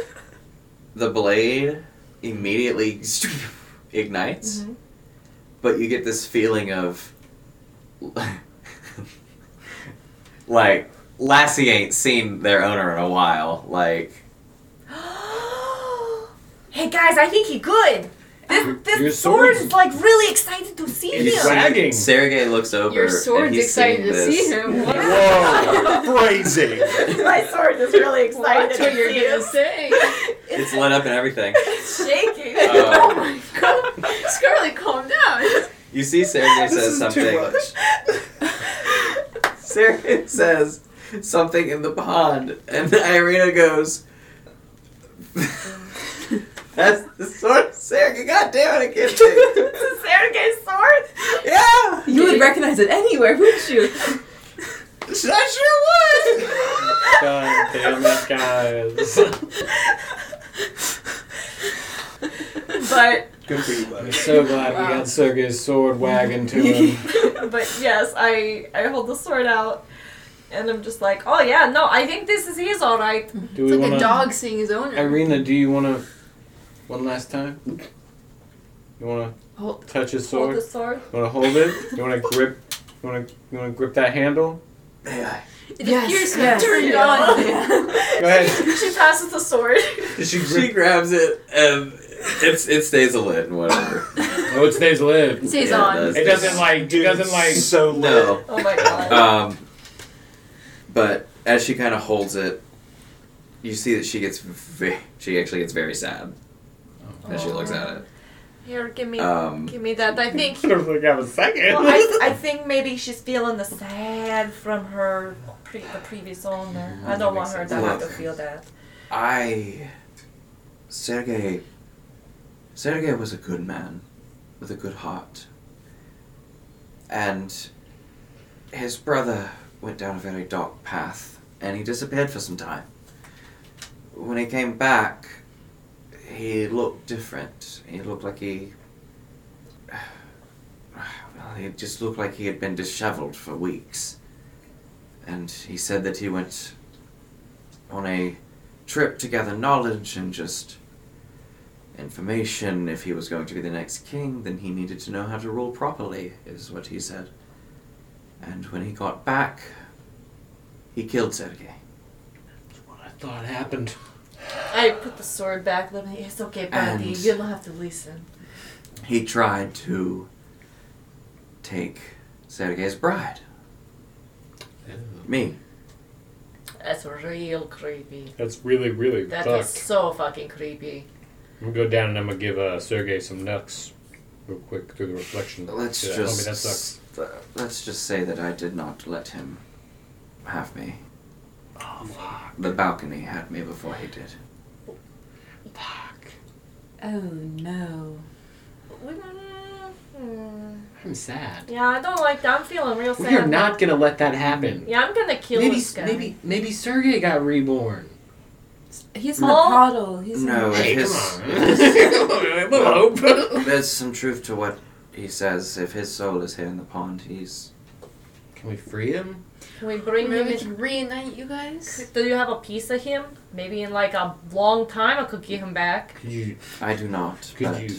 [SPEAKER 2] the blade immediately ignites,
[SPEAKER 3] Mhm.
[SPEAKER 2] but you get this feeling of. like, Lassie ain't seen their owner in a while. Like,
[SPEAKER 3] hey guys, I think he good. This, this
[SPEAKER 7] your
[SPEAKER 3] sword
[SPEAKER 7] sword's-
[SPEAKER 3] is like really excited to see
[SPEAKER 7] It's
[SPEAKER 3] him.
[SPEAKER 7] wagging.
[SPEAKER 2] Sergei looks over.
[SPEAKER 4] Your
[SPEAKER 2] and
[SPEAKER 4] sword's
[SPEAKER 2] he's
[SPEAKER 4] excited
[SPEAKER 2] seeing
[SPEAKER 4] to
[SPEAKER 2] this.
[SPEAKER 4] see him. What?
[SPEAKER 5] whoa, crazy.
[SPEAKER 3] my sword is really excited
[SPEAKER 4] That's what
[SPEAKER 3] to
[SPEAKER 4] you're
[SPEAKER 3] see
[SPEAKER 4] gonna
[SPEAKER 3] him.
[SPEAKER 4] say.
[SPEAKER 2] It's lit up and everything.
[SPEAKER 3] Shaking.
[SPEAKER 2] Oh.
[SPEAKER 4] oh my god. Scarlet, calm down.
[SPEAKER 2] You see, Sergey
[SPEAKER 5] This
[SPEAKER 2] says
[SPEAKER 5] is
[SPEAKER 2] something.
[SPEAKER 5] too much.
[SPEAKER 2] Sergey says something in the pond, and Irina goes, That's the sword of Serga. God damn it, I can't think.
[SPEAKER 3] Is Sergei's sword?
[SPEAKER 2] yeah!
[SPEAKER 6] You would recognize it anywhere, wouldn't you?
[SPEAKER 2] I sure would!
[SPEAKER 7] God damn it, guys.
[SPEAKER 3] But
[SPEAKER 5] Good for you, buddy.
[SPEAKER 7] I'm so glad we got Sergei's sword wagging to him.
[SPEAKER 3] but yes, I I hold the sword out, and I'm just like, oh yeah, no, I think this is his all right.
[SPEAKER 7] Do
[SPEAKER 4] It's
[SPEAKER 7] we
[SPEAKER 4] like a
[SPEAKER 7] want
[SPEAKER 4] dog seeing his owner.
[SPEAKER 7] Irina, do you want to. One last time? You want
[SPEAKER 4] Hold-
[SPEAKER 7] to touch his
[SPEAKER 3] Hold the sword.
[SPEAKER 7] sword? You want to hold it? You want to grip? You want to you want to grip that handle?
[SPEAKER 2] AI.
[SPEAKER 4] It
[SPEAKER 6] Yes,
[SPEAKER 4] appears to
[SPEAKER 6] yes.
[SPEAKER 4] have turned
[SPEAKER 3] Yeah.
[SPEAKER 4] on.
[SPEAKER 7] Go ahead.
[SPEAKER 3] She passes the sword.
[SPEAKER 7] She
[SPEAKER 2] She
[SPEAKER 7] grip.
[SPEAKER 2] grabs it and it's, it stays alit and whatever.
[SPEAKER 7] Oh, it stays lit.
[SPEAKER 4] It stays
[SPEAKER 2] Yeah, it
[SPEAKER 4] on.
[SPEAKER 2] does.
[SPEAKER 7] It doesn't like. It doesn't like.
[SPEAKER 5] so
[SPEAKER 2] No.
[SPEAKER 3] Oh my god.
[SPEAKER 4] Uh,
[SPEAKER 2] Um, but as she kind of holds it, you see that she gets very, she actually gets very sad as she looks at
[SPEAKER 3] Here, give me
[SPEAKER 2] it. Um,
[SPEAKER 3] give me that. I think.
[SPEAKER 7] I don't think I have a second.
[SPEAKER 3] Well, I, I think maybe she's feeling the sad from her pre- the previous owner.
[SPEAKER 7] Mm-hmm.
[SPEAKER 3] I don't want her to have to feel that.
[SPEAKER 2] I, Sergey, Sergey was a good man, with a good heart, and his brother went down a very dark path, and he disappeared for some time. When he came back, he looked different. He looked like he. Well, he just looked like he had been disheveled for weeks. And he said that he went on a trip to gather knowledge and just information. If he was going to be the next king, then he needed to know how to rule properly, is what he said. And when he got back, he killed Sergei.
[SPEAKER 7] What I thought happened.
[SPEAKER 3] I put the sword back. Let me. It's okay, Brandy.
[SPEAKER 2] And-
[SPEAKER 3] You don't have to listen.
[SPEAKER 2] He tried to take Sergei's bride, me.
[SPEAKER 3] That's real creepy.
[SPEAKER 7] That's really, really
[SPEAKER 3] That is
[SPEAKER 7] fucked.
[SPEAKER 3] so fucking creepy.
[SPEAKER 7] I'm gonna go down and I'm gonna give uh, Sergey some nuts real quick through the reflection.
[SPEAKER 2] Let's
[SPEAKER 7] Yeah,
[SPEAKER 2] just
[SPEAKER 7] homie, that sucks.
[SPEAKER 2] uh, let's just say that I did not let him have me.
[SPEAKER 7] Oh fuck!
[SPEAKER 2] The balcony had me before he did.
[SPEAKER 7] Fuck!
[SPEAKER 6] Oh no.
[SPEAKER 3] Mm,
[SPEAKER 7] I'm sad.
[SPEAKER 3] Yeah, I don't like that. I'm feeling real sad.
[SPEAKER 7] We are not gonna let that happen.
[SPEAKER 3] Yeah, I'm gonna kill
[SPEAKER 7] Maybe,
[SPEAKER 3] this guy.
[SPEAKER 7] maybe, maybe Sergey got reborn.
[SPEAKER 6] He's
[SPEAKER 3] No.
[SPEAKER 6] in a puddle. He's
[SPEAKER 2] No,
[SPEAKER 6] In
[SPEAKER 2] if
[SPEAKER 7] Hey, come
[SPEAKER 2] his,
[SPEAKER 7] on.
[SPEAKER 2] if his
[SPEAKER 7] A little hope.
[SPEAKER 2] There's some truth to what he says. If his soul is here in the pond, he's.
[SPEAKER 7] Can we free him?
[SPEAKER 3] Can we bring him
[SPEAKER 4] Maybe we
[SPEAKER 3] in?
[SPEAKER 4] can reunite you guys.
[SPEAKER 3] Do you have a piece of him? Maybe in like a long time, I could get him back.
[SPEAKER 7] Could you?
[SPEAKER 2] I do not.
[SPEAKER 7] Could
[SPEAKER 2] but
[SPEAKER 7] you?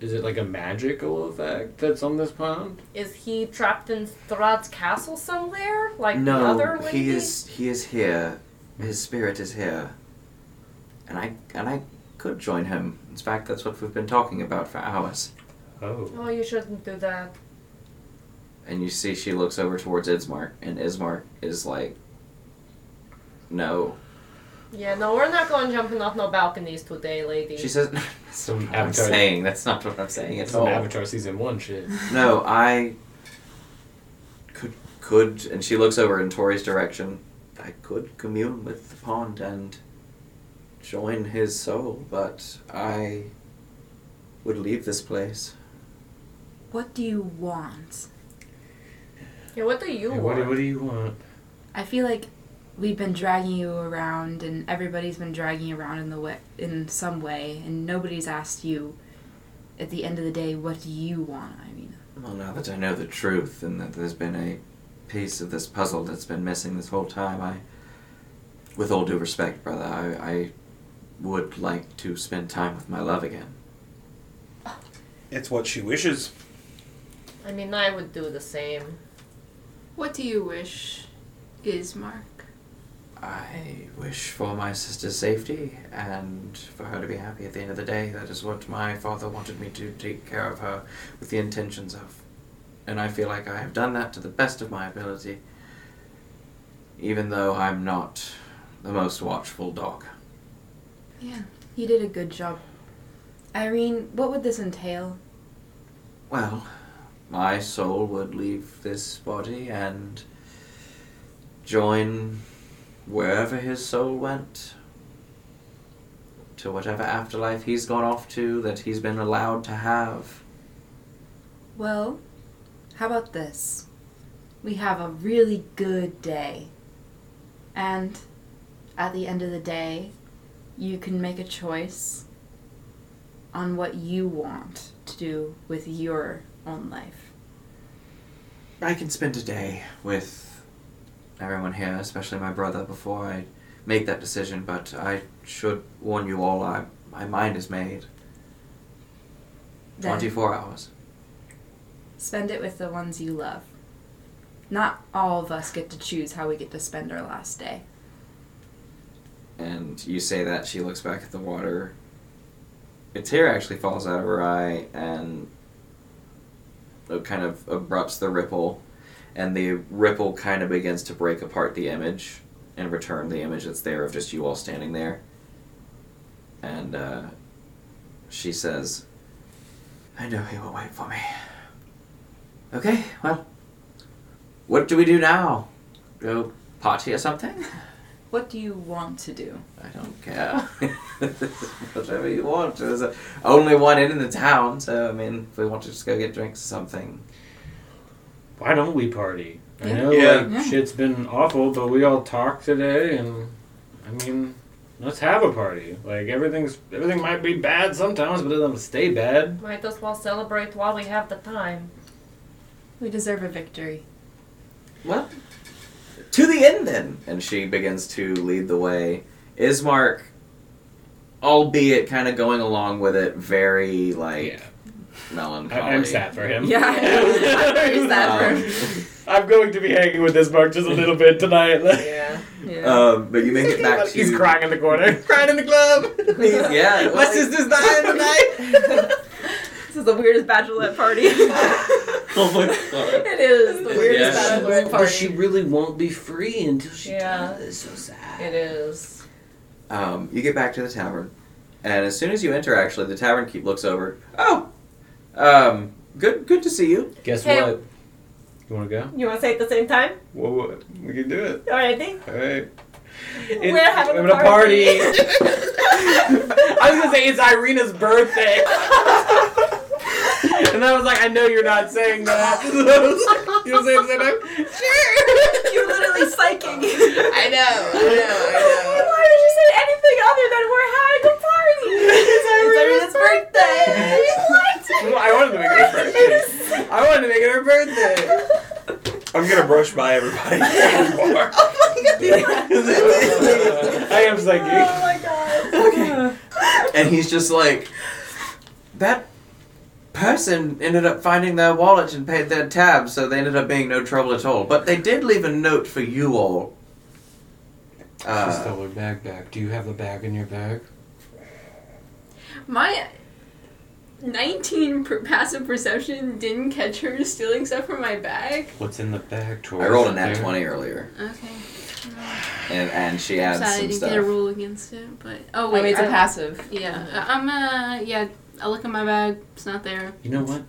[SPEAKER 7] Is it like a magical effect that's on this pond?
[SPEAKER 3] Is he trapped in Throd's castle somewhere? Like the
[SPEAKER 2] No,
[SPEAKER 3] other lady?
[SPEAKER 2] he is. He is here. His spirit is here. And I and I could join him. In fact, that's what we've been talking about for hours.
[SPEAKER 7] Oh.
[SPEAKER 3] Oh, you shouldn't do that.
[SPEAKER 2] And you see, she looks over towards Ismark, and Ismark is like, "No."
[SPEAKER 3] Yeah, no, we're not going jumping off no balconies today, lady.
[SPEAKER 2] She says, "That's not
[SPEAKER 7] Some
[SPEAKER 2] what I'm
[SPEAKER 7] avatar-
[SPEAKER 2] saying. That's not what I'm saying
[SPEAKER 7] It's
[SPEAKER 2] at
[SPEAKER 7] an
[SPEAKER 2] all."
[SPEAKER 7] Avatar season one shit.
[SPEAKER 2] No, I could could and she looks over in Tori's direction. I could commune with the pond and join his soul, but I would leave this place.
[SPEAKER 6] What do you want?
[SPEAKER 3] yeah, what do you
[SPEAKER 7] Hey, what,
[SPEAKER 3] want?
[SPEAKER 7] do- what do you want?
[SPEAKER 8] I feel like we've been dragging you around, and everybody's been dragging you around in the way, in some way, and nobody's asked you. At the end of the day, what do you want? I mean,
[SPEAKER 2] Well, now that I know the truth and that there's been a piece of this puzzle that's been missing this whole time, I, with all due respect, brother, I, I would like to spend time with my love again.
[SPEAKER 5] It's what she wishes.
[SPEAKER 3] I mean, I would do the same.
[SPEAKER 4] What do you wish, is Mark?
[SPEAKER 2] I wish for my sister's safety and for her to be happy at the end of the day. That is what my father wanted me to take care of her with the intentions of. And I feel like I have done that to the best of my ability, even though I'm not the most watchful dog.
[SPEAKER 8] you did a good job. Irene, what would this entail?
[SPEAKER 2] Well, my soul would leave this body and join wherever his soul went to whatever afterlife he's gone off to that he's been allowed to have.
[SPEAKER 6] Well, how about this? We have a really good day.
[SPEAKER 8] And at the end of the day, you can make a choice on what you want to do with your own life.
[SPEAKER 2] I can spend a day with everyone here, especially my brother, before I make that decision, but I should warn you all I, my mind is made.
[SPEAKER 8] Then
[SPEAKER 2] 24 hours.
[SPEAKER 8] Spend it with the ones you love. Not all of us get to choose how we get to spend our last day.
[SPEAKER 2] And you say that, she looks back at the water. A tear actually falls out of her eye and it kind of abrupts the ripple. And the ripple kind of begins to break apart the image and return the image that's there of just you all standing there. And uh, she says, I know he will wait for me. Okay, well, what do we do now? Go party or something?
[SPEAKER 8] What do you want to do?
[SPEAKER 2] I don't care. Whatever you want. There's a, only one inn in the town, so I mean, if we want to just go get drinks or something.
[SPEAKER 7] Why don't we party? I know
[SPEAKER 5] Yeah.
[SPEAKER 7] like
[SPEAKER 8] Yeah.
[SPEAKER 7] shit's been awful, but we all talked today, and I mean, let's have a party. Like everything's everything might be bad sometimes, but it doesn't stay bad.
[SPEAKER 3] Might as well celebrate while we have the time.
[SPEAKER 6] We deserve a victory.
[SPEAKER 2] Well, to the inn then. And she begins to lead the way. Ismark, albeit kind of going along with it, very like
[SPEAKER 7] Yeah. I,
[SPEAKER 2] melancholy.
[SPEAKER 7] I'm sad for him.
[SPEAKER 6] Yeah, I'm very sad for
[SPEAKER 2] Um,
[SPEAKER 6] him.
[SPEAKER 7] I'm going to be hanging with this mark just a little bit tonight.
[SPEAKER 6] Yeah. Yeah.
[SPEAKER 2] um, but you make it back to
[SPEAKER 7] He's crying in the corner.
[SPEAKER 2] crying in the club. yeah,
[SPEAKER 6] My
[SPEAKER 2] sister's dying tonight.
[SPEAKER 6] this is the weirdest bachelorette party. it
[SPEAKER 2] oh my god.
[SPEAKER 6] is the weirdest
[SPEAKER 2] Yeah.
[SPEAKER 6] bachelorette party.
[SPEAKER 7] really won't be free until she
[SPEAKER 3] Yeah. dies.
[SPEAKER 7] It's so sad.
[SPEAKER 3] It is.
[SPEAKER 2] Um, you get back to the tavern, and as soon as you enter, actually, the tavern keep looks over. Oh, um, good, good to see you.
[SPEAKER 7] Guess
[SPEAKER 3] Hey.
[SPEAKER 7] what? You want to go?
[SPEAKER 3] You want to say it at the same time?
[SPEAKER 7] Well, we can do it.
[SPEAKER 3] Alrighty.
[SPEAKER 7] All right.
[SPEAKER 3] We're having a
[SPEAKER 7] I was gonna say it's Irina's birthday, and I was like, I know you're not saying that. you know what I'm saying?
[SPEAKER 6] You're literally psyching.
[SPEAKER 4] I know, I know, I know.
[SPEAKER 6] Why would you say anything other than we're having a party? It's Irina's birthday.
[SPEAKER 7] I wanted to make it her birthday. I wanted to make it her birthday.
[SPEAKER 5] I'm gonna brush by everybody.
[SPEAKER 3] Oh
[SPEAKER 7] I am psychic.
[SPEAKER 6] my
[SPEAKER 3] Oh
[SPEAKER 6] god.
[SPEAKER 2] Okay. and he's just like, that person ended up finding their wallet and paid their tab, so they ended up being no trouble at all. But they did leave a note for you all. Uh,
[SPEAKER 7] her bag back. Do you have a bag in your bag?
[SPEAKER 4] My 19 per- passive perception didn't catch her stealing stuff from my bag.
[SPEAKER 7] What's in the bag, Tori?
[SPEAKER 2] I rolled a nat twenty earlier,
[SPEAKER 4] Okay.
[SPEAKER 2] and and she
[SPEAKER 4] I'm
[SPEAKER 2] adds
[SPEAKER 4] sorry I
[SPEAKER 2] some
[SPEAKER 4] didn't
[SPEAKER 2] stuff.
[SPEAKER 4] get a rule against it, but. Oh,
[SPEAKER 6] Wait,
[SPEAKER 4] wait.
[SPEAKER 6] it's a
[SPEAKER 4] I-
[SPEAKER 6] passive.
[SPEAKER 4] Yeah. uh, I'm, uh, yeah. I look at my bag. It's not there.
[SPEAKER 7] You know what?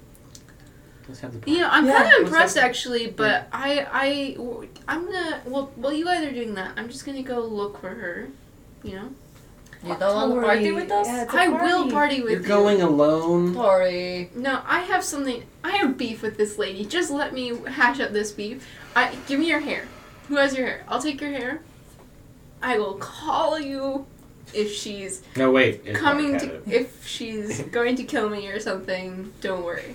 [SPEAKER 7] Let's have the
[SPEAKER 4] You know, I'm
[SPEAKER 6] Yeah,
[SPEAKER 4] kind
[SPEAKER 7] what's
[SPEAKER 4] of impressed
[SPEAKER 7] that?
[SPEAKER 4] actually, but I, I, I'm gonna. Well, while you guys are doing that, I'm just gonna go look for her. You know,
[SPEAKER 3] You don't want to party with us?
[SPEAKER 4] I will party with
[SPEAKER 7] You're
[SPEAKER 4] you.
[SPEAKER 7] going alone.
[SPEAKER 3] Tori.
[SPEAKER 4] No, I have something. I have beef with this lady. Just let me hash up this beef. I give me your hair. Who has your hair? I'll take your hair. I will call you if she's
[SPEAKER 7] No, wait. it's
[SPEAKER 4] coming
[SPEAKER 7] not
[SPEAKER 4] to.
[SPEAKER 7] canon.
[SPEAKER 4] If she's going to kill me or something, don't worry.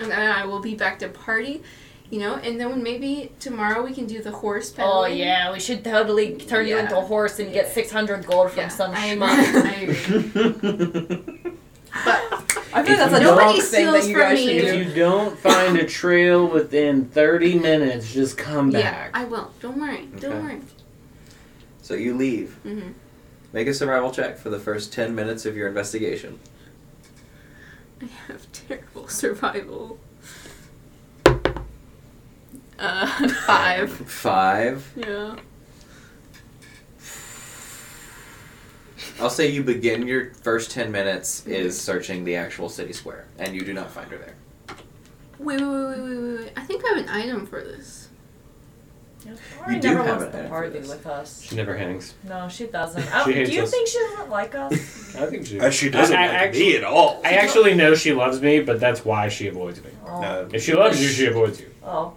[SPEAKER 4] And then I will be back to party. You know, and then maybe tomorrow we can do the horse
[SPEAKER 3] Oh
[SPEAKER 4] pedaling.
[SPEAKER 3] yeah, we should totally turn you
[SPEAKER 4] Yeah.
[SPEAKER 3] into a horse and get 600 gold from
[SPEAKER 4] Yeah,
[SPEAKER 3] some
[SPEAKER 4] I agree.
[SPEAKER 3] schmuck.
[SPEAKER 4] I agree. But
[SPEAKER 6] I feel
[SPEAKER 7] If
[SPEAKER 6] that's a
[SPEAKER 4] nobody
[SPEAKER 6] dog thing that
[SPEAKER 4] steals
[SPEAKER 6] you guys
[SPEAKER 4] from
[SPEAKER 6] should
[SPEAKER 4] me-
[SPEAKER 6] do.
[SPEAKER 7] If you don't find a trail within 30 minutes, just come
[SPEAKER 4] yeah,
[SPEAKER 7] back.
[SPEAKER 4] I will. Don't worry. Don't
[SPEAKER 2] Okay.
[SPEAKER 4] worry.
[SPEAKER 2] So you leave.
[SPEAKER 4] Mhm.
[SPEAKER 2] Make a survival check for the first ten minutes of your investigation.
[SPEAKER 4] I have terrible survival. Uh, five.
[SPEAKER 2] Five.
[SPEAKER 4] Yeah.
[SPEAKER 2] I'll say you begin your first 10 minutes is searching the actual city square, and you do not find her there.
[SPEAKER 4] Wait, wait, wait, wait, wait, wait. I think I have an item for this.
[SPEAKER 3] Ari
[SPEAKER 2] do
[SPEAKER 3] never
[SPEAKER 2] have
[SPEAKER 3] wants
[SPEAKER 2] an
[SPEAKER 3] to
[SPEAKER 2] ad for
[SPEAKER 3] party
[SPEAKER 2] this.
[SPEAKER 3] with us.
[SPEAKER 7] She never hangs.
[SPEAKER 3] No, she doesn't. I,
[SPEAKER 7] She
[SPEAKER 3] do
[SPEAKER 7] hates
[SPEAKER 3] you
[SPEAKER 7] us.
[SPEAKER 3] think she doesn't like us?
[SPEAKER 7] I think she.
[SPEAKER 5] Uh, she doesn't
[SPEAKER 7] I- I
[SPEAKER 5] like
[SPEAKER 7] actually-
[SPEAKER 5] me at all.
[SPEAKER 7] I actually know she loves me, but that's why she avoids me.
[SPEAKER 3] Oh.
[SPEAKER 5] No.
[SPEAKER 7] If she loves you, she avoids you.
[SPEAKER 3] Oh.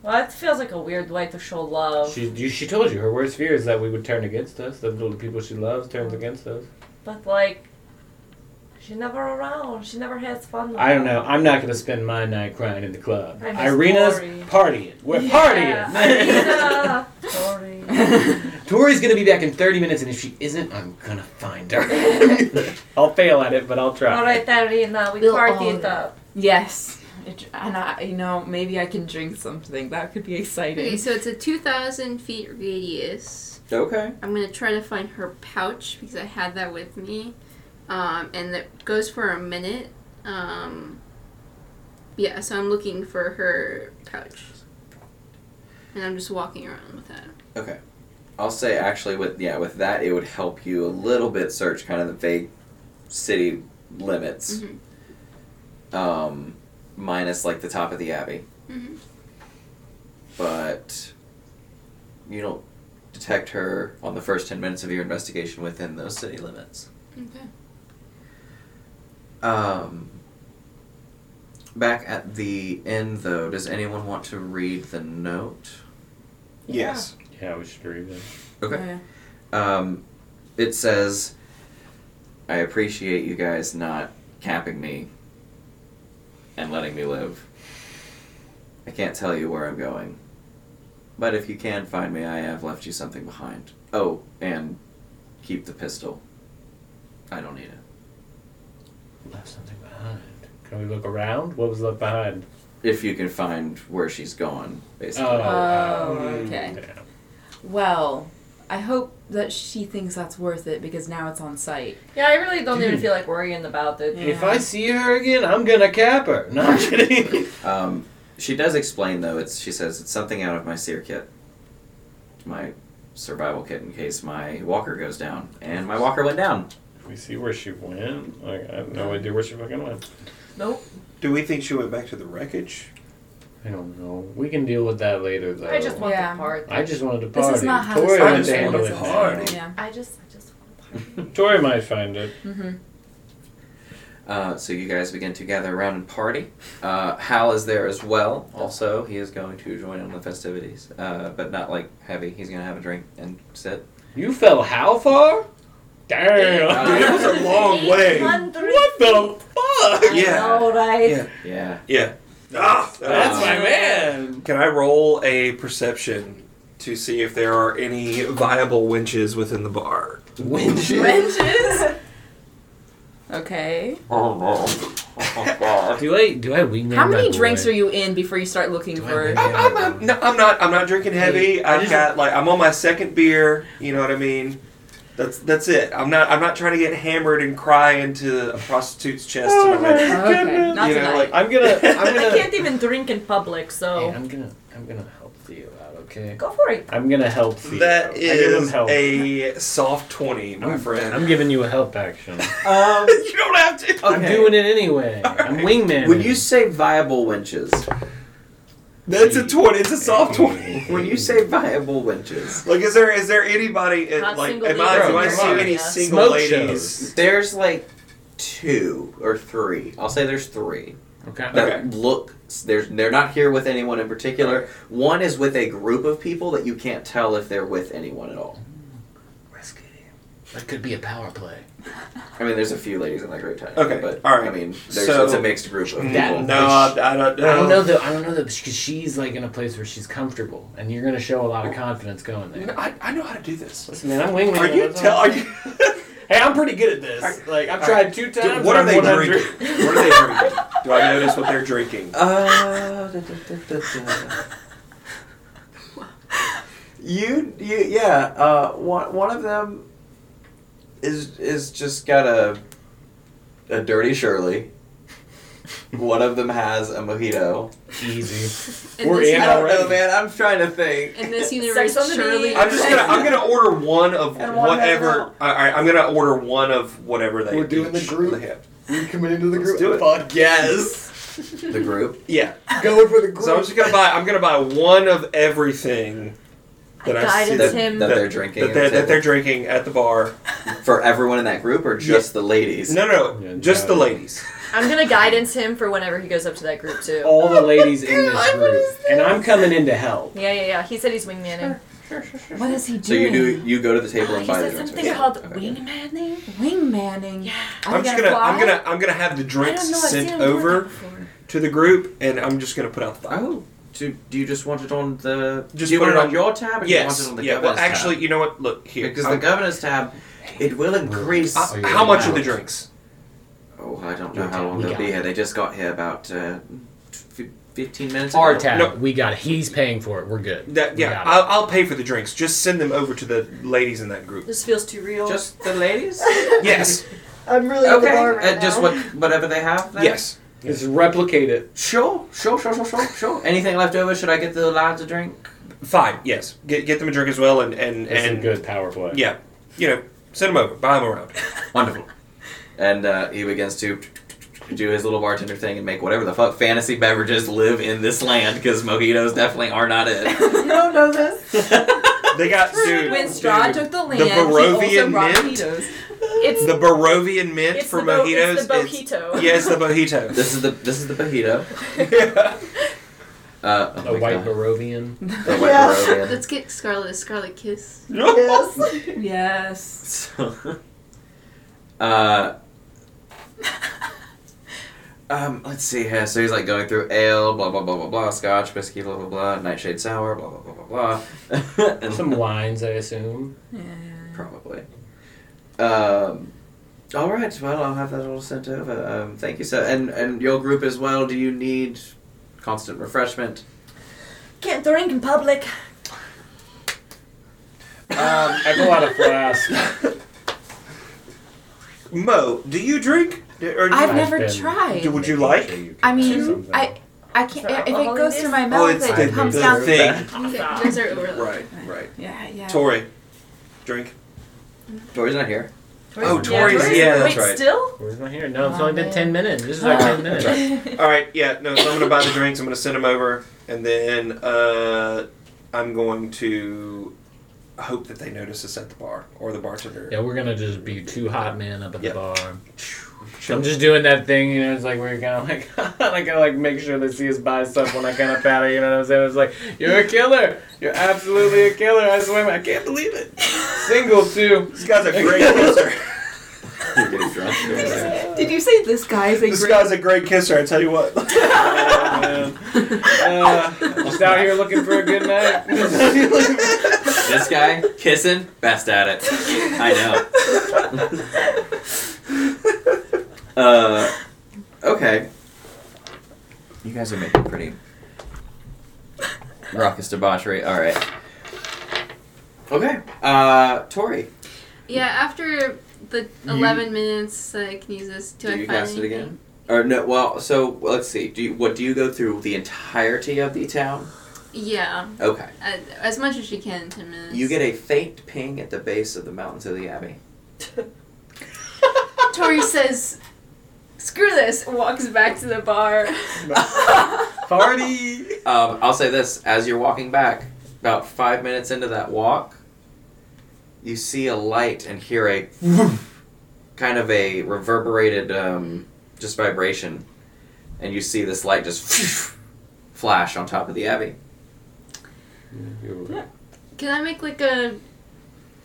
[SPEAKER 3] Well, that feels like a weird way to show love.
[SPEAKER 7] She, you, she told you her worst fear is that we would turn against us. That the people she loves turns against us.
[SPEAKER 3] But like, she's never around. She never has fun. With
[SPEAKER 7] I don't know.
[SPEAKER 3] us.
[SPEAKER 7] I'm not gonna spend my night crying in the club.
[SPEAKER 3] I miss
[SPEAKER 7] Irina's
[SPEAKER 3] Tori.
[SPEAKER 7] partying. We're
[SPEAKER 3] Yeah, Irina. Sorry.
[SPEAKER 7] partying. Tori's gonna be back in 30 minutes, and if she isn't, I'm gonna find her. I'll fail at it, but I'll try.
[SPEAKER 3] All right, Irina, we
[SPEAKER 8] We'll
[SPEAKER 3] party
[SPEAKER 8] all
[SPEAKER 3] it up.
[SPEAKER 6] Yes. It- and I, you know, maybe I can drink something. That could be
[SPEAKER 4] Okay,
[SPEAKER 6] exciting.
[SPEAKER 4] so it's a 2,000 feet radius.
[SPEAKER 2] Okay.
[SPEAKER 4] I'm gonna try to find her pouch because I had that with me, um, and that goes for a minute. Um, yeah, so I'm looking for her pouch, and I'm just walking around with that.
[SPEAKER 2] I'll say actually with yeah with that it would help you a little bit search kind of the vague city limits. Um, minus like the top of the abbey,
[SPEAKER 4] Mhm.
[SPEAKER 2] but you don't detect her on the first ten minutes of your investigation within those city limits.
[SPEAKER 4] Okay.
[SPEAKER 2] Um, back at the end though, does anyone want to read the note?
[SPEAKER 5] Yes.
[SPEAKER 7] Yeah, we should read that.
[SPEAKER 2] Okay.
[SPEAKER 6] Oh, yeah.
[SPEAKER 2] Um, it says, I appreciate you guys not capping me and letting me live. I can't tell you where I'm going. But if you can find me, I have left you something behind. Oh, and keep the pistol. I don't need it.
[SPEAKER 7] Left something behind. Can we look around? What was left behind?
[SPEAKER 2] If you can find where she's gone, basically.
[SPEAKER 6] Oh,
[SPEAKER 7] um,
[SPEAKER 6] okay.
[SPEAKER 7] yeah.
[SPEAKER 6] Well, I hope that she thinks that's worth it because now it's on site.
[SPEAKER 3] Yeah, I really don't
[SPEAKER 5] Mm-hmm.
[SPEAKER 3] even feel like worrying about it.
[SPEAKER 7] If I see her again, I'm gonna cap her. No, I'm kidding.
[SPEAKER 2] Um, she does explain though. It's she says it's something out of my seer kit, my survival kit in case my walker goes down, and my walker went down.
[SPEAKER 7] we see where she went. Like I have no idea where she fucking went.
[SPEAKER 3] Nope.
[SPEAKER 5] Do we think she went back to the wreckage?
[SPEAKER 7] I don't know. We can deal with that later, though.
[SPEAKER 3] I just want
[SPEAKER 6] Yeah.
[SPEAKER 3] to party.
[SPEAKER 7] I just wanted to
[SPEAKER 6] This
[SPEAKER 7] party.
[SPEAKER 6] is not how
[SPEAKER 7] Tori
[SPEAKER 6] this
[SPEAKER 7] wants to
[SPEAKER 5] conversation
[SPEAKER 7] handle
[SPEAKER 5] is
[SPEAKER 7] it
[SPEAKER 5] going.
[SPEAKER 7] now.
[SPEAKER 6] Yeah.
[SPEAKER 3] I just, I just want to party.
[SPEAKER 7] Tori might find it.
[SPEAKER 6] Mm-hmm.
[SPEAKER 2] Uh, so you guys begin to gather around and party. Uh, Hal is there as well. Also, he is going to join in the festivities, uh, but not like heavy. He's gonna have a drink and sit.
[SPEAKER 7] You fell how far? Damn.
[SPEAKER 5] It was a long way.
[SPEAKER 3] What
[SPEAKER 7] what the fuck?
[SPEAKER 5] Yeah.
[SPEAKER 3] All right.
[SPEAKER 5] Yeah.
[SPEAKER 2] Yeah.
[SPEAKER 5] Yeah. Ah,
[SPEAKER 7] That's
[SPEAKER 2] Uh,
[SPEAKER 7] my man.
[SPEAKER 5] Can I roll a perception to see if there are any viable winches within the bar?
[SPEAKER 6] Wrenches. okay.
[SPEAKER 2] Um,
[SPEAKER 7] Do I do I wing
[SPEAKER 6] How many drinks are you in before you start looking
[SPEAKER 7] Do I
[SPEAKER 6] for?
[SPEAKER 7] have-
[SPEAKER 5] I'm, I'm, I'm, no, I'm not. I'm not drinking heavy.
[SPEAKER 7] I
[SPEAKER 5] I've
[SPEAKER 7] just-
[SPEAKER 5] got like I'm on my second beer. You know what I mean? That's that's it. I'm not. I'm not trying to get hammered and cry into a prostitute's chest.
[SPEAKER 7] Oh
[SPEAKER 5] tonight.
[SPEAKER 7] my
[SPEAKER 6] Okay,
[SPEAKER 7] goodness.
[SPEAKER 6] not
[SPEAKER 5] you know,
[SPEAKER 6] tonight.
[SPEAKER 5] like
[SPEAKER 7] I'm gonna. I'm
[SPEAKER 3] I
[SPEAKER 7] gonna.
[SPEAKER 3] can't even drink in public, so
[SPEAKER 7] Hey, I'm gonna. I'm gonna help Theo out. Okay.
[SPEAKER 3] go for it.
[SPEAKER 7] I'm gonna help Theo.
[SPEAKER 5] that
[SPEAKER 7] I give him
[SPEAKER 5] is
[SPEAKER 7] help.
[SPEAKER 5] a soft twenty, my
[SPEAKER 7] I'm,
[SPEAKER 5] friend.
[SPEAKER 7] I'm giving you a help action.
[SPEAKER 2] Um,
[SPEAKER 5] you don't have to.
[SPEAKER 7] I'm doing it anyway. I'm wingman.
[SPEAKER 2] When you say viable winches,
[SPEAKER 5] That's a twenty. It's a soft twenty.
[SPEAKER 2] when you say viable winches,
[SPEAKER 5] Like, is there is there anybody in,
[SPEAKER 3] Not
[SPEAKER 5] like
[SPEAKER 3] single
[SPEAKER 5] am I, do I
[SPEAKER 7] ladies.
[SPEAKER 5] see any
[SPEAKER 3] Yeah.
[SPEAKER 5] single
[SPEAKER 7] Smoke
[SPEAKER 5] ladies?
[SPEAKER 2] there's like two or three. I'll say there's three.
[SPEAKER 7] okay.
[SPEAKER 2] that look they're, they're not here with anyone in particular one is with a group of people that you can't tell if they're with anyone at all
[SPEAKER 7] Risk it. That could be a power play.
[SPEAKER 2] i mean there's a few ladies in that group tiny
[SPEAKER 5] Okay,
[SPEAKER 2] but
[SPEAKER 5] all right.
[SPEAKER 2] i mean there's,
[SPEAKER 5] So-
[SPEAKER 2] it's a mixed group of people
[SPEAKER 7] That-
[SPEAKER 5] Mm, No, I, I don't know.
[SPEAKER 7] I don't know though. I don't know though because she's like in a place where she's comfortable, and you're gonna show a lot of confidence going there.
[SPEAKER 5] No, I, I know how to do this.
[SPEAKER 7] Listen, man, I'm wingman.
[SPEAKER 5] Are you
[SPEAKER 7] that's
[SPEAKER 5] tell?
[SPEAKER 7] all.
[SPEAKER 5] Are you?
[SPEAKER 7] Hey, I'm pretty good at this. Like I've tried two times.
[SPEAKER 5] what
[SPEAKER 7] and
[SPEAKER 5] are
[SPEAKER 7] I'm
[SPEAKER 5] they
[SPEAKER 7] 100.
[SPEAKER 5] drinking? What are they drinking? Do I notice what they're drinking?
[SPEAKER 2] Uh, da, da, da, da, da. you you yeah uh one, one of them is is just got a a dirty shirley one of them has a mojito
[SPEAKER 7] Easy.
[SPEAKER 4] And
[SPEAKER 7] We're
[SPEAKER 4] this,
[SPEAKER 7] in
[SPEAKER 2] I don't know,
[SPEAKER 7] already.
[SPEAKER 2] man. I'm trying to think.
[SPEAKER 4] in this universe,
[SPEAKER 3] Sex on the
[SPEAKER 4] surely
[SPEAKER 3] beach.
[SPEAKER 5] I'm just gonna I'm gonna order one of
[SPEAKER 2] And one has
[SPEAKER 5] whatever. All right, I'm gonna order one of whatever they.
[SPEAKER 7] We're doing the
[SPEAKER 5] each
[SPEAKER 7] group.
[SPEAKER 5] They have.
[SPEAKER 7] We committed to the
[SPEAKER 5] Let's do it.
[SPEAKER 7] Fuck yes.
[SPEAKER 2] the group.
[SPEAKER 5] Yeah, going for the
[SPEAKER 2] So I'm
[SPEAKER 5] So I'm just gonna buy. I'm gonna buy one of everything that I,
[SPEAKER 6] I
[SPEAKER 5] see
[SPEAKER 6] guidance
[SPEAKER 5] that,
[SPEAKER 6] him.
[SPEAKER 2] That they're drinking
[SPEAKER 5] That
[SPEAKER 2] at
[SPEAKER 5] they're,
[SPEAKER 2] the
[SPEAKER 5] that they're
[SPEAKER 2] table.
[SPEAKER 5] drinking at the bar.
[SPEAKER 2] For everyone in that group or just the ladies?
[SPEAKER 5] No, no,
[SPEAKER 7] Yeah,
[SPEAKER 5] no just
[SPEAKER 7] no.
[SPEAKER 5] the ladies.
[SPEAKER 3] I'm gonna guidance him for whenever he goes up to that group too.
[SPEAKER 2] Oh.
[SPEAKER 7] All the ladies in this group, and I'm coming in to help.
[SPEAKER 3] Yeah, yeah, yeah. He said he's wingmanning.
[SPEAKER 6] What is he doing?
[SPEAKER 2] So you do you go to the
[SPEAKER 6] Oh,
[SPEAKER 2] table and
[SPEAKER 3] he
[SPEAKER 2] buy the
[SPEAKER 3] said
[SPEAKER 2] drinks.
[SPEAKER 3] something
[SPEAKER 2] okay.
[SPEAKER 3] called
[SPEAKER 2] Okay.
[SPEAKER 3] wingmanning.
[SPEAKER 6] Wing manning. Yeah.
[SPEAKER 5] I'm just gonna. I'm gonna. I'm gonna have the
[SPEAKER 3] I
[SPEAKER 5] drinks
[SPEAKER 3] don't know. I've seen him
[SPEAKER 5] sent over
[SPEAKER 3] doing that before.
[SPEAKER 5] to the group, and I'm just gonna put out the.
[SPEAKER 2] Oh, do, do you just want it on the?
[SPEAKER 5] Just
[SPEAKER 2] do you want
[SPEAKER 5] put it
[SPEAKER 2] it on
[SPEAKER 5] on-
[SPEAKER 2] your tab or do you want
[SPEAKER 5] Yes.
[SPEAKER 2] it on the
[SPEAKER 5] Yeah. Well,
[SPEAKER 2] governor's
[SPEAKER 5] actually,
[SPEAKER 2] tab?
[SPEAKER 5] you know what? Look here.
[SPEAKER 2] because
[SPEAKER 5] I'll-
[SPEAKER 2] the governor's tab, it will increase.
[SPEAKER 5] Uh,
[SPEAKER 7] Oh, yeah.
[SPEAKER 5] how much are the drinks?
[SPEAKER 2] Oh, I don't know
[SPEAKER 7] Your
[SPEAKER 2] how
[SPEAKER 7] tab.
[SPEAKER 2] long
[SPEAKER 7] We
[SPEAKER 2] they'll
[SPEAKER 7] got
[SPEAKER 2] be
[SPEAKER 7] it.
[SPEAKER 2] here. They just got here about uh, f- fifteen minutes.
[SPEAKER 7] Our
[SPEAKER 2] ago.
[SPEAKER 7] tab,
[SPEAKER 5] No.
[SPEAKER 7] we got it. He's paying for it. We're good.
[SPEAKER 5] That
[SPEAKER 7] We
[SPEAKER 5] yeah,
[SPEAKER 7] got it.
[SPEAKER 5] I'll, I'll pay for the drinks. Just send them over to the ladies in that group.
[SPEAKER 3] This feels too real.
[SPEAKER 2] Just the ladies.
[SPEAKER 5] Yes,
[SPEAKER 9] I'm really at the
[SPEAKER 2] okay.
[SPEAKER 9] bar right
[SPEAKER 2] uh, just
[SPEAKER 9] now.
[SPEAKER 2] what whatever they have. There?
[SPEAKER 5] yes.
[SPEAKER 7] Just replicate it.
[SPEAKER 2] Sure, sure, sure, sure, sure, sure. Anything left over? Should I get the lads a drink?
[SPEAKER 5] Fine. Yes, get get them a drink as well, and and
[SPEAKER 7] It's
[SPEAKER 5] and
[SPEAKER 7] a good power play.
[SPEAKER 5] Yeah, you know, send them over, buy them around.
[SPEAKER 2] Wonderful. And uh, he begins to do his little bartender thing and make whatever the fuck fantasy beverages live in this land because mojitos definitely are not it.
[SPEAKER 9] you don't know this.
[SPEAKER 5] They got dude,
[SPEAKER 8] When Strahd
[SPEAKER 5] dude,
[SPEAKER 8] took the land,
[SPEAKER 5] the
[SPEAKER 8] he also
[SPEAKER 5] Barovian
[SPEAKER 8] brought
[SPEAKER 5] mint,
[SPEAKER 8] Mojitos.
[SPEAKER 3] it's
[SPEAKER 5] the Barovian mint
[SPEAKER 3] it's
[SPEAKER 5] for
[SPEAKER 3] the bo-
[SPEAKER 5] mojitos.
[SPEAKER 3] It's the
[SPEAKER 5] is-
[SPEAKER 3] mojito.
[SPEAKER 5] Yes, the mojito.
[SPEAKER 2] This is the this is the mojito. Uh, oh
[SPEAKER 7] A
[SPEAKER 2] my
[SPEAKER 7] white
[SPEAKER 2] God.
[SPEAKER 7] Barovian.
[SPEAKER 2] The white
[SPEAKER 9] Yeah.
[SPEAKER 2] Barovian.
[SPEAKER 4] Let's get Scarlet a Scarlet Kiss.
[SPEAKER 9] Yes.
[SPEAKER 6] Yes.
[SPEAKER 2] So, uh, um, let's see here. So he's like going through ale, blah blah blah blah blah, Scotch, whiskey, blah blah blah, nightshade sour, blah blah blah blah blah, and
[SPEAKER 7] Some wines, I assume.
[SPEAKER 2] probably. Um, all right. Well, I'll have that all sent over. Um, thank you, sir. And and your group as well. Do you need constant refreshment?
[SPEAKER 9] Can't drink in public.
[SPEAKER 7] I have a lot of flasks.
[SPEAKER 5] Mo, do you drink? D- Or do
[SPEAKER 6] I've
[SPEAKER 5] you-
[SPEAKER 6] never
[SPEAKER 7] been-
[SPEAKER 6] tried.
[SPEAKER 5] Do- would you like?
[SPEAKER 6] I mean, I I can't.
[SPEAKER 3] For
[SPEAKER 6] If
[SPEAKER 3] alcohol
[SPEAKER 6] it goes
[SPEAKER 3] in this?
[SPEAKER 6] through my
[SPEAKER 5] oh,
[SPEAKER 6] mouth,
[SPEAKER 5] it's
[SPEAKER 6] it
[SPEAKER 5] the,
[SPEAKER 6] comes
[SPEAKER 5] the
[SPEAKER 6] down.
[SPEAKER 5] thing.
[SPEAKER 4] Okay, drinks are over.
[SPEAKER 5] Right, right.
[SPEAKER 6] Yeah, yeah.
[SPEAKER 5] Tori. Drink.
[SPEAKER 2] Tori's not here.
[SPEAKER 5] Oh, Tori's.
[SPEAKER 3] Tori's-
[SPEAKER 5] Yeah, that's
[SPEAKER 3] Wait,
[SPEAKER 5] right.
[SPEAKER 3] still?
[SPEAKER 7] Where's my here? No, it's
[SPEAKER 8] Oh,
[SPEAKER 7] only been
[SPEAKER 8] man.
[SPEAKER 7] ten minutes. This is like ten
[SPEAKER 2] That's
[SPEAKER 7] minutes.
[SPEAKER 2] right.
[SPEAKER 5] All right. Yeah. No. So I'm gonna buy the drinks. I'm gonna send them over, and then uh, I'm going to hope that they notice us at the bar or the bartender.
[SPEAKER 7] Yeah, we're gonna just be two hot men up at
[SPEAKER 5] Yeah.
[SPEAKER 7] the bar. I'm just doing that thing, you know. It's like we're kind of like I gotta like make sure they see us buy stuff when I kind of pat her. You know what I'm saying? It's like you're a killer. You're absolutely a killer. I swear, I can't believe it. Single too.
[SPEAKER 5] This guy's a great kisser.
[SPEAKER 2] You're getting drunk.
[SPEAKER 6] Did you say this guy is a
[SPEAKER 5] This
[SPEAKER 6] great-
[SPEAKER 5] guy's a great kisser. I tell you what.
[SPEAKER 7] Uh, just out here looking for a good night.
[SPEAKER 2] this guy kissing, best at it. I know. uh, okay. You guys are making pretty raucous debauchery. All right. Okay. Uh, Tori,
[SPEAKER 4] Yeah, after the
[SPEAKER 2] You-
[SPEAKER 4] 11 minutes that I can use this, do,
[SPEAKER 2] do
[SPEAKER 4] I
[SPEAKER 2] you
[SPEAKER 4] find
[SPEAKER 2] cast it
[SPEAKER 4] anything?
[SPEAKER 2] again? Or no? Well, so well, let's see. Do you, what do you go through the entirety of the town?
[SPEAKER 4] Yeah,
[SPEAKER 2] Okay.
[SPEAKER 4] as, as much as you can in 10 minutes.
[SPEAKER 2] You get a faint ping at the base of the mountains of the abbey.
[SPEAKER 4] Tori says, screw this, walks back to the bar.
[SPEAKER 7] Party.
[SPEAKER 2] Um, I'll say this: as you're walking back, about five minutes into that walk, you see a light and hear a kind of a reverberated um, just vibration, and you see this light just flash on top of the abbey.
[SPEAKER 4] Can I make like a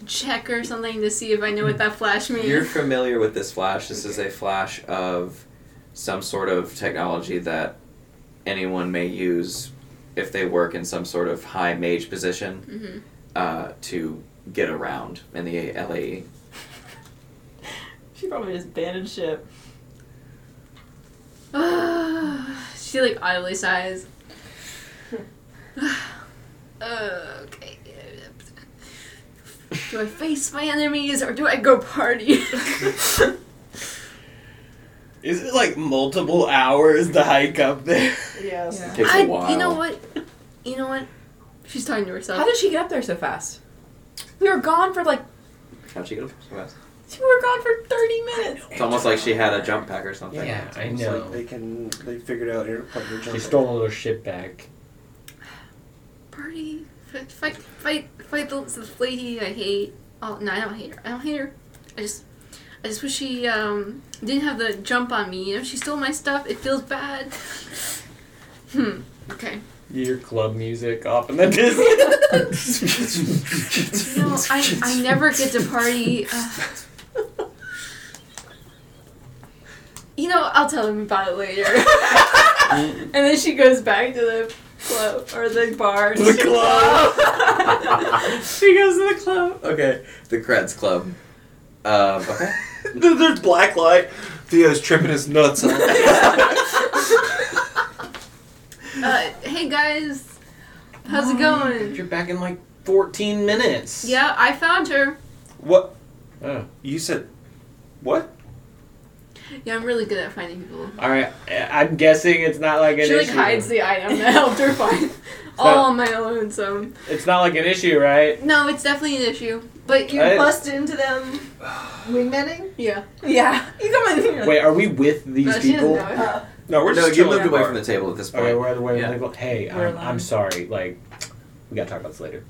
[SPEAKER 4] check or something to see if I know what that flash means?
[SPEAKER 2] You're familiar with this flash. This is a flash of some sort of technology that anyone may use if they work in some sort of high mage position
[SPEAKER 4] Mhm.
[SPEAKER 2] uh, to get around in the LAE.
[SPEAKER 9] She probably just abandoned ship.
[SPEAKER 4] she like idly sighs. okay. Do I face my enemies or do I go party?
[SPEAKER 7] Is it like multiple hours to hike up there?
[SPEAKER 9] Yes.
[SPEAKER 6] Yeah.
[SPEAKER 2] Takes a
[SPEAKER 4] I,
[SPEAKER 2] while.
[SPEAKER 4] you know what? You know what? She's talking to herself.
[SPEAKER 6] How did she get up there so fast? We were gone for like
[SPEAKER 2] How'd she get a first class?
[SPEAKER 6] we were gone for thirty
[SPEAKER 3] minutes.
[SPEAKER 2] It's almost like she had a jump pack or something.
[SPEAKER 7] Yeah, I
[SPEAKER 5] It's
[SPEAKER 7] know.
[SPEAKER 5] like they can they figured out airport.
[SPEAKER 7] She stole her shit back.
[SPEAKER 4] Party, fight, fight, fight, fight the, the lady I hate. Oh no, I don't hate her. I don't hate her. I just, I just wish she um didn't have the jump on me. You know, she stole my stuff. It feels bad. hmm. Okay.
[SPEAKER 7] You hear club music off in the distance.
[SPEAKER 4] No, I, I never get to party. Uh, you know, I'll tell him about it later. and then she goes back to the club or the bar.
[SPEAKER 7] the club. she goes to the club.
[SPEAKER 2] Okay. The Creds Club. Um, okay.
[SPEAKER 5] There's black light. Theo's tripping his nuts on.
[SPEAKER 4] Uh, hey guys, how's it going?
[SPEAKER 7] You're back in like 14 minutes.
[SPEAKER 4] Yeah, I found her.
[SPEAKER 5] what
[SPEAKER 7] Oh.
[SPEAKER 5] you said? What?
[SPEAKER 4] Yeah, I'm really good at finding people.
[SPEAKER 7] All right. I- I'm guessing it's not like an
[SPEAKER 4] She like
[SPEAKER 7] issue.
[SPEAKER 4] hides the item that helped her find all on my own. So
[SPEAKER 7] It's not like an issue, right?
[SPEAKER 4] no, it's definitely an issue. But you,
[SPEAKER 7] I- Hey.
[SPEAKER 3] Bust into them. Wingmanning?
[SPEAKER 4] yeah,
[SPEAKER 3] Yeah. You come in here.
[SPEAKER 7] Wait, are we with these
[SPEAKER 4] no, she doesn't
[SPEAKER 7] people?
[SPEAKER 4] know it.
[SPEAKER 5] No, we're
[SPEAKER 2] no,
[SPEAKER 5] just
[SPEAKER 2] you
[SPEAKER 5] chilling
[SPEAKER 2] moved
[SPEAKER 5] at
[SPEAKER 2] away
[SPEAKER 5] the
[SPEAKER 2] from the table at this point.
[SPEAKER 7] Okay, we're at the way.
[SPEAKER 2] Yeah.
[SPEAKER 7] Like, hey,
[SPEAKER 6] We're
[SPEAKER 7] I'm, I'm
[SPEAKER 6] aligned.
[SPEAKER 7] sorry. Like, we gotta talk about this later.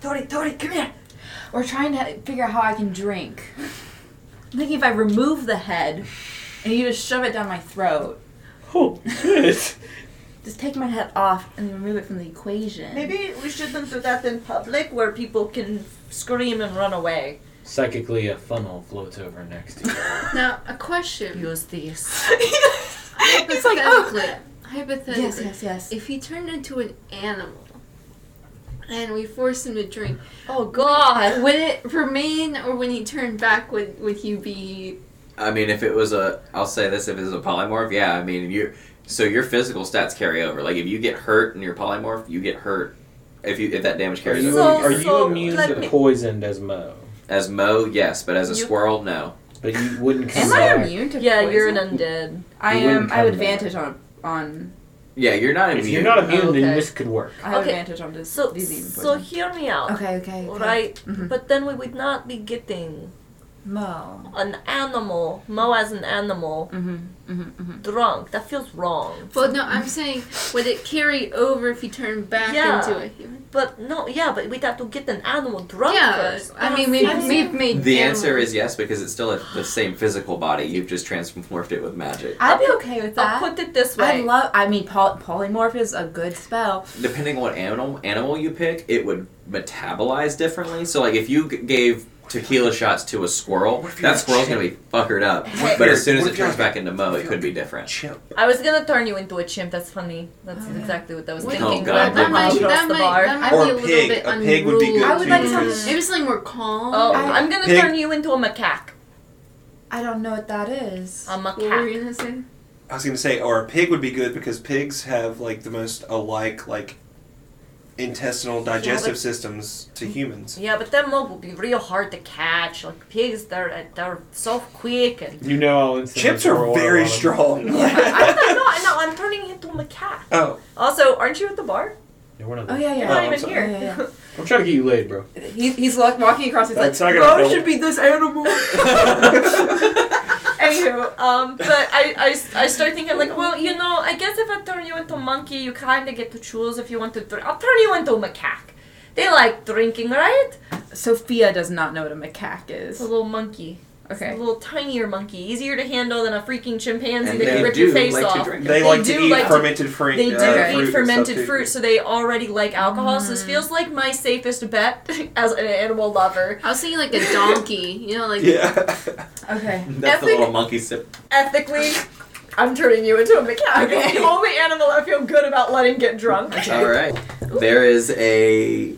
[SPEAKER 3] Tori, Tori, come here.
[SPEAKER 6] We're trying to figure out how I can drink. I'm thinking if I remove the head and you just shove it down my throat,
[SPEAKER 7] Oh shit!
[SPEAKER 6] just take my head off and remove it from the equation.
[SPEAKER 3] Maybe we shouldn't do that in public where people can scream and run away.
[SPEAKER 7] Psychically, a funnel floats over next to you.
[SPEAKER 4] Now a question.
[SPEAKER 3] Use these.
[SPEAKER 4] Hypothetically,
[SPEAKER 3] He's like, oh.
[SPEAKER 4] hypothetically,
[SPEAKER 6] Yes, yes, yes.
[SPEAKER 4] if he turned into an animal and we forced him to drink,
[SPEAKER 3] Oh, God.
[SPEAKER 4] would it remain, or when he turned back, would would he be?
[SPEAKER 2] I mean, if it was a, I'll say this: if it was a polymorph, yeah. I mean, you. So your physical stats carry over. Like if you get hurt in your polymorph, you get hurt. If you if that damage
[SPEAKER 7] Are
[SPEAKER 2] carries
[SPEAKER 7] you,
[SPEAKER 2] over.
[SPEAKER 3] So-
[SPEAKER 7] are you
[SPEAKER 3] so,
[SPEAKER 7] immune
[SPEAKER 3] like-
[SPEAKER 7] to poisoned as Mo?
[SPEAKER 2] As Mo, yes, but as a
[SPEAKER 3] You-
[SPEAKER 2] squirrel, no.
[SPEAKER 7] But you wouldn't come
[SPEAKER 6] Am I
[SPEAKER 7] back.
[SPEAKER 6] immune to
[SPEAKER 3] Yeah,
[SPEAKER 6] poison?
[SPEAKER 3] you're an undead.
[SPEAKER 6] I
[SPEAKER 7] You
[SPEAKER 6] am.
[SPEAKER 7] wouldn't
[SPEAKER 6] I have
[SPEAKER 7] come back.
[SPEAKER 6] advantage on on.
[SPEAKER 2] Yeah, you're not immune.
[SPEAKER 7] If you're not immune,
[SPEAKER 6] Okay.
[SPEAKER 7] then this could work.
[SPEAKER 6] I have
[SPEAKER 3] Okay,
[SPEAKER 6] advantage on dis-
[SPEAKER 3] So,
[SPEAKER 6] disease. and
[SPEAKER 3] so
[SPEAKER 6] poison.
[SPEAKER 3] hear me out.
[SPEAKER 6] okay, okay, okay.
[SPEAKER 3] Right?
[SPEAKER 6] Mhm.
[SPEAKER 3] But then we would not be getting
[SPEAKER 6] Mo.
[SPEAKER 3] an animal, Mo as an animal,
[SPEAKER 6] Mm-hmm. Mm-hmm. hmm
[SPEAKER 3] drunk. That feels wrong.
[SPEAKER 4] Well, no, I'm saying would it carry over if he turned back
[SPEAKER 3] Yeah.
[SPEAKER 4] into a human?
[SPEAKER 3] But no, yeah, but we'd have to get an animal drunk
[SPEAKER 4] yeah,
[SPEAKER 3] first.
[SPEAKER 4] I mean we've,
[SPEAKER 3] I'm
[SPEAKER 4] we've
[SPEAKER 3] saying-
[SPEAKER 4] made
[SPEAKER 2] The answer is yes because it's still a, the same physical body. You've just transformed it with magic.
[SPEAKER 6] I'd be okay with
[SPEAKER 3] I'll
[SPEAKER 6] that.
[SPEAKER 3] put it this
[SPEAKER 6] I
[SPEAKER 3] way.
[SPEAKER 6] love. I mean, poly- polymorph is a good spell.
[SPEAKER 2] Depending on what animal animal you pick, it would metabolize differently. So like if you g- gave tequila shots to a squirrel,
[SPEAKER 5] What if you're
[SPEAKER 2] that
[SPEAKER 5] a
[SPEAKER 2] squirrel's
[SPEAKER 5] chimp?
[SPEAKER 2] gonna be fuckered up.
[SPEAKER 3] What if
[SPEAKER 2] But
[SPEAKER 5] you're-
[SPEAKER 2] as soon as
[SPEAKER 5] what
[SPEAKER 2] it
[SPEAKER 5] if you're
[SPEAKER 2] turns
[SPEAKER 5] like a-
[SPEAKER 2] back into Mo,
[SPEAKER 5] what if
[SPEAKER 2] it
[SPEAKER 5] you're
[SPEAKER 2] could be
[SPEAKER 5] like a
[SPEAKER 2] different.
[SPEAKER 5] Chimp.
[SPEAKER 3] I was gonna turn you into a chimp. That's funny. That's
[SPEAKER 6] Oh, yeah.
[SPEAKER 3] exactly what I was
[SPEAKER 4] Wait,
[SPEAKER 3] thinking.
[SPEAKER 2] Oh, God,
[SPEAKER 4] that
[SPEAKER 2] that
[SPEAKER 4] might,
[SPEAKER 3] across
[SPEAKER 4] that
[SPEAKER 3] the
[SPEAKER 4] might,
[SPEAKER 3] bar.
[SPEAKER 4] that might
[SPEAKER 5] Or
[SPEAKER 4] be a
[SPEAKER 5] a
[SPEAKER 4] little
[SPEAKER 5] pig.
[SPEAKER 4] bit
[SPEAKER 5] A pig would be
[SPEAKER 4] unruly.
[SPEAKER 5] good,
[SPEAKER 6] I would like too, some- because-
[SPEAKER 4] Maybe something more calm.
[SPEAKER 3] Oh,
[SPEAKER 6] I-
[SPEAKER 3] I, am gonna
[SPEAKER 5] Pig-
[SPEAKER 3] turn you into a macaque.
[SPEAKER 6] I don't know what that is.
[SPEAKER 3] A
[SPEAKER 4] What were
[SPEAKER 3] macaque.
[SPEAKER 4] you gonna say?
[SPEAKER 5] I was gonna say, or a pig would be good because pigs have like the most alike like intestinal digestive systems
[SPEAKER 3] Mm.
[SPEAKER 5] to humans.
[SPEAKER 3] Yeah, but that mob will be real hard to catch. Like pigs, they're they're so quick and.
[SPEAKER 7] You know, all incidents
[SPEAKER 5] Chips are
[SPEAKER 7] oral on
[SPEAKER 5] very
[SPEAKER 7] them.
[SPEAKER 5] strong.
[SPEAKER 3] I don't know. I know. I'm turning you into a macaque.
[SPEAKER 5] oh,
[SPEAKER 3] Also, aren't you at the bar?
[SPEAKER 7] Yeah, we're not
[SPEAKER 6] Oh
[SPEAKER 7] there.
[SPEAKER 6] yeah, yeah.
[SPEAKER 3] You're
[SPEAKER 5] Oh,
[SPEAKER 3] not
[SPEAKER 5] I'm
[SPEAKER 3] even
[SPEAKER 5] sorry.
[SPEAKER 3] here.
[SPEAKER 6] Yeah, yeah,
[SPEAKER 7] I'm trying to get you laid, bro.
[SPEAKER 6] He, he's like walking across. He's like,
[SPEAKER 5] That's not gonna
[SPEAKER 6] "Bro,
[SPEAKER 5] help."
[SPEAKER 6] should be this animal.
[SPEAKER 3] Anywho, um, but I, I s- I start thinking like, well, you know, I guess if I turn you into a monkey, you kind of get to choose if you want to drink. I'll turn you into a macaque. They like drinking, right?
[SPEAKER 6] Sophia does not know what a macaque
[SPEAKER 3] It's a
[SPEAKER 6] is.
[SPEAKER 3] little monkey. It's
[SPEAKER 6] Okay.
[SPEAKER 3] A little tinier monkey, easier to handle than a freaking chimpanzee
[SPEAKER 2] And
[SPEAKER 3] that can
[SPEAKER 2] they
[SPEAKER 3] rip
[SPEAKER 2] do
[SPEAKER 3] your face
[SPEAKER 2] like to
[SPEAKER 3] off.
[SPEAKER 2] drink.
[SPEAKER 5] they,
[SPEAKER 3] They
[SPEAKER 5] like
[SPEAKER 3] do
[SPEAKER 5] to eat
[SPEAKER 3] like to-
[SPEAKER 5] fermented fruit.
[SPEAKER 3] They do
[SPEAKER 5] uh, fruit and
[SPEAKER 3] eat
[SPEAKER 5] stuff,
[SPEAKER 3] fermented
[SPEAKER 5] too.
[SPEAKER 3] fruit, so they already like alcohol. So this feels like my safest bet as an animal lover.
[SPEAKER 4] I was thinking like a donkey, you know, like
[SPEAKER 5] Yeah.
[SPEAKER 6] Okay.
[SPEAKER 2] That's the
[SPEAKER 3] Epic-
[SPEAKER 2] little monkey sip.
[SPEAKER 3] Ethically, I'm turning you into a macaque. It's the only animal I feel good about letting get drunk.
[SPEAKER 2] All right. There is a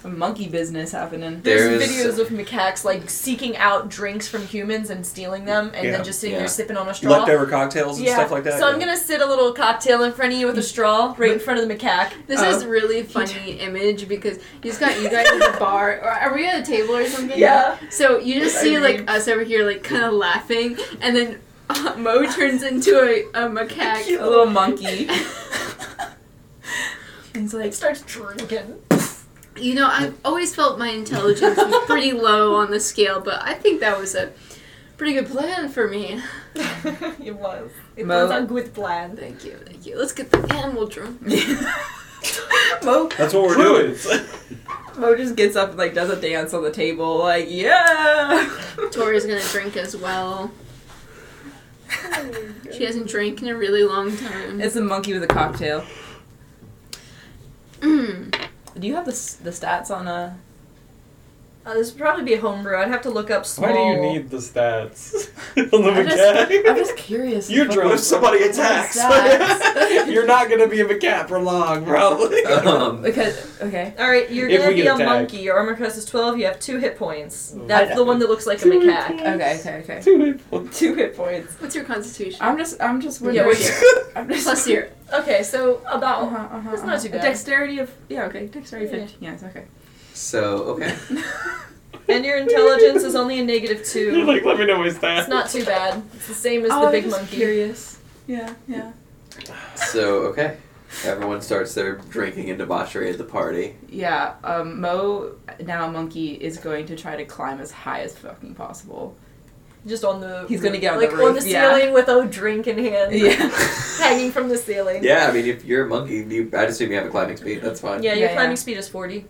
[SPEAKER 6] monkey business happening.
[SPEAKER 2] there
[SPEAKER 3] There's
[SPEAKER 2] is
[SPEAKER 3] videos of macaques like seeking out drinks from humans and stealing them, and
[SPEAKER 5] Yeah,
[SPEAKER 3] then just sitting
[SPEAKER 2] yeah.
[SPEAKER 3] there sipping on a straw.
[SPEAKER 5] Leftover cocktails and
[SPEAKER 3] yeah.
[SPEAKER 5] stuff like that.
[SPEAKER 3] So I'm
[SPEAKER 5] yeah.
[SPEAKER 3] gonna sit a little cocktail in front of you with a straw, right in front of the macaque.
[SPEAKER 4] This
[SPEAKER 6] Uh,
[SPEAKER 4] is really funny image because you just got you guys at the bar. Or are we at a table or something?
[SPEAKER 3] Yeah.
[SPEAKER 4] So you just see
[SPEAKER 3] Irene.
[SPEAKER 4] like us over here like kind of laughing, and then uh, Mo turns into a, a macaque.
[SPEAKER 6] A little monkey. He's like,
[SPEAKER 3] It starts drinking.
[SPEAKER 4] You know, I've always felt my intelligence was pretty low on the scale, but I think that was a pretty good plan for me.
[SPEAKER 9] it was. It
[SPEAKER 6] Mo-
[SPEAKER 9] was a good plan.
[SPEAKER 4] Thank you, thank you. Let's get the animal drunk.
[SPEAKER 6] Mo,
[SPEAKER 5] That's what we're doing.
[SPEAKER 6] Mo just gets up and like does a dance on the table, like yeah.
[SPEAKER 4] Tori's gonna drink as well. She hasn't drank in a really long time.
[SPEAKER 6] it's a monkey with a cocktail.
[SPEAKER 4] Mm.
[SPEAKER 6] Do you have the s- the stats on uh
[SPEAKER 9] Uh, this would probably be a homebrew. I'd have to look up small.
[SPEAKER 7] Why do you need the stats on the
[SPEAKER 6] I'm just- I'm
[SPEAKER 7] mechanic?
[SPEAKER 6] just curious.
[SPEAKER 7] You're
[SPEAKER 6] Fuck-
[SPEAKER 7] drunk. Somebody
[SPEAKER 6] attacks.
[SPEAKER 7] You're not gonna be a mechanic for long, probably.
[SPEAKER 2] Um,
[SPEAKER 6] Because okay,
[SPEAKER 9] All right, you're
[SPEAKER 7] If
[SPEAKER 9] gonna
[SPEAKER 7] we
[SPEAKER 9] be
[SPEAKER 7] get
[SPEAKER 9] a
[SPEAKER 7] attacked.
[SPEAKER 9] monkey. Your armor class is twelve. You have two hit points.
[SPEAKER 7] Oh.
[SPEAKER 9] That's
[SPEAKER 6] I-
[SPEAKER 9] the one that looks like a
[SPEAKER 7] Two hit
[SPEAKER 9] macaque.
[SPEAKER 7] points.
[SPEAKER 6] okay, okay, okay.
[SPEAKER 7] Two hit points.
[SPEAKER 9] Two hit points.
[SPEAKER 4] What's your constitution?
[SPEAKER 6] I'm just I'm just
[SPEAKER 9] Yeah,
[SPEAKER 6] wondering.
[SPEAKER 9] we're
[SPEAKER 6] I'm just
[SPEAKER 4] Plus your
[SPEAKER 9] Okay, so about
[SPEAKER 6] Uh-huh, uh-huh,
[SPEAKER 9] It's not
[SPEAKER 6] uh-huh.
[SPEAKER 9] too bad.
[SPEAKER 6] Dexterity of yeah, okay, dexterity
[SPEAKER 9] Yeah.
[SPEAKER 6] fifteen. Yeah, it's okay.
[SPEAKER 2] so okay.
[SPEAKER 9] and your intelligence is only a negative
[SPEAKER 7] You're
[SPEAKER 9] two.
[SPEAKER 7] like, let me know my stats.
[SPEAKER 9] It's not too bad. It's the same as
[SPEAKER 6] oh,
[SPEAKER 9] the
[SPEAKER 6] I'm
[SPEAKER 9] big
[SPEAKER 6] just
[SPEAKER 9] monkey.
[SPEAKER 6] Curious. Yeah, yeah,
[SPEAKER 2] So okay. Everyone starts their drinking and debauchery at the party.
[SPEAKER 6] yeah. Um, Mo now a monkey is going to try to climb as high as fucking possible.
[SPEAKER 9] Just on the
[SPEAKER 6] He's gonna get on the
[SPEAKER 9] like on
[SPEAKER 6] roof,
[SPEAKER 9] the
[SPEAKER 6] yeah.
[SPEAKER 9] ceiling with a drink in hand,
[SPEAKER 6] Yeah.
[SPEAKER 9] hanging from the ceiling.
[SPEAKER 2] Yeah, I mean, if you're a monkey, you, I'd assume you have a climbing speed. That's fine.
[SPEAKER 9] Yeah, your
[SPEAKER 6] Yeah,
[SPEAKER 9] climbing
[SPEAKER 6] yeah.
[SPEAKER 9] speed is forty.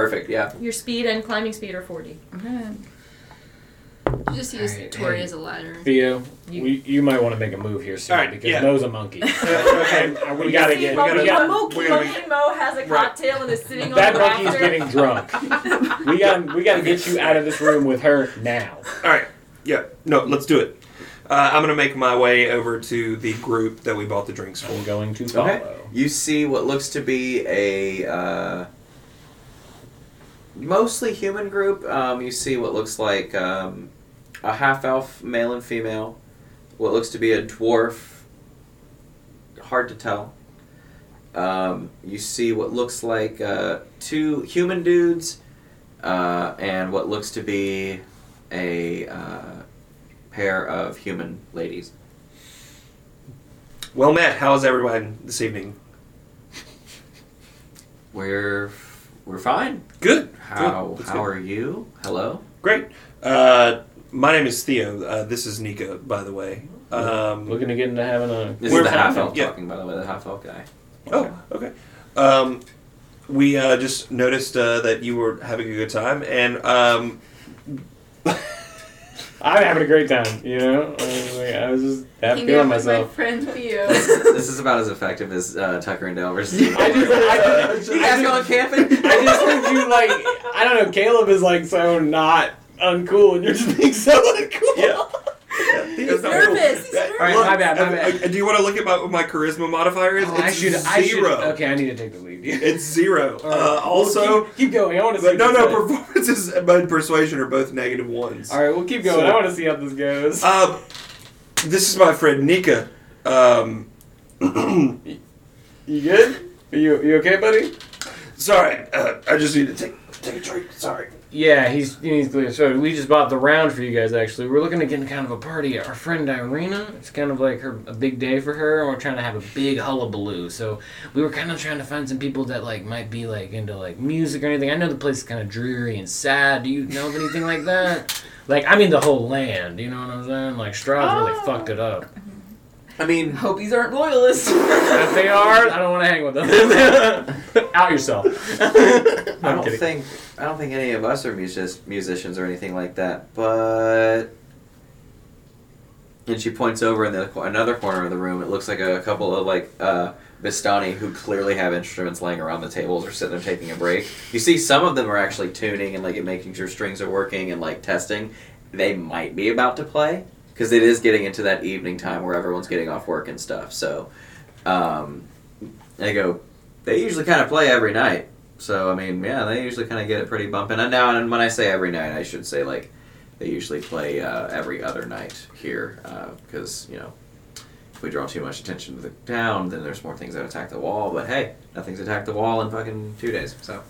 [SPEAKER 2] Perfect. Yeah.
[SPEAKER 9] Your speed and climbing speed are forty.
[SPEAKER 6] I'm gonna-
[SPEAKER 4] you just use
[SPEAKER 7] Alright,
[SPEAKER 4] Tori
[SPEAKER 7] hey.
[SPEAKER 4] as a ladder.
[SPEAKER 7] Theo,
[SPEAKER 6] You-
[SPEAKER 7] you, we, you might want to make a move here soon
[SPEAKER 5] Alright,
[SPEAKER 7] because
[SPEAKER 5] yeah.
[SPEAKER 7] Mo's a monkey.
[SPEAKER 5] okay.
[SPEAKER 7] And uh, we gotta
[SPEAKER 9] See,
[SPEAKER 7] get.
[SPEAKER 9] Monkey,
[SPEAKER 7] We
[SPEAKER 5] gotta-
[SPEAKER 7] gotta,
[SPEAKER 9] Monkey,
[SPEAKER 5] we gotta-
[SPEAKER 9] Monkey Mo has a
[SPEAKER 5] Right.
[SPEAKER 9] cocktail and is sitting on
[SPEAKER 7] that
[SPEAKER 9] the
[SPEAKER 7] monkey's
[SPEAKER 9] rafter.
[SPEAKER 7] getting drunk. We got. We got to get you out of this room with her now.
[SPEAKER 5] All right. Yeah. No, let's do it. Uh, I'm gonna make my way over to the group that we bought the drinks for.
[SPEAKER 7] I'm going to follow.
[SPEAKER 2] Okay. You see what looks to be a uh, mostly human group. Um, you see what looks like um, a half elf, male and female. What looks to be a dwarf. Hard to tell. Um, you see what looks like uh, two human dudes, uh, and what looks to be a uh, pair of human ladies.
[SPEAKER 5] Well, Matt, how is everyone this evening?
[SPEAKER 2] We're we're fine.
[SPEAKER 5] Good.
[SPEAKER 2] How
[SPEAKER 5] Good. That's
[SPEAKER 2] how
[SPEAKER 5] good.
[SPEAKER 2] are you? Hello.
[SPEAKER 5] Great. Uh, my name is Theo. Uh, this is Nika, by the way. Um,
[SPEAKER 7] We're gonna get into having a.
[SPEAKER 2] This
[SPEAKER 5] We're
[SPEAKER 2] is the half
[SPEAKER 5] fine.
[SPEAKER 2] elf
[SPEAKER 5] Yeah.
[SPEAKER 2] talking by the way. The half elf guy.
[SPEAKER 5] oh, okay. Um, we uh, just noticed uh, that you were having a good time, and um,
[SPEAKER 7] I'm having a great time. You know, I was, like, I was just happy
[SPEAKER 4] Hanging out with
[SPEAKER 7] feeling
[SPEAKER 4] my
[SPEAKER 7] myself.
[SPEAKER 4] friend Theo.
[SPEAKER 2] this is about as effective as uh, Tucker and Dale versus. you
[SPEAKER 7] I just, I just, I
[SPEAKER 2] guys
[SPEAKER 7] just-
[SPEAKER 2] going camping?
[SPEAKER 7] I just think you like I don't know. Caleb is like so not uncool, and you're just being so uncool.
[SPEAKER 5] Yeah. Theo's not cool.
[SPEAKER 9] nervous. He's
[SPEAKER 5] Yeah,
[SPEAKER 9] nervous.
[SPEAKER 7] Alright,
[SPEAKER 5] look,
[SPEAKER 7] my bad, my
[SPEAKER 5] uh,
[SPEAKER 7] bad.
[SPEAKER 5] uh, do you want to look at my, what my charisma modifier? Is?
[SPEAKER 7] Oh,
[SPEAKER 5] it's
[SPEAKER 7] I should.
[SPEAKER 5] zero.
[SPEAKER 7] I should. Okay, I need to take the lead. dude.
[SPEAKER 5] It's zero.
[SPEAKER 7] All right. Well,
[SPEAKER 5] Uh, also,
[SPEAKER 7] keep, keep going. I want to
[SPEAKER 5] but
[SPEAKER 7] see.
[SPEAKER 5] no,
[SPEAKER 7] what
[SPEAKER 5] no,
[SPEAKER 7] this goes.
[SPEAKER 5] performances and persuasion are both negative ones.
[SPEAKER 7] All right, we'll keep going.
[SPEAKER 5] So-
[SPEAKER 7] I want to see how this goes.
[SPEAKER 5] Uh, this is my friend Nika. Um,
[SPEAKER 7] you good? Are you you okay, buddy?
[SPEAKER 5] sorry, uh, I just need to take take a drink. Sorry.
[SPEAKER 7] Yeah, he's he's clear. So we just bought the round for you guys. Actually, we're looking to get in kind of a party. Our friend Irina, it's kind of like her a big day for her, and we're trying to have a big hullabaloo. So we were kind of trying to find some people that like might be like into like music or anything. I know the place is kind of dreary and sad. Do you know of anything like that? Like I mean, the whole land. You know what I'm saying? Like Stroud's really fucked it up.
[SPEAKER 2] I mean,
[SPEAKER 6] Oh. Hope these aren't loyalists.
[SPEAKER 7] If they are, I don't want to hang with them. Out yourself.
[SPEAKER 2] I
[SPEAKER 7] I'm
[SPEAKER 2] don't
[SPEAKER 7] kidding.
[SPEAKER 2] think I don't think any of us are music- musicians or anything like that. But and she points over in the co- another corner of the room. It looks like a couple of like uh, Vistani who clearly have instruments laying around the tables or sitting there taking a break. You see, some of them are actually tuning and like making sure strings are working and like testing. They might be about to play because it is getting into that evening time where everyone's getting off work and stuff. So um, I go. They usually kind of play every night. So I mean, yeah, they usually kind of get it pretty bumping. And now, and when I say every night, I should say like they usually play uh, every other night here because you know if we draw too much attention to the town, then there's more things that attack the wall. But hey, nothing's attacked the wall in fucking two days. So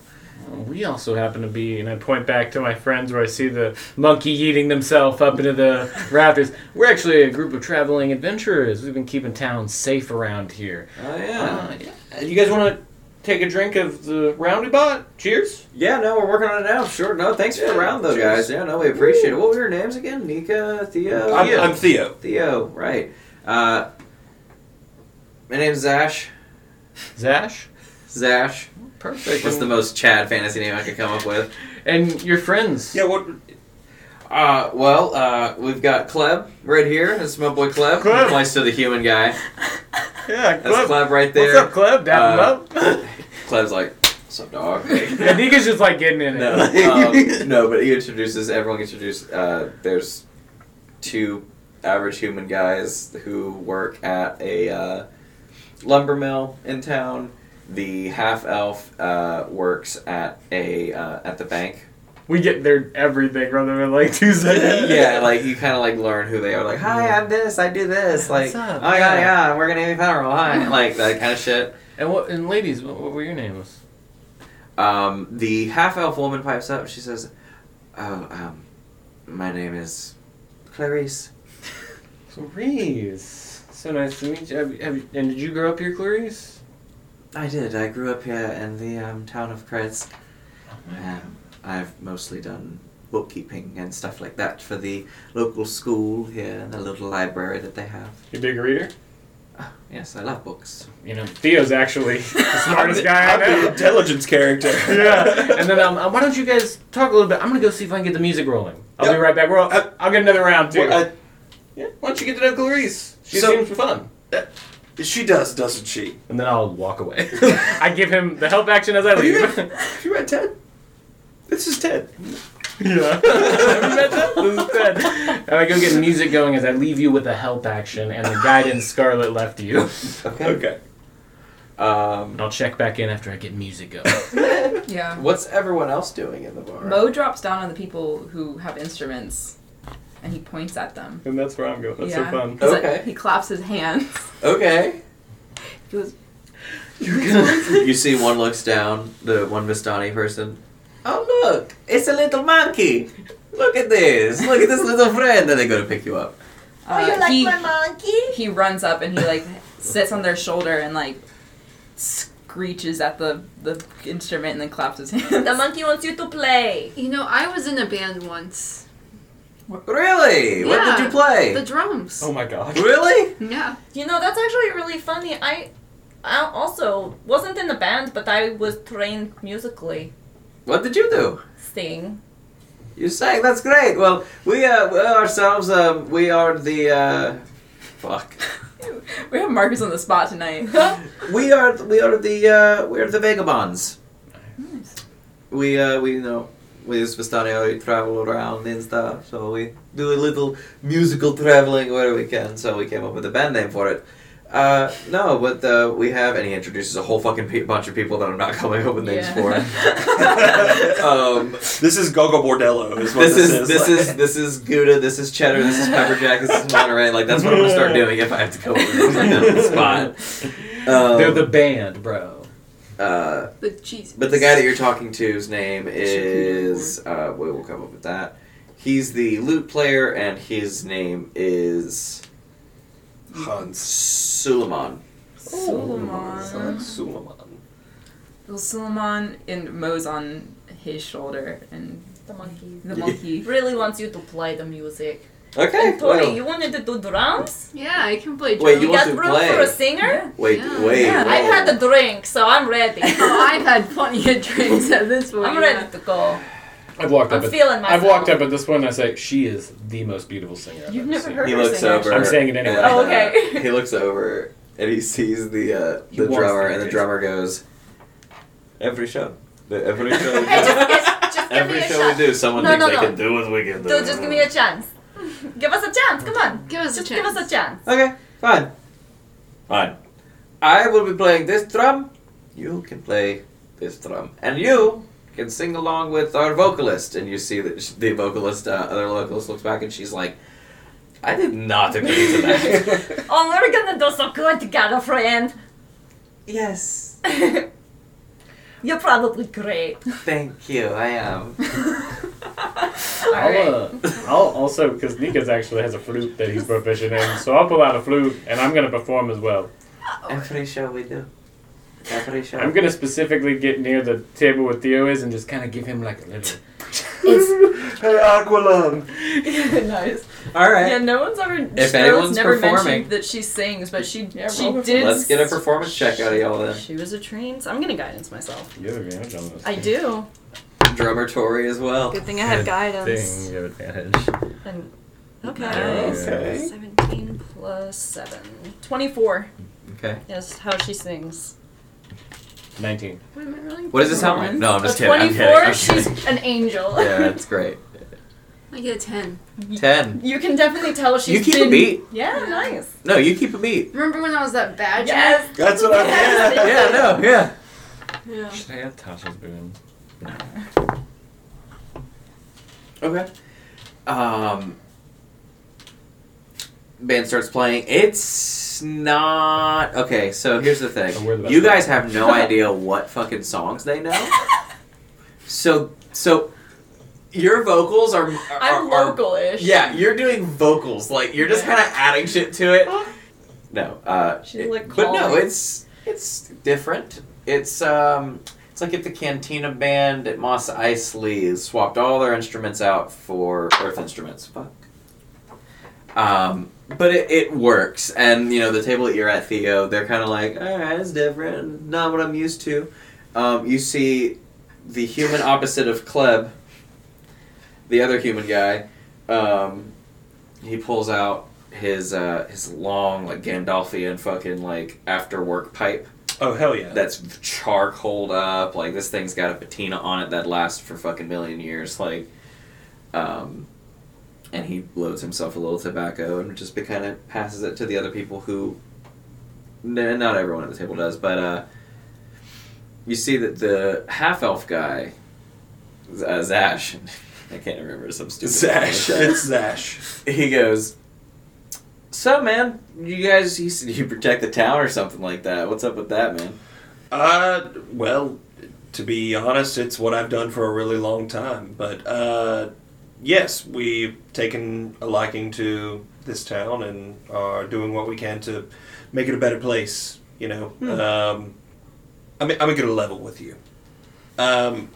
[SPEAKER 7] We also happen to be, and I point back to my friends where I see the monkey eating themselves up into the rafters. We're actually a group of traveling adventurers. We've been keeping town safe around here.
[SPEAKER 2] oh
[SPEAKER 7] Uh, yeah. You guys want to take a drink of the round we bought? Cheers.
[SPEAKER 2] Yeah, no, we're working on it now. Sure, no, thanks for the
[SPEAKER 5] Yeah,
[SPEAKER 2] round, though,
[SPEAKER 5] cheers.
[SPEAKER 2] guys. Yeah, no, we appreciate it. What were your names again? Nika, Theo.
[SPEAKER 5] I'm,
[SPEAKER 2] Theo.
[SPEAKER 5] I'm Theo.
[SPEAKER 2] Theo, right? Uh, my name's Zash.
[SPEAKER 7] Zash.
[SPEAKER 2] Zash.
[SPEAKER 7] Perfect.
[SPEAKER 2] What's the most Chad fantasy name I could come up with?
[SPEAKER 7] and your friends.
[SPEAKER 5] Yeah, what?
[SPEAKER 2] Uh, well, uh, we've got Kleb right here. That's my boy Kleb.
[SPEAKER 7] Kleb.
[SPEAKER 2] Nice to the human guy.
[SPEAKER 7] Yeah,
[SPEAKER 2] That's Kleb, right
[SPEAKER 7] What's
[SPEAKER 2] there. Uh,
[SPEAKER 7] up, Club? Dab him up.
[SPEAKER 2] Kleb's like, what's up, dog?
[SPEAKER 7] yeah, Nika's just like getting in
[SPEAKER 2] No,
[SPEAKER 7] it.
[SPEAKER 2] um, no, but he introduces everyone. Gets introduced. Uh, there's two average human guys who work at a uh, lumber mill in town. The half elf uh, works at a uh, at the bank.
[SPEAKER 7] We get their everything rather than like two seconds.
[SPEAKER 2] yeah, like you kind of like learn who they are. Like, hi, I'm this. I do this. Like,
[SPEAKER 7] What's
[SPEAKER 2] oh
[SPEAKER 7] up?
[SPEAKER 2] yeah, yeah, I'm working at Amy Federal. Hi, like that kind of shit.
[SPEAKER 7] And what? And ladies, what, what were your names?
[SPEAKER 2] Um, the half elf woman pipes up. She says, "Oh, um, my name is Clarice."
[SPEAKER 7] Clarice. So nice to meet you. Have, you- have you- and did you grow up here, Clarice?
[SPEAKER 2] I did. I grew up here in the um, town of Kretz. Um, I've mostly done bookkeeping and stuff like that for the local school here and the little library that they have.
[SPEAKER 7] You a big reader?
[SPEAKER 2] Yes, I love books.
[SPEAKER 7] You know, Theo's actually the smartest
[SPEAKER 5] I'm the-
[SPEAKER 7] guy I
[SPEAKER 5] I'm the
[SPEAKER 7] know.
[SPEAKER 5] intelligence character.
[SPEAKER 7] yeah. And then um, um, why don't you guys talk a little bit? I'm gonna go see if I can get the music rolling. I'll be
[SPEAKER 5] Yep.
[SPEAKER 7] right back. Well,
[SPEAKER 5] Uh,
[SPEAKER 7] I'll get another round too.
[SPEAKER 5] Well, uh,
[SPEAKER 7] yeah. Why don't you get to know Clarice? She
[SPEAKER 5] So-
[SPEAKER 7] seems fun.
[SPEAKER 5] she does, doesn't she?
[SPEAKER 7] And then I'll walk away. I give him the help action as I
[SPEAKER 5] Have you
[SPEAKER 7] leave.
[SPEAKER 5] read, have you read Ted? This is Ted.
[SPEAKER 7] yeah. Have you read that? This is good. And I go get music going as I leave you with a help action and the guidance Scarlet left you.
[SPEAKER 5] Okay.
[SPEAKER 2] Um,
[SPEAKER 7] And I'll check back in after I get music going.
[SPEAKER 6] Yeah.
[SPEAKER 2] what's everyone else doing in the bar?
[SPEAKER 6] Mo drops down on the people who have instruments, and he points at them.
[SPEAKER 7] and that's where I'm going.
[SPEAKER 6] That's so Yeah. fun.
[SPEAKER 2] Okay.
[SPEAKER 6] He's like- he claps his hands.
[SPEAKER 2] okay.
[SPEAKER 6] He goes,
[SPEAKER 2] you see, one looks down, the one Mistani person. Oh, look! It's a little monkey! Look at this! Look at this little friend! Then they go to pick you up.
[SPEAKER 4] Oh,
[SPEAKER 9] Oh,
[SPEAKER 6] uh, he,
[SPEAKER 9] monkey?
[SPEAKER 6] he runs up and he like sits on their shoulder and like screeches at the the instrument and then claps his hands.
[SPEAKER 9] The monkey wants you to play.
[SPEAKER 4] You know, I was in a band once.
[SPEAKER 2] Really? What did
[SPEAKER 4] Yeah.
[SPEAKER 2] you play?
[SPEAKER 4] The drums.
[SPEAKER 7] Oh my god.
[SPEAKER 2] Really?
[SPEAKER 4] Yeah.
[SPEAKER 9] You know, that's actually really funny. I, I also wasn't in a band, but I was trained musically.
[SPEAKER 2] What did you do?
[SPEAKER 9] Sing.
[SPEAKER 2] You sang. That's great. Well, we uh, we ourselves um, we are the uh, fuck.
[SPEAKER 6] we have Marcus on the spot tonight.
[SPEAKER 2] We are we are the uh, we are the vagabonds.
[SPEAKER 6] Nice.
[SPEAKER 2] We uh, we you know we as Vistania we travel around and stuff. So we do a little musical traveling where we can. So we came up with a band name for it. Uh, no, but uh, we have, and he introduces a whole fucking pe- bunch of people that I'm not coming up with names for. um,
[SPEAKER 5] This is Gogo Bordello. Is what
[SPEAKER 2] this
[SPEAKER 5] this,
[SPEAKER 2] is this
[SPEAKER 5] Like-
[SPEAKER 2] is this is Gouda, this is Cheddar, this is Pepperjack, this is Monterey. Like that's what I'm gonna start doing if I have to go over this like, on the spot. Um,
[SPEAKER 7] They're the band, bro.
[SPEAKER 2] uh,
[SPEAKER 4] The Jesus.
[SPEAKER 2] but the guy that you're talking to's name is uh, we will come up with that. He's the lute player, and his name is
[SPEAKER 5] Hans.
[SPEAKER 2] Suleiman.
[SPEAKER 7] It's like Suleiman.
[SPEAKER 6] Well, Suleiman and Mo's on his shoulder, and
[SPEAKER 9] The monkey
[SPEAKER 6] the
[SPEAKER 2] Yeah.
[SPEAKER 6] monkey.
[SPEAKER 9] really wants you to play the music.
[SPEAKER 2] Okay.
[SPEAKER 9] And Tori,
[SPEAKER 2] Well,
[SPEAKER 9] you wanted to do drums?
[SPEAKER 4] Yeah, I can play drums.
[SPEAKER 2] Wait, you
[SPEAKER 9] You
[SPEAKER 2] want
[SPEAKER 9] got
[SPEAKER 2] to
[SPEAKER 9] room
[SPEAKER 2] play?
[SPEAKER 9] for a singer?
[SPEAKER 2] wait,
[SPEAKER 4] Yeah.
[SPEAKER 2] wait.
[SPEAKER 6] Yeah,
[SPEAKER 9] I
[SPEAKER 2] whoa.
[SPEAKER 9] had a drink, so I'm ready.
[SPEAKER 4] oh, I've had plenty of drinks at this point.
[SPEAKER 9] I'm ready to go.
[SPEAKER 7] I've walked
[SPEAKER 9] I'm
[SPEAKER 7] up. At,
[SPEAKER 9] feeling myself.
[SPEAKER 7] I've walked up at this point and I say, "She is the most beautiful singer." I've
[SPEAKER 6] You've
[SPEAKER 7] ever
[SPEAKER 6] never
[SPEAKER 7] seen.
[SPEAKER 6] heard
[SPEAKER 2] he
[SPEAKER 6] her
[SPEAKER 2] looks
[SPEAKER 6] sing,
[SPEAKER 2] over.
[SPEAKER 6] actually.
[SPEAKER 7] I'm saying it anyway.
[SPEAKER 2] and,
[SPEAKER 9] Oh,
[SPEAKER 2] uh,
[SPEAKER 9] okay.
[SPEAKER 2] he looks over and he sees the uh,
[SPEAKER 7] He
[SPEAKER 2] the
[SPEAKER 7] wants
[SPEAKER 2] drummer,
[SPEAKER 7] the
[SPEAKER 2] and the
[SPEAKER 7] music.
[SPEAKER 2] drummer goes, "Every show, The- every show, we
[SPEAKER 9] Hey,
[SPEAKER 2] do,
[SPEAKER 9] just, just, just give
[SPEAKER 2] every
[SPEAKER 9] me a
[SPEAKER 2] show we
[SPEAKER 9] shot.
[SPEAKER 2] do, someone
[SPEAKER 9] No,
[SPEAKER 2] thinks
[SPEAKER 9] no,
[SPEAKER 2] they
[SPEAKER 9] no.
[SPEAKER 2] can do what we can do."
[SPEAKER 9] Dude, just give me a chance. Give us a chance. Come on.
[SPEAKER 4] Give us
[SPEAKER 9] Just
[SPEAKER 4] a
[SPEAKER 9] give
[SPEAKER 4] chance.
[SPEAKER 9] us a chance.
[SPEAKER 2] Okay, fine, fine. I will be playing this drum. You can play this drum, and you can sing along with our vocalist. And you see that sh- the vocalist, uh, other vocalist, looks back, and she's like, "I did not agree to that."
[SPEAKER 9] Oh, we're gonna do so good together, friend.
[SPEAKER 2] yes,
[SPEAKER 9] You're probably great.
[SPEAKER 2] thank you. I am.
[SPEAKER 7] I'll, uh, I'll also because Nika's actually has a flute that he's proficient in, so I'll pull out a flute and I'm gonna perform as well.
[SPEAKER 2] Every show we do.
[SPEAKER 7] I'm gonna specifically get near the table where Theo is and just kind of give him like a little.
[SPEAKER 5] Hey, Aqualung!
[SPEAKER 9] nice.
[SPEAKER 7] All right.
[SPEAKER 9] Yeah, no one's ever.
[SPEAKER 2] If
[SPEAKER 9] no
[SPEAKER 2] anyone's
[SPEAKER 9] one's never
[SPEAKER 2] performing-
[SPEAKER 9] mentioned that she sings, but she
[SPEAKER 7] Yeah,
[SPEAKER 9] she
[SPEAKER 7] roll for
[SPEAKER 9] did.
[SPEAKER 2] Let's get a performance check out of y'all then.
[SPEAKER 9] She was a trained. I'm gonna guidance myself.
[SPEAKER 7] You have advantage on this.
[SPEAKER 9] I do.
[SPEAKER 2] Drummer Tori as well.
[SPEAKER 9] Good thing I have guidance.
[SPEAKER 7] Thing, you have advantage.
[SPEAKER 9] And okay.
[SPEAKER 2] Nice.
[SPEAKER 5] Okay.
[SPEAKER 9] 17 plus 7. 24
[SPEAKER 2] Okay.
[SPEAKER 9] is how she sings.
[SPEAKER 7] Nineteen.
[SPEAKER 9] What am I really?
[SPEAKER 2] What does it sound like? No, I'm just
[SPEAKER 9] A
[SPEAKER 2] kidding. I'm kidding.
[SPEAKER 9] 24,
[SPEAKER 2] I'm
[SPEAKER 9] she's
[SPEAKER 2] kidding.
[SPEAKER 9] an angel.
[SPEAKER 2] Yeah, that's great.
[SPEAKER 4] I get a 10.
[SPEAKER 2] Ten.
[SPEAKER 9] You can definitely tell she's
[SPEAKER 2] you keep
[SPEAKER 9] been.
[SPEAKER 2] a beat.
[SPEAKER 9] Yeah, nice.
[SPEAKER 2] No, you keep a beat.
[SPEAKER 4] Remember when I was that bad?
[SPEAKER 9] Yes.
[SPEAKER 5] That's what I'm
[SPEAKER 2] Yeah, no, yeah.
[SPEAKER 4] Yeah.
[SPEAKER 7] Should I have Tasha's boon?
[SPEAKER 2] Okay. Um, band starts playing. It's not okay. So here's the thing:
[SPEAKER 7] Oh, we're the best
[SPEAKER 2] you guys have no idea what fucking songs they know. so, so your vocals are, are
[SPEAKER 9] I'm
[SPEAKER 2] are-
[SPEAKER 9] local-ish.
[SPEAKER 2] yeah, you're doing vocals. Like you're just kind of adding shit to it. No, uh,
[SPEAKER 9] She's, like,
[SPEAKER 2] but no,
[SPEAKER 9] calling.
[SPEAKER 2] it's it's different. It's um, it's like if the Cantina band at Moss Eisley swapped all their instruments out for Earth instruments. Fuck. Um, but it, it works, and you know the table that you're at, Theo. They're kind of like, all right, it's different, not what I'm used to. Um, you see, the human opposite of Kleb, the other human guy. Um, he pulls out his uh, his long like Gandalfian fucking like after work pipe
[SPEAKER 5] Oh, hell yeah.
[SPEAKER 2] that's charcoaled up. Like this thing's got a patina on it that lasts for fucking million years. Like, um, and he loads himself a little tobacco and just kind of passes it to the other people who, n- not everyone at the table does, but uh, you see that the half elf guy, Z- uh, Zash, I can't remember some stupid
[SPEAKER 5] Zash.
[SPEAKER 2] name
[SPEAKER 5] It's Zash.
[SPEAKER 2] he goes, "So man, you guys, he said you protect the town or something like that. What's up with that, man?"
[SPEAKER 5] Uh, well, to be honest, it's what I've done for a really long time. But, uh, yes, we've taken a liking to this town and are doing what we can to make it a better place, you know. Um, I'm, I'm going to level with you. Um,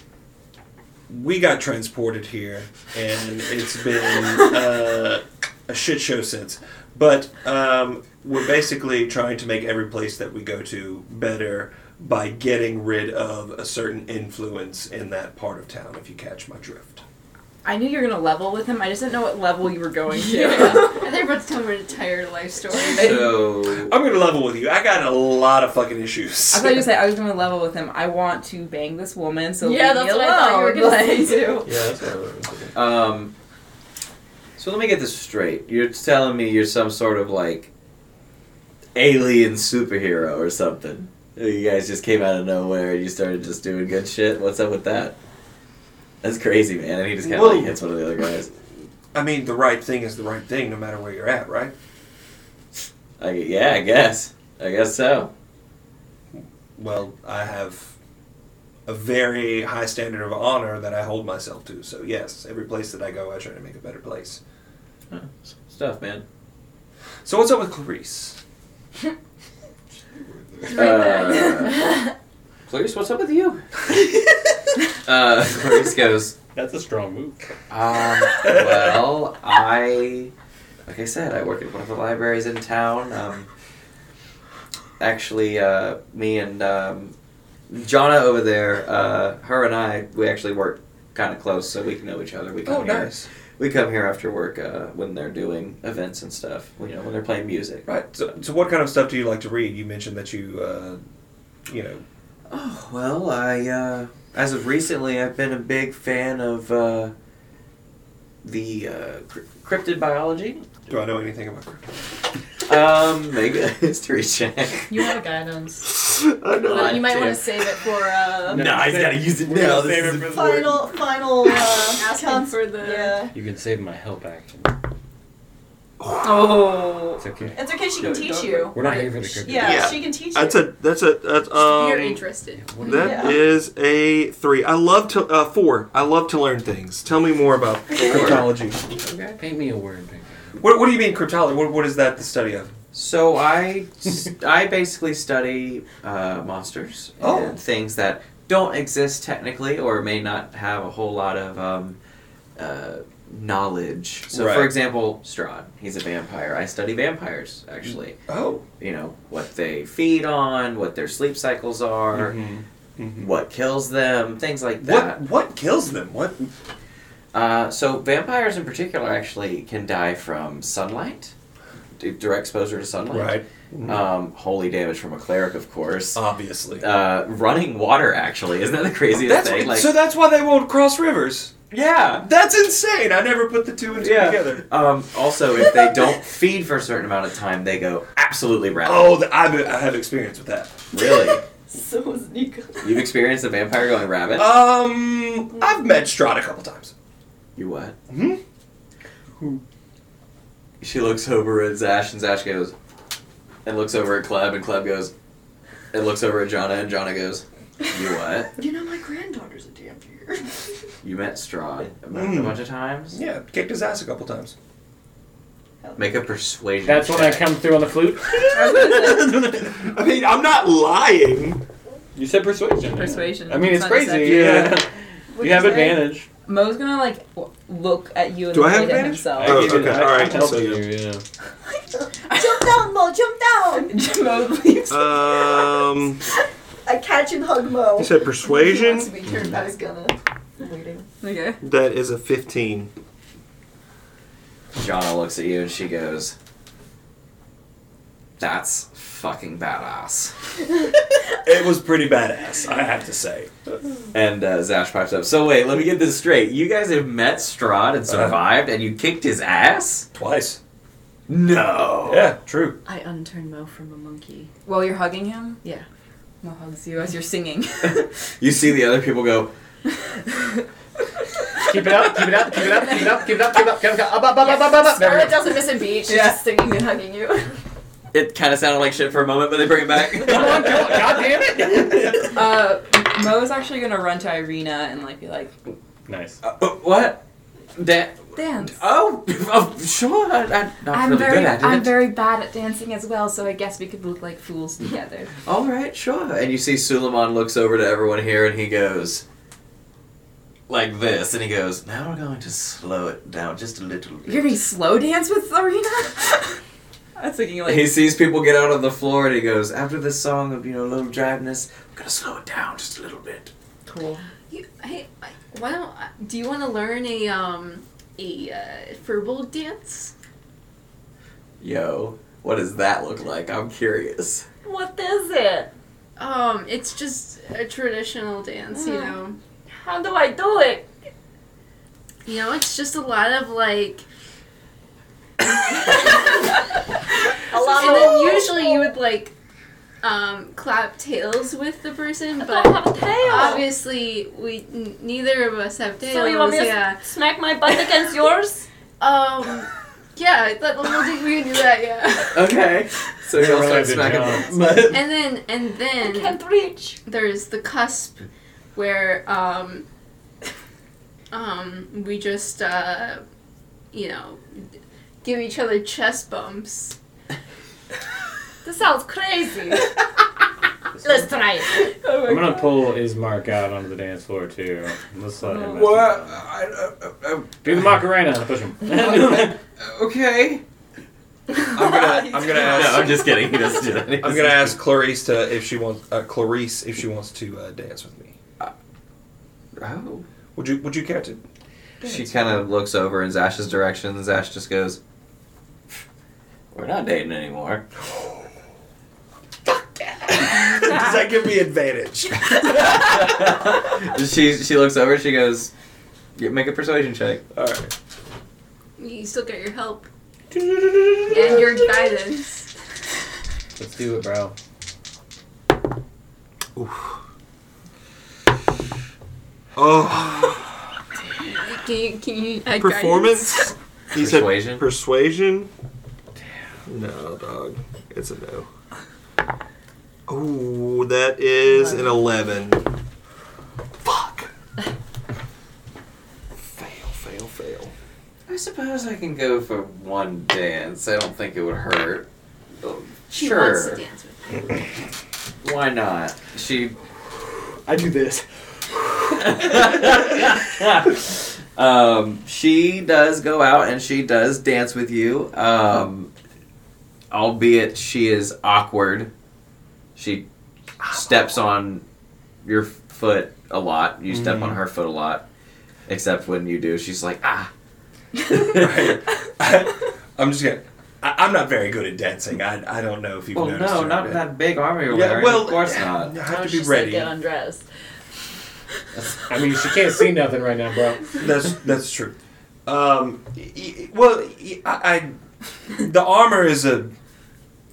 [SPEAKER 5] we got transported here, and it's been uh, a shit show since. But um, we're basically trying to make every place that we go to better by getting rid of a certain influence in that part of town, if you catch my drift.
[SPEAKER 8] I knew you were gonna level with him. I just didn't know what level you were going to.
[SPEAKER 4] They're about to tell me an entire life story.
[SPEAKER 2] So
[SPEAKER 5] I'm going to level with you. I got a lot of fucking issues.
[SPEAKER 8] I thought you said I was gonna level with him. I want to bang this woman, so
[SPEAKER 9] yeah,
[SPEAKER 8] leave
[SPEAKER 9] that's
[SPEAKER 8] me
[SPEAKER 9] what I thought you were
[SPEAKER 8] alone.
[SPEAKER 9] gonna say too.
[SPEAKER 7] Yeah, that's what I was
[SPEAKER 2] Um, so let me get this straight. You're telling me you're some sort of like alien superhero or something. You guys just came out of nowhere and you started just doing good shit. What's up with that? That's crazy, man. And he just kind of
[SPEAKER 5] Whoa.
[SPEAKER 2] like hits one of the other guys.
[SPEAKER 5] I mean, the right thing is the right thing no matter where you're at, right?
[SPEAKER 2] I, yeah, I guess. I guess so.
[SPEAKER 5] Well, I have a very high standard of honor that I hold myself to. So, yes, every place that I go, I try to make a better place.
[SPEAKER 2] Huh. Stuff, man.
[SPEAKER 5] So, what's up with Clarice?
[SPEAKER 2] Uh, Clarice, what's up with you? uh, Clarice goes,
[SPEAKER 7] That's a strong move.
[SPEAKER 2] um, well, I, like I said, I work at one of the libraries in town. Um, actually, uh, me and um, Jonna over there, uh, her and I, we actually work kind of close, so we know each other.
[SPEAKER 8] Oh,
[SPEAKER 2] We
[SPEAKER 5] Oh,
[SPEAKER 2] come here. We come here after work uh, when they're doing events and stuff. You know, when they're playing music.
[SPEAKER 5] Right. So, so, what kind of stuff do you like to read? You mentioned that you, uh, you know,
[SPEAKER 2] Oh, well, I, uh, as of recently, I've been a big fan of, uh, the, uh, cr- cryptid biology.
[SPEAKER 5] do I know anything about crypto?
[SPEAKER 2] Um, maybe a history check.
[SPEAKER 9] You want a guidance?
[SPEAKER 2] I know
[SPEAKER 9] Well,
[SPEAKER 2] I
[SPEAKER 9] you might
[SPEAKER 2] do.
[SPEAKER 9] want to save it for uh,
[SPEAKER 2] No, he's gotta use it
[SPEAKER 7] We're
[SPEAKER 2] now.
[SPEAKER 7] gonna
[SPEAKER 2] This
[SPEAKER 7] save
[SPEAKER 2] is
[SPEAKER 7] it for the-
[SPEAKER 9] final final uh,
[SPEAKER 4] Asking for the.
[SPEAKER 9] Yeah,
[SPEAKER 7] You can save my help action.
[SPEAKER 9] Oh.
[SPEAKER 7] It's okay.
[SPEAKER 9] It's okay. She
[SPEAKER 2] Yeah,
[SPEAKER 9] can teach you.
[SPEAKER 7] We're not here for the crypto.
[SPEAKER 9] Yeah,
[SPEAKER 10] Yeah.
[SPEAKER 9] she can teach you.
[SPEAKER 10] That's a that's a that's
[SPEAKER 4] You're
[SPEAKER 10] um
[SPEAKER 4] interested.
[SPEAKER 10] that
[SPEAKER 9] Yeah.
[SPEAKER 10] is a three. I love to uh, four. I love to learn things. Tell me more about cryptology.
[SPEAKER 7] Paint me a word. Big guy.
[SPEAKER 5] What, what do you mean cryptology? What, what is that the study of?
[SPEAKER 2] So I, s- I basically study uh, monsters
[SPEAKER 5] Oh.
[SPEAKER 2] and things that don't exist technically or may not have a whole lot of um, uh, knowledge. So, for
[SPEAKER 5] Right.
[SPEAKER 2] example, Strahd, he's a vampire. I study vampires actually.
[SPEAKER 5] Oh.
[SPEAKER 2] You know what they feed on, what their sleep cycles are,
[SPEAKER 5] Mm-hmm.
[SPEAKER 2] what kills them, things like that.
[SPEAKER 5] What what kills them? What?
[SPEAKER 2] Uh, so vampires in particular actually can die from sunlight, d- direct exposure to sunlight. Um, holy damage from a cleric, of course.
[SPEAKER 5] Obviously.
[SPEAKER 2] Uh, running water, actually, isn't that the craziest
[SPEAKER 5] That's
[SPEAKER 2] thing? Like,
[SPEAKER 5] so. That's why they won't cross rivers.
[SPEAKER 2] yeah,
[SPEAKER 5] That's insane. I never put the two and two
[SPEAKER 2] yeah.
[SPEAKER 5] together.
[SPEAKER 2] Um, also, if they don't feed for a certain amount of time, they go absolutely rabid.
[SPEAKER 5] Oh, the, I, I have experience with that.
[SPEAKER 2] really?
[SPEAKER 9] So is Nico.
[SPEAKER 2] You've experienced a vampire going rabid?
[SPEAKER 5] Uh, Um, I've met Strahd a couple times.
[SPEAKER 2] you what?
[SPEAKER 5] Hmm?
[SPEAKER 2] She looks over at Zash, and Zash goes, and looks over at Cleb, and Cleb goes, and looks over at Jonna, and Jonna goes, You what?
[SPEAKER 9] You know, my granddaughter's a vampire.
[SPEAKER 2] You met Strahd a, bu-
[SPEAKER 7] Hmm.
[SPEAKER 5] Mm.
[SPEAKER 2] a bunch of times?
[SPEAKER 5] Yeah, kicked his ass a couple times.
[SPEAKER 2] Make a persuasion.
[SPEAKER 7] That's when I
[SPEAKER 2] check.
[SPEAKER 7] come through on the flute.
[SPEAKER 10] I mean, I'm not lying.
[SPEAKER 7] You said persuasion.
[SPEAKER 9] Persuasion.
[SPEAKER 7] I mean, it's
[SPEAKER 9] That's what I
[SPEAKER 7] crazy.
[SPEAKER 10] said.
[SPEAKER 7] Yeah. you have advantage.
[SPEAKER 11] Mo's gonna like w- look at you and
[SPEAKER 10] Do I have
[SPEAKER 11] look at
[SPEAKER 10] advantage?
[SPEAKER 11] himself.
[SPEAKER 10] Oh,
[SPEAKER 7] I give you-
[SPEAKER 10] okay,
[SPEAKER 7] I-
[SPEAKER 10] all
[SPEAKER 7] I
[SPEAKER 10] right,
[SPEAKER 7] helped
[SPEAKER 10] so
[SPEAKER 7] you, yeah.
[SPEAKER 9] jump down, Mo, jump down!
[SPEAKER 11] Mo leaves.
[SPEAKER 10] Um,
[SPEAKER 9] I catch and hug Mo.
[SPEAKER 10] you said persuasion.
[SPEAKER 9] He wants to be turned back, he's gonna. I'm waiting.
[SPEAKER 11] Okay.
[SPEAKER 10] That is a 15.
[SPEAKER 2] Jonna looks at you and she goes, That's fucking badass.
[SPEAKER 5] It was pretty badass, I have to say.
[SPEAKER 2] And uh, Zash pipes up, So wait, let me get this straight. You guys have met Strahd
[SPEAKER 7] Uh-huh.
[SPEAKER 2] and survived, and you kicked his ass?
[SPEAKER 5] Twice.
[SPEAKER 2] No!
[SPEAKER 5] Yeah, true.
[SPEAKER 9] I unturned Mo from a monkey.
[SPEAKER 11] While you're hugging him.
[SPEAKER 9] Yeah.
[SPEAKER 11] Mo hugs you as you're singing.
[SPEAKER 2] You see the other people go,
[SPEAKER 7] Keep it up, keep it up, keep it up, keep it up, keep it up, keep it up, keep it up, up, up, up, up, up, up, up. There we
[SPEAKER 9] Scarlet
[SPEAKER 7] go.
[SPEAKER 9] doesn't miss a beat, she's just singing and hugging you.
[SPEAKER 2] It kind of sounded like shit for a moment, but they bring it back.
[SPEAKER 7] Come on, come on, god damn it!
[SPEAKER 11] uh, Mo's actually gonna run to Irina and like be like,
[SPEAKER 7] Nice.
[SPEAKER 2] Uh, uh, what? That.
[SPEAKER 8] Dance.
[SPEAKER 2] Oh, oh sure. I, I'm not
[SPEAKER 8] I'm
[SPEAKER 2] really
[SPEAKER 8] very
[SPEAKER 2] good at it.
[SPEAKER 8] I'm very bad at dancing as well, so I guess we could look like fools together.
[SPEAKER 2] All right, sure. And you see Suleiman looks over to everyone here and he goes like this and he goes, "Now we're going to slow it down just a little bit."
[SPEAKER 11] "You're gonna slow dance with Irina?" I was thinking like,
[SPEAKER 2] he sees people get out on the floor and he goes, "After this song of, you know, a little drabness, we're going to slow it down just a little bit."
[SPEAKER 9] Cool.
[SPEAKER 4] You, hey, I- why don't uh, do you want to learn a um a uh, furball dance?
[SPEAKER 2] Yo, what does that look like? I'm curious.
[SPEAKER 9] What is it?
[SPEAKER 4] Um, it's just a traditional dance, you
[SPEAKER 9] Mm.
[SPEAKER 4] know.
[SPEAKER 9] How do I do it?
[SPEAKER 4] You know, it's just a lot of like,
[SPEAKER 9] A lot
[SPEAKER 4] and
[SPEAKER 9] of
[SPEAKER 4] then usually you would like um clap tails with the person,
[SPEAKER 9] I
[SPEAKER 4] but
[SPEAKER 9] don't have a tail.
[SPEAKER 4] obviously we n- neither of us have tails.
[SPEAKER 9] So you want me to
[SPEAKER 4] yeah.
[SPEAKER 9] smack my butt against yours?
[SPEAKER 4] Um. Yeah, that, we'll do, we can do that. Yeah.
[SPEAKER 2] Okay. So you all
[SPEAKER 7] Really
[SPEAKER 2] start
[SPEAKER 7] good
[SPEAKER 2] smacking.
[SPEAKER 4] And then and
[SPEAKER 9] I
[SPEAKER 4] then
[SPEAKER 9] can't reach.
[SPEAKER 4] there's the cusp where um um we just uh you know give each other chest bumps
[SPEAKER 9] This sounds crazy. Let's try it.
[SPEAKER 7] I'm gonna pull Ismark out onto the dance floor too. Let's let him.
[SPEAKER 2] What? I, I, I,
[SPEAKER 7] Do the Macarena. Push him.
[SPEAKER 2] Okay.
[SPEAKER 5] I'm gonna, I'm gonna ask.
[SPEAKER 2] No, I'm just kidding. He doesn't do that.
[SPEAKER 5] I'm gonna ask Clarice to if she wants uh, Clarice if she wants to uh, dance with me.
[SPEAKER 2] Oh.
[SPEAKER 5] Would you Would you care to?
[SPEAKER 2] She kind of looks over in Zash's direction. and Zash just goes, "We're not dating anymore."
[SPEAKER 5] Does that give me advantage?
[SPEAKER 2] she she looks over. She goes, "Yeah, "Make a persuasion check."
[SPEAKER 5] All right.
[SPEAKER 4] you still get your help and your guidance
[SPEAKER 7] Let's do it, bro.
[SPEAKER 10] Oh,
[SPEAKER 4] can you can you add
[SPEAKER 10] performance? You said
[SPEAKER 2] Persuasion?
[SPEAKER 10] persuasion? No, dog. It's a no. Oh, that is an 11. Fuck. Fail, fail, fail.
[SPEAKER 2] I suppose I can go for one dance. I don't think it would hurt.
[SPEAKER 4] She
[SPEAKER 2] sure.
[SPEAKER 4] wants to dance with.
[SPEAKER 2] Why not? She.
[SPEAKER 12] I do this.
[SPEAKER 2] um, she does go out and she does dance with you, um, albeit she is awkward. She steps on your foot a lot. You step
[SPEAKER 5] Mm-hmm.
[SPEAKER 2] on her foot a lot, except when you do. She's like, ah.
[SPEAKER 5] I'm just gonna. I, I'm not very good at dancing. I, I don't know if you've
[SPEAKER 2] Well,
[SPEAKER 5] noticed.
[SPEAKER 2] oh, no,
[SPEAKER 5] or
[SPEAKER 2] not that big army you're
[SPEAKER 5] Yeah,
[SPEAKER 2] wearing.
[SPEAKER 5] well,
[SPEAKER 2] of course not.
[SPEAKER 5] I have
[SPEAKER 3] Oh, She's
[SPEAKER 5] to be
[SPEAKER 3] just
[SPEAKER 5] ready.
[SPEAKER 3] Like, get undressed.
[SPEAKER 7] I mean, she can't see nothing right now, bro.
[SPEAKER 5] That's that's true. Um, y- y- well, y- I, I- the armor is a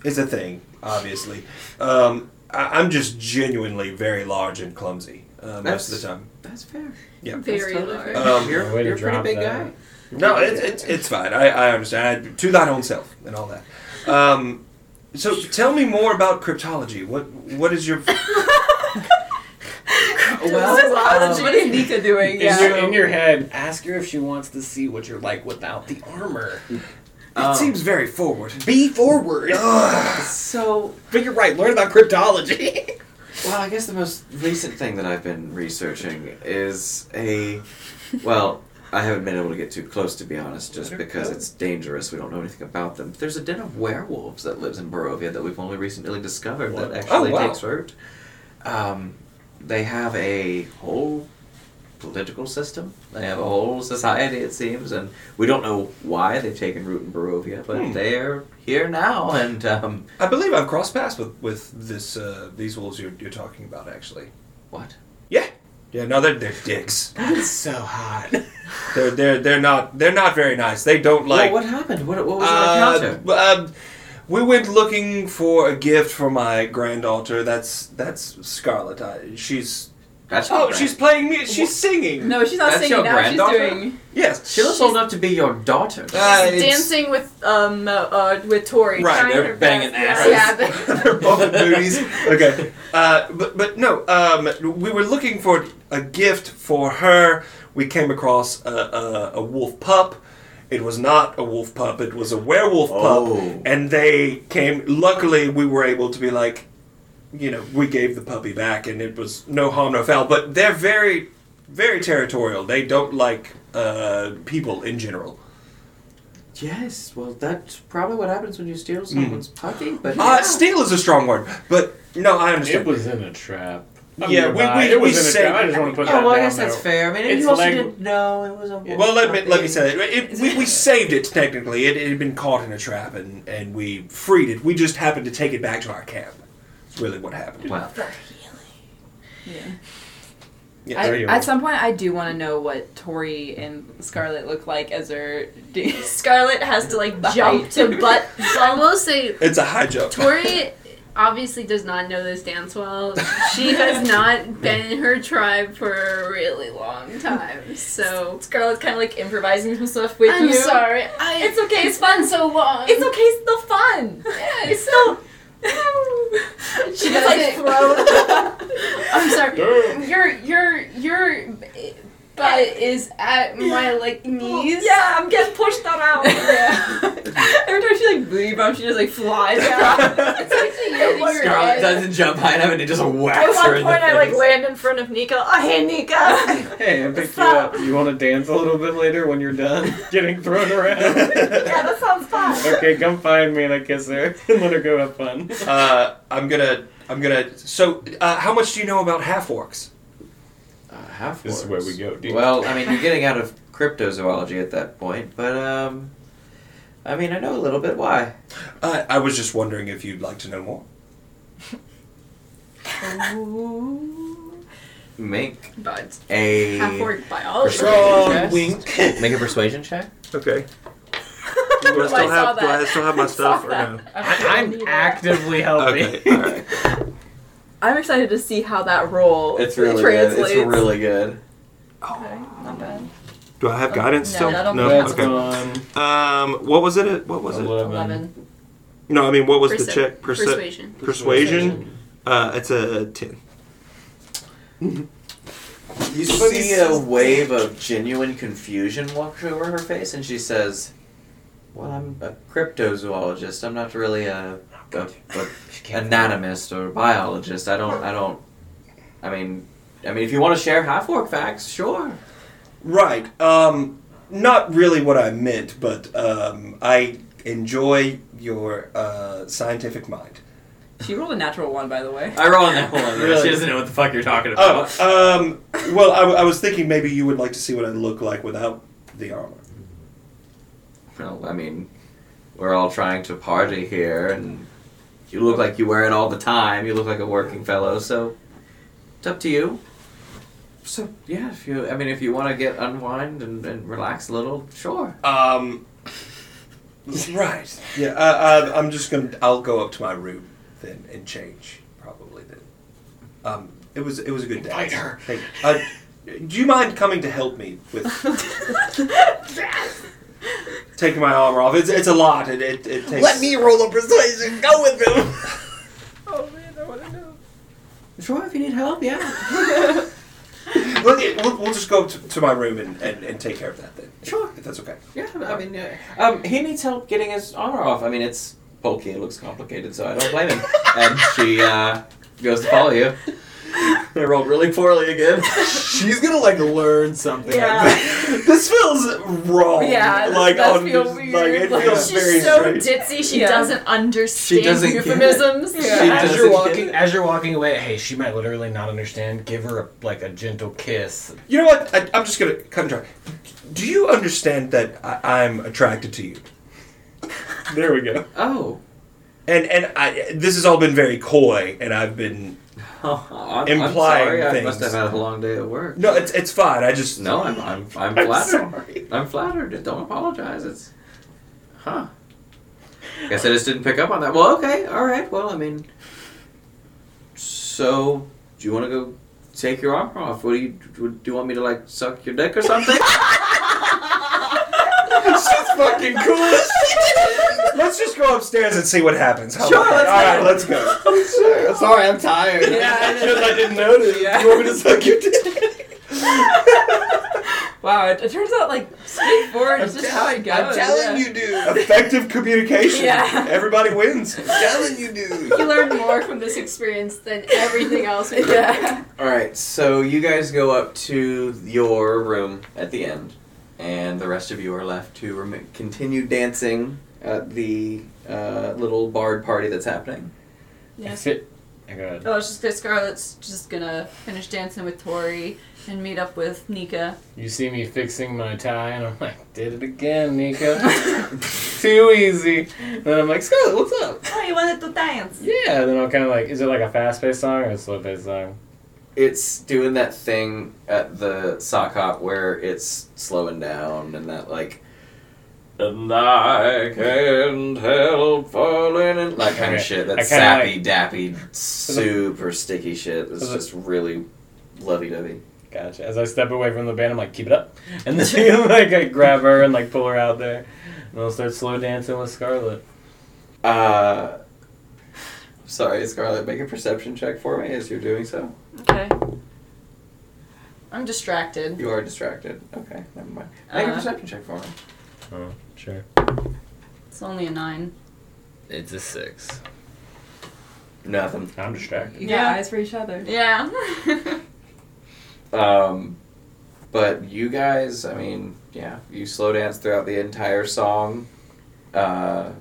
[SPEAKER 5] is a thing, obviously. Um, I, I'm just genuinely very large and clumsy uh, most of
[SPEAKER 2] That's-
[SPEAKER 5] the time.
[SPEAKER 2] That's fair.
[SPEAKER 5] Yeah.
[SPEAKER 4] Very large.
[SPEAKER 5] Um,
[SPEAKER 2] you're
[SPEAKER 7] Way to
[SPEAKER 2] you're a pretty
[SPEAKER 7] drop
[SPEAKER 2] big
[SPEAKER 7] that.
[SPEAKER 2] guy.
[SPEAKER 5] No, it's it's, it's fine. I, I understand. I, to thine own self and all that. Um, so tell me more about cryptology. What what is your
[SPEAKER 2] Well,
[SPEAKER 11] what is Nika doing?
[SPEAKER 7] In,
[SPEAKER 11] Yeah.
[SPEAKER 7] your, in your head, ask her if she wants to see what you're like without the armor.
[SPEAKER 2] um,
[SPEAKER 5] very forward.
[SPEAKER 7] Be forward.
[SPEAKER 2] so.
[SPEAKER 7] But you're right. Learn about cryptology.
[SPEAKER 2] Well, I guess the most recent thing that I've been researching is a. Well, I haven't been able to get too close, to be honest, just because it's dangerous. We don't know anything about them. There's a den of werewolves that lives in Barovia that we've only recently discovered that actually
[SPEAKER 5] Oh, wow.
[SPEAKER 2] takes root. Um, they have a whole political system. They have a whole society, it seems, and we don't know why they've taken root in Barovia, but
[SPEAKER 5] Hmm.
[SPEAKER 2] they are here now, and um,
[SPEAKER 5] I believe I've crossed paths with with this uh, these wolves you're, you're talking about actually.
[SPEAKER 2] what?
[SPEAKER 5] Yeah. Yeah, no, they're they're dicks.
[SPEAKER 7] That's so hot.
[SPEAKER 5] They're they're they're not they're not very nice. They don't like.
[SPEAKER 2] Well, what happened? What, what was
[SPEAKER 5] Uh,
[SPEAKER 2] your encounter?
[SPEAKER 5] uh, we went looking for a gift for my grand altar. That's that's Scarlet. I, she's
[SPEAKER 2] That's
[SPEAKER 5] oh,
[SPEAKER 2] not
[SPEAKER 5] she's playing music. She's singing.
[SPEAKER 11] No, she's not
[SPEAKER 2] That's your
[SPEAKER 11] singing now. She's
[SPEAKER 2] granddaughter?
[SPEAKER 11] doing.
[SPEAKER 5] Yes,
[SPEAKER 2] She looks old enough to be your daughter.
[SPEAKER 5] Uh, it's-
[SPEAKER 3] Dancing with um uh, uh with Tori.
[SPEAKER 5] Right,
[SPEAKER 3] trying
[SPEAKER 5] they're
[SPEAKER 3] her
[SPEAKER 2] banging
[SPEAKER 3] best.
[SPEAKER 2] asses.
[SPEAKER 3] Yeah,
[SPEAKER 5] They're both in booties. Okay, uh, but but no. Um, we were looking for a gift for her. We came across a, a, a wolf pup. It was not a wolf pup. It was a werewolf
[SPEAKER 2] Oh.
[SPEAKER 5] pup. And they came. Luckily, we were able to be like, you know, we gave the puppy back, and it was no harm, no foul. But they're very, very territorial. They don't like uh, people in general.
[SPEAKER 2] Yes, well, that's probably what happens when you steal someone's puppy. But
[SPEAKER 5] Uh, steal is a strong word, but no, I understand.
[SPEAKER 7] It was in a trap.
[SPEAKER 5] Yeah, we-
[SPEAKER 7] nearby.
[SPEAKER 5] we-
[SPEAKER 7] it was
[SPEAKER 5] we
[SPEAKER 7] in a
[SPEAKER 5] say-
[SPEAKER 7] trap. Oh, I just want to put
[SPEAKER 2] yeah,
[SPEAKER 7] that
[SPEAKER 2] well, I
[SPEAKER 7] down
[SPEAKER 2] guess that's
[SPEAKER 7] there.
[SPEAKER 2] fair. I mean,
[SPEAKER 7] It's
[SPEAKER 2] you also
[SPEAKER 7] langu-
[SPEAKER 2] didn't know it was a wolf
[SPEAKER 5] Well, let me
[SPEAKER 2] puppy.
[SPEAKER 5] let me say that it, we, we saved it technically. It, it had been caught in a trap, and, and we freed it. We just happened to take it back to our camp. That's really what happened.
[SPEAKER 2] Well,
[SPEAKER 5] Yeah,
[SPEAKER 7] There you
[SPEAKER 11] I, at
[SPEAKER 7] go.
[SPEAKER 11] some point, I do want to know what Tori and Scarlet look like as they're doing.
[SPEAKER 3] Scarlet has to like jump to butt
[SPEAKER 4] I
[SPEAKER 3] bump.
[SPEAKER 4] will say,
[SPEAKER 5] it's a high jump.
[SPEAKER 4] Tori obviously does not know this dance well. She has not been in her tribe for a really long time. So
[SPEAKER 3] Scarlet's kind of like improvising some stuff with
[SPEAKER 4] I'm
[SPEAKER 3] you.
[SPEAKER 4] sorry. I,
[SPEAKER 3] It's okay. It's fun.
[SPEAKER 4] so long.
[SPEAKER 3] It's okay. It's still fun. It's still.
[SPEAKER 4] She
[SPEAKER 3] she just like
[SPEAKER 4] doesn't-
[SPEAKER 3] throw.
[SPEAKER 4] I'm sorry.
[SPEAKER 7] Damn.
[SPEAKER 4] Your your your butt is at my like knees.
[SPEAKER 3] yeah, I'm getting pushed around.
[SPEAKER 11] Every time she like booty bumps, she just like flies across.
[SPEAKER 4] It's actually really
[SPEAKER 2] Scarlet
[SPEAKER 4] weird.
[SPEAKER 2] doesn't jump high enough, and it just
[SPEAKER 3] At
[SPEAKER 2] whacks her
[SPEAKER 3] one
[SPEAKER 2] in the
[SPEAKER 3] point, I like
[SPEAKER 2] face.
[SPEAKER 3] land in front of Nico. Oh, hey, Nico.
[SPEAKER 7] Hey, I picked you up. You want to dance a little bit later when you're done getting thrown around?
[SPEAKER 3] yeah, that sounds fun.
[SPEAKER 7] okay, come find me and I kiss her and let her go have fun.
[SPEAKER 5] Uh, I'm gonna I'm gonna. So, uh, how much do you know about half orcs?
[SPEAKER 2] uh, half
[SPEAKER 7] This is where we go deep.
[SPEAKER 2] Well, I mean, you're getting out of cryptozoology at that point, but um, I mean, I know a little bit why.
[SPEAKER 5] Uh, I was just wondering if you'd like to know more.
[SPEAKER 2] Make
[SPEAKER 4] But
[SPEAKER 2] a
[SPEAKER 4] half orc biology.
[SPEAKER 5] wink.
[SPEAKER 2] make a persuasion check.
[SPEAKER 10] Okay.
[SPEAKER 4] I
[SPEAKER 10] still
[SPEAKER 4] saw
[SPEAKER 10] have- do I
[SPEAKER 4] that.
[SPEAKER 10] still have my
[SPEAKER 4] I
[SPEAKER 10] stuff
[SPEAKER 4] saw
[SPEAKER 10] or
[SPEAKER 4] that.
[SPEAKER 10] no?
[SPEAKER 7] I, I'm actively helping.
[SPEAKER 10] Okay. All right.
[SPEAKER 11] I'm excited to see how that role
[SPEAKER 2] It's really good.
[SPEAKER 11] translates.
[SPEAKER 2] It's really good.
[SPEAKER 10] Do I have guidance
[SPEAKER 3] No,
[SPEAKER 10] still?
[SPEAKER 3] that'll
[SPEAKER 10] no.
[SPEAKER 7] That's
[SPEAKER 10] okay.
[SPEAKER 7] gone.
[SPEAKER 10] Um, what was it? What was it?
[SPEAKER 7] 11.
[SPEAKER 4] Eleven.
[SPEAKER 10] No, I mean, what was the
[SPEAKER 4] Persu-
[SPEAKER 10] check? Persu-
[SPEAKER 4] Persuasion.
[SPEAKER 10] Persuasion. Uh, it's a ten.
[SPEAKER 2] You see a wave of genuine confusion wash over her face, and she says, Well, I'm a cryptozoologist. I'm not really a, a, a anatomist or biologist. I don't. I don't. I mean, I mean, if you want to share half orc facts, sure.
[SPEAKER 5] Right. Um, not really what I meant, but um, I enjoy your uh, scientific mind.
[SPEAKER 11] She rolled a natural one, by the way.
[SPEAKER 2] I rolled a natural one.
[SPEAKER 12] She doesn't know what the fuck you're talking
[SPEAKER 5] Oh,
[SPEAKER 10] Uh-huh.
[SPEAKER 12] about.
[SPEAKER 5] um, well, I, w- I was thinking maybe you would like to see what I look like without the armor.
[SPEAKER 2] Well, I mean, we're all trying to party here, and you look like you wear it all the time. You look like a working fellow, so it's up to you. So yeah, if you, I mean, if you want to get unwind and, and relax a little, sure.
[SPEAKER 5] Um, right. Yeah, I, I, I'm just gonna. I'll go up to my room then and change probably then. Um, it was it was a good day.
[SPEAKER 12] Invite her.
[SPEAKER 5] Thank you. Uh, do you mind coming to help me with taking my armor off? It's it's a lot. It it, it takes.
[SPEAKER 12] roll a persuasion. Go with him.
[SPEAKER 11] Oh man, I want to know.
[SPEAKER 2] Sure, if you need help, yeah.
[SPEAKER 5] We'll, we'll, we'll just go up to, to my room and, and, and take care of that then.
[SPEAKER 2] Sure.
[SPEAKER 5] if that's okay.
[SPEAKER 2] Yeah, I mean, yeah. um, he needs help getting his armor off. I mean, it's bulky. It looks complicated, so I don't blame him. and she uh, goes to follow you. I rolled really poorly again.
[SPEAKER 12] She's gonna like learn something.
[SPEAKER 11] Yeah.
[SPEAKER 5] This feels wrong.
[SPEAKER 11] Yeah, this
[SPEAKER 5] like
[SPEAKER 11] does
[SPEAKER 5] on
[SPEAKER 11] feel
[SPEAKER 5] this-
[SPEAKER 11] weird.
[SPEAKER 5] like it
[SPEAKER 11] Like,
[SPEAKER 5] feels very
[SPEAKER 9] She's so
[SPEAKER 5] strange.
[SPEAKER 9] ditzy, she
[SPEAKER 11] Yeah.
[SPEAKER 9] doesn't understand
[SPEAKER 2] doesn't get it.
[SPEAKER 9] euphemisms.
[SPEAKER 11] Yeah.
[SPEAKER 7] as
[SPEAKER 2] doesn't
[SPEAKER 7] you're
[SPEAKER 2] get
[SPEAKER 7] walking,
[SPEAKER 2] it.
[SPEAKER 7] as you're walking away, hey, she might literally not understand. Give her a, like a gentle kiss.
[SPEAKER 5] You know what? I, I'm just gonna cut and dry. Do you understand that I, I'm attracted to you? There we go.
[SPEAKER 2] Oh.
[SPEAKER 5] And and I this has all been very coy, and I've been
[SPEAKER 2] Oh, I'm, I'm
[SPEAKER 5] Implying
[SPEAKER 2] sorry. I must have
[SPEAKER 5] things.
[SPEAKER 2] had a long day at work.
[SPEAKER 5] no, it's it's fine. I just
[SPEAKER 2] No, I'm I'm, I'm
[SPEAKER 5] I'm
[SPEAKER 2] flattered.
[SPEAKER 5] sorry.
[SPEAKER 2] I'm flattered. Don't apologize. It's, huh? Guess I just didn't pick up on that. Well, okay, all right. Well, I mean, so do you want to go take your armor off? What do you do? You want me to like suck your dick or something?
[SPEAKER 5] She's fucking cool. as shit. let's just go upstairs and see what happens. How
[SPEAKER 2] Sure,
[SPEAKER 5] about
[SPEAKER 2] let's
[SPEAKER 5] that?
[SPEAKER 2] go.
[SPEAKER 5] all right, let's go.
[SPEAKER 12] Sure. Sorry, I'm tired. Yeah.
[SPEAKER 5] I didn't notice.
[SPEAKER 11] Yeah.
[SPEAKER 5] You want me to suck your dick?
[SPEAKER 11] Wow, it, it turns out like skate forward is just how it goes. yeah.
[SPEAKER 12] you, dude.
[SPEAKER 5] Effective communication.
[SPEAKER 11] Yeah.
[SPEAKER 5] Everybody wins.
[SPEAKER 12] telling you, dude.
[SPEAKER 4] You learn more from this experience than everything else. we
[SPEAKER 11] Yeah.
[SPEAKER 2] All right, so you guys go up to your room at the end, and the rest of you are left to rem- continue dancing at the uh, little bard party that's happening.
[SPEAKER 7] If it, I got
[SPEAKER 9] Oh, it's just because Scarlett's just gonna finish dancing with Tori and meet up with Nika.
[SPEAKER 7] You see me fixing my tie, and I'm like, did it again, Nika. Too easy. And then I'm like, Scarlett, what's up?
[SPEAKER 9] Oh, you wanted to dance.
[SPEAKER 7] Yeah. Then I'm kind of like, is it like a fast paced song or a slow paced song?
[SPEAKER 2] It's doing that thing at the sock hop where it's slowing down and that like. And I can't help falling in that kind of
[SPEAKER 7] Okay,
[SPEAKER 2] shit. That
[SPEAKER 7] I kinda
[SPEAKER 2] sappy, dappy, super sticky shit. It's just really lovey-dovey.
[SPEAKER 7] Gotcha. As I step away from the band, I'm like, keep it up. And then like I grab her and like pull her out there, and I'll start slow dancing with Scarlett.
[SPEAKER 2] Uh, sorry, Scarlett, make a perception check for me as you're doing so.
[SPEAKER 9] Okay. I'm distracted.
[SPEAKER 2] You are distracted. Okay, never mind. Make a
[SPEAKER 9] Uh,
[SPEAKER 2] perception check for me.
[SPEAKER 7] Oh, sure.
[SPEAKER 9] It's only a nine.
[SPEAKER 7] It's a six.
[SPEAKER 2] Nothing.
[SPEAKER 7] I'm distracted.
[SPEAKER 11] You
[SPEAKER 9] Yeah.
[SPEAKER 11] got eyes for each other.
[SPEAKER 9] Yeah.
[SPEAKER 2] Um, but you guys, I mean, yeah, you slow dance throughout the entire song. Uh,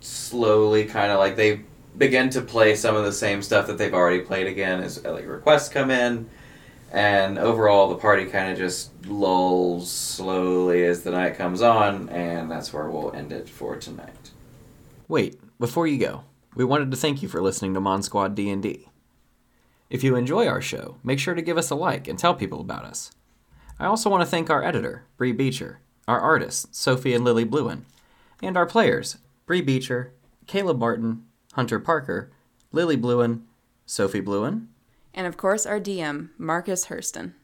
[SPEAKER 2] slowly, kind of like they begin to play some of the same stuff that they've already played again as uh, like requests come in. And overall, the party kind of just lulls slowly as the night comes on, and that's where we'll end it for tonight. Wait, before you go, we wanted to thank you for listening to Mon Squad D&D. If you enjoy our show, make sure to give us a like and tell people about us. I also want to thank our editor, Bree Beecher, our artists, Sophie and Lily Bluen, and our players, Bree Beecher, Caleb Martin, Hunter Parker, Lily Bluen, Sophie Bluen,
[SPEAKER 11] And of course, our DM, Marcus Hurston.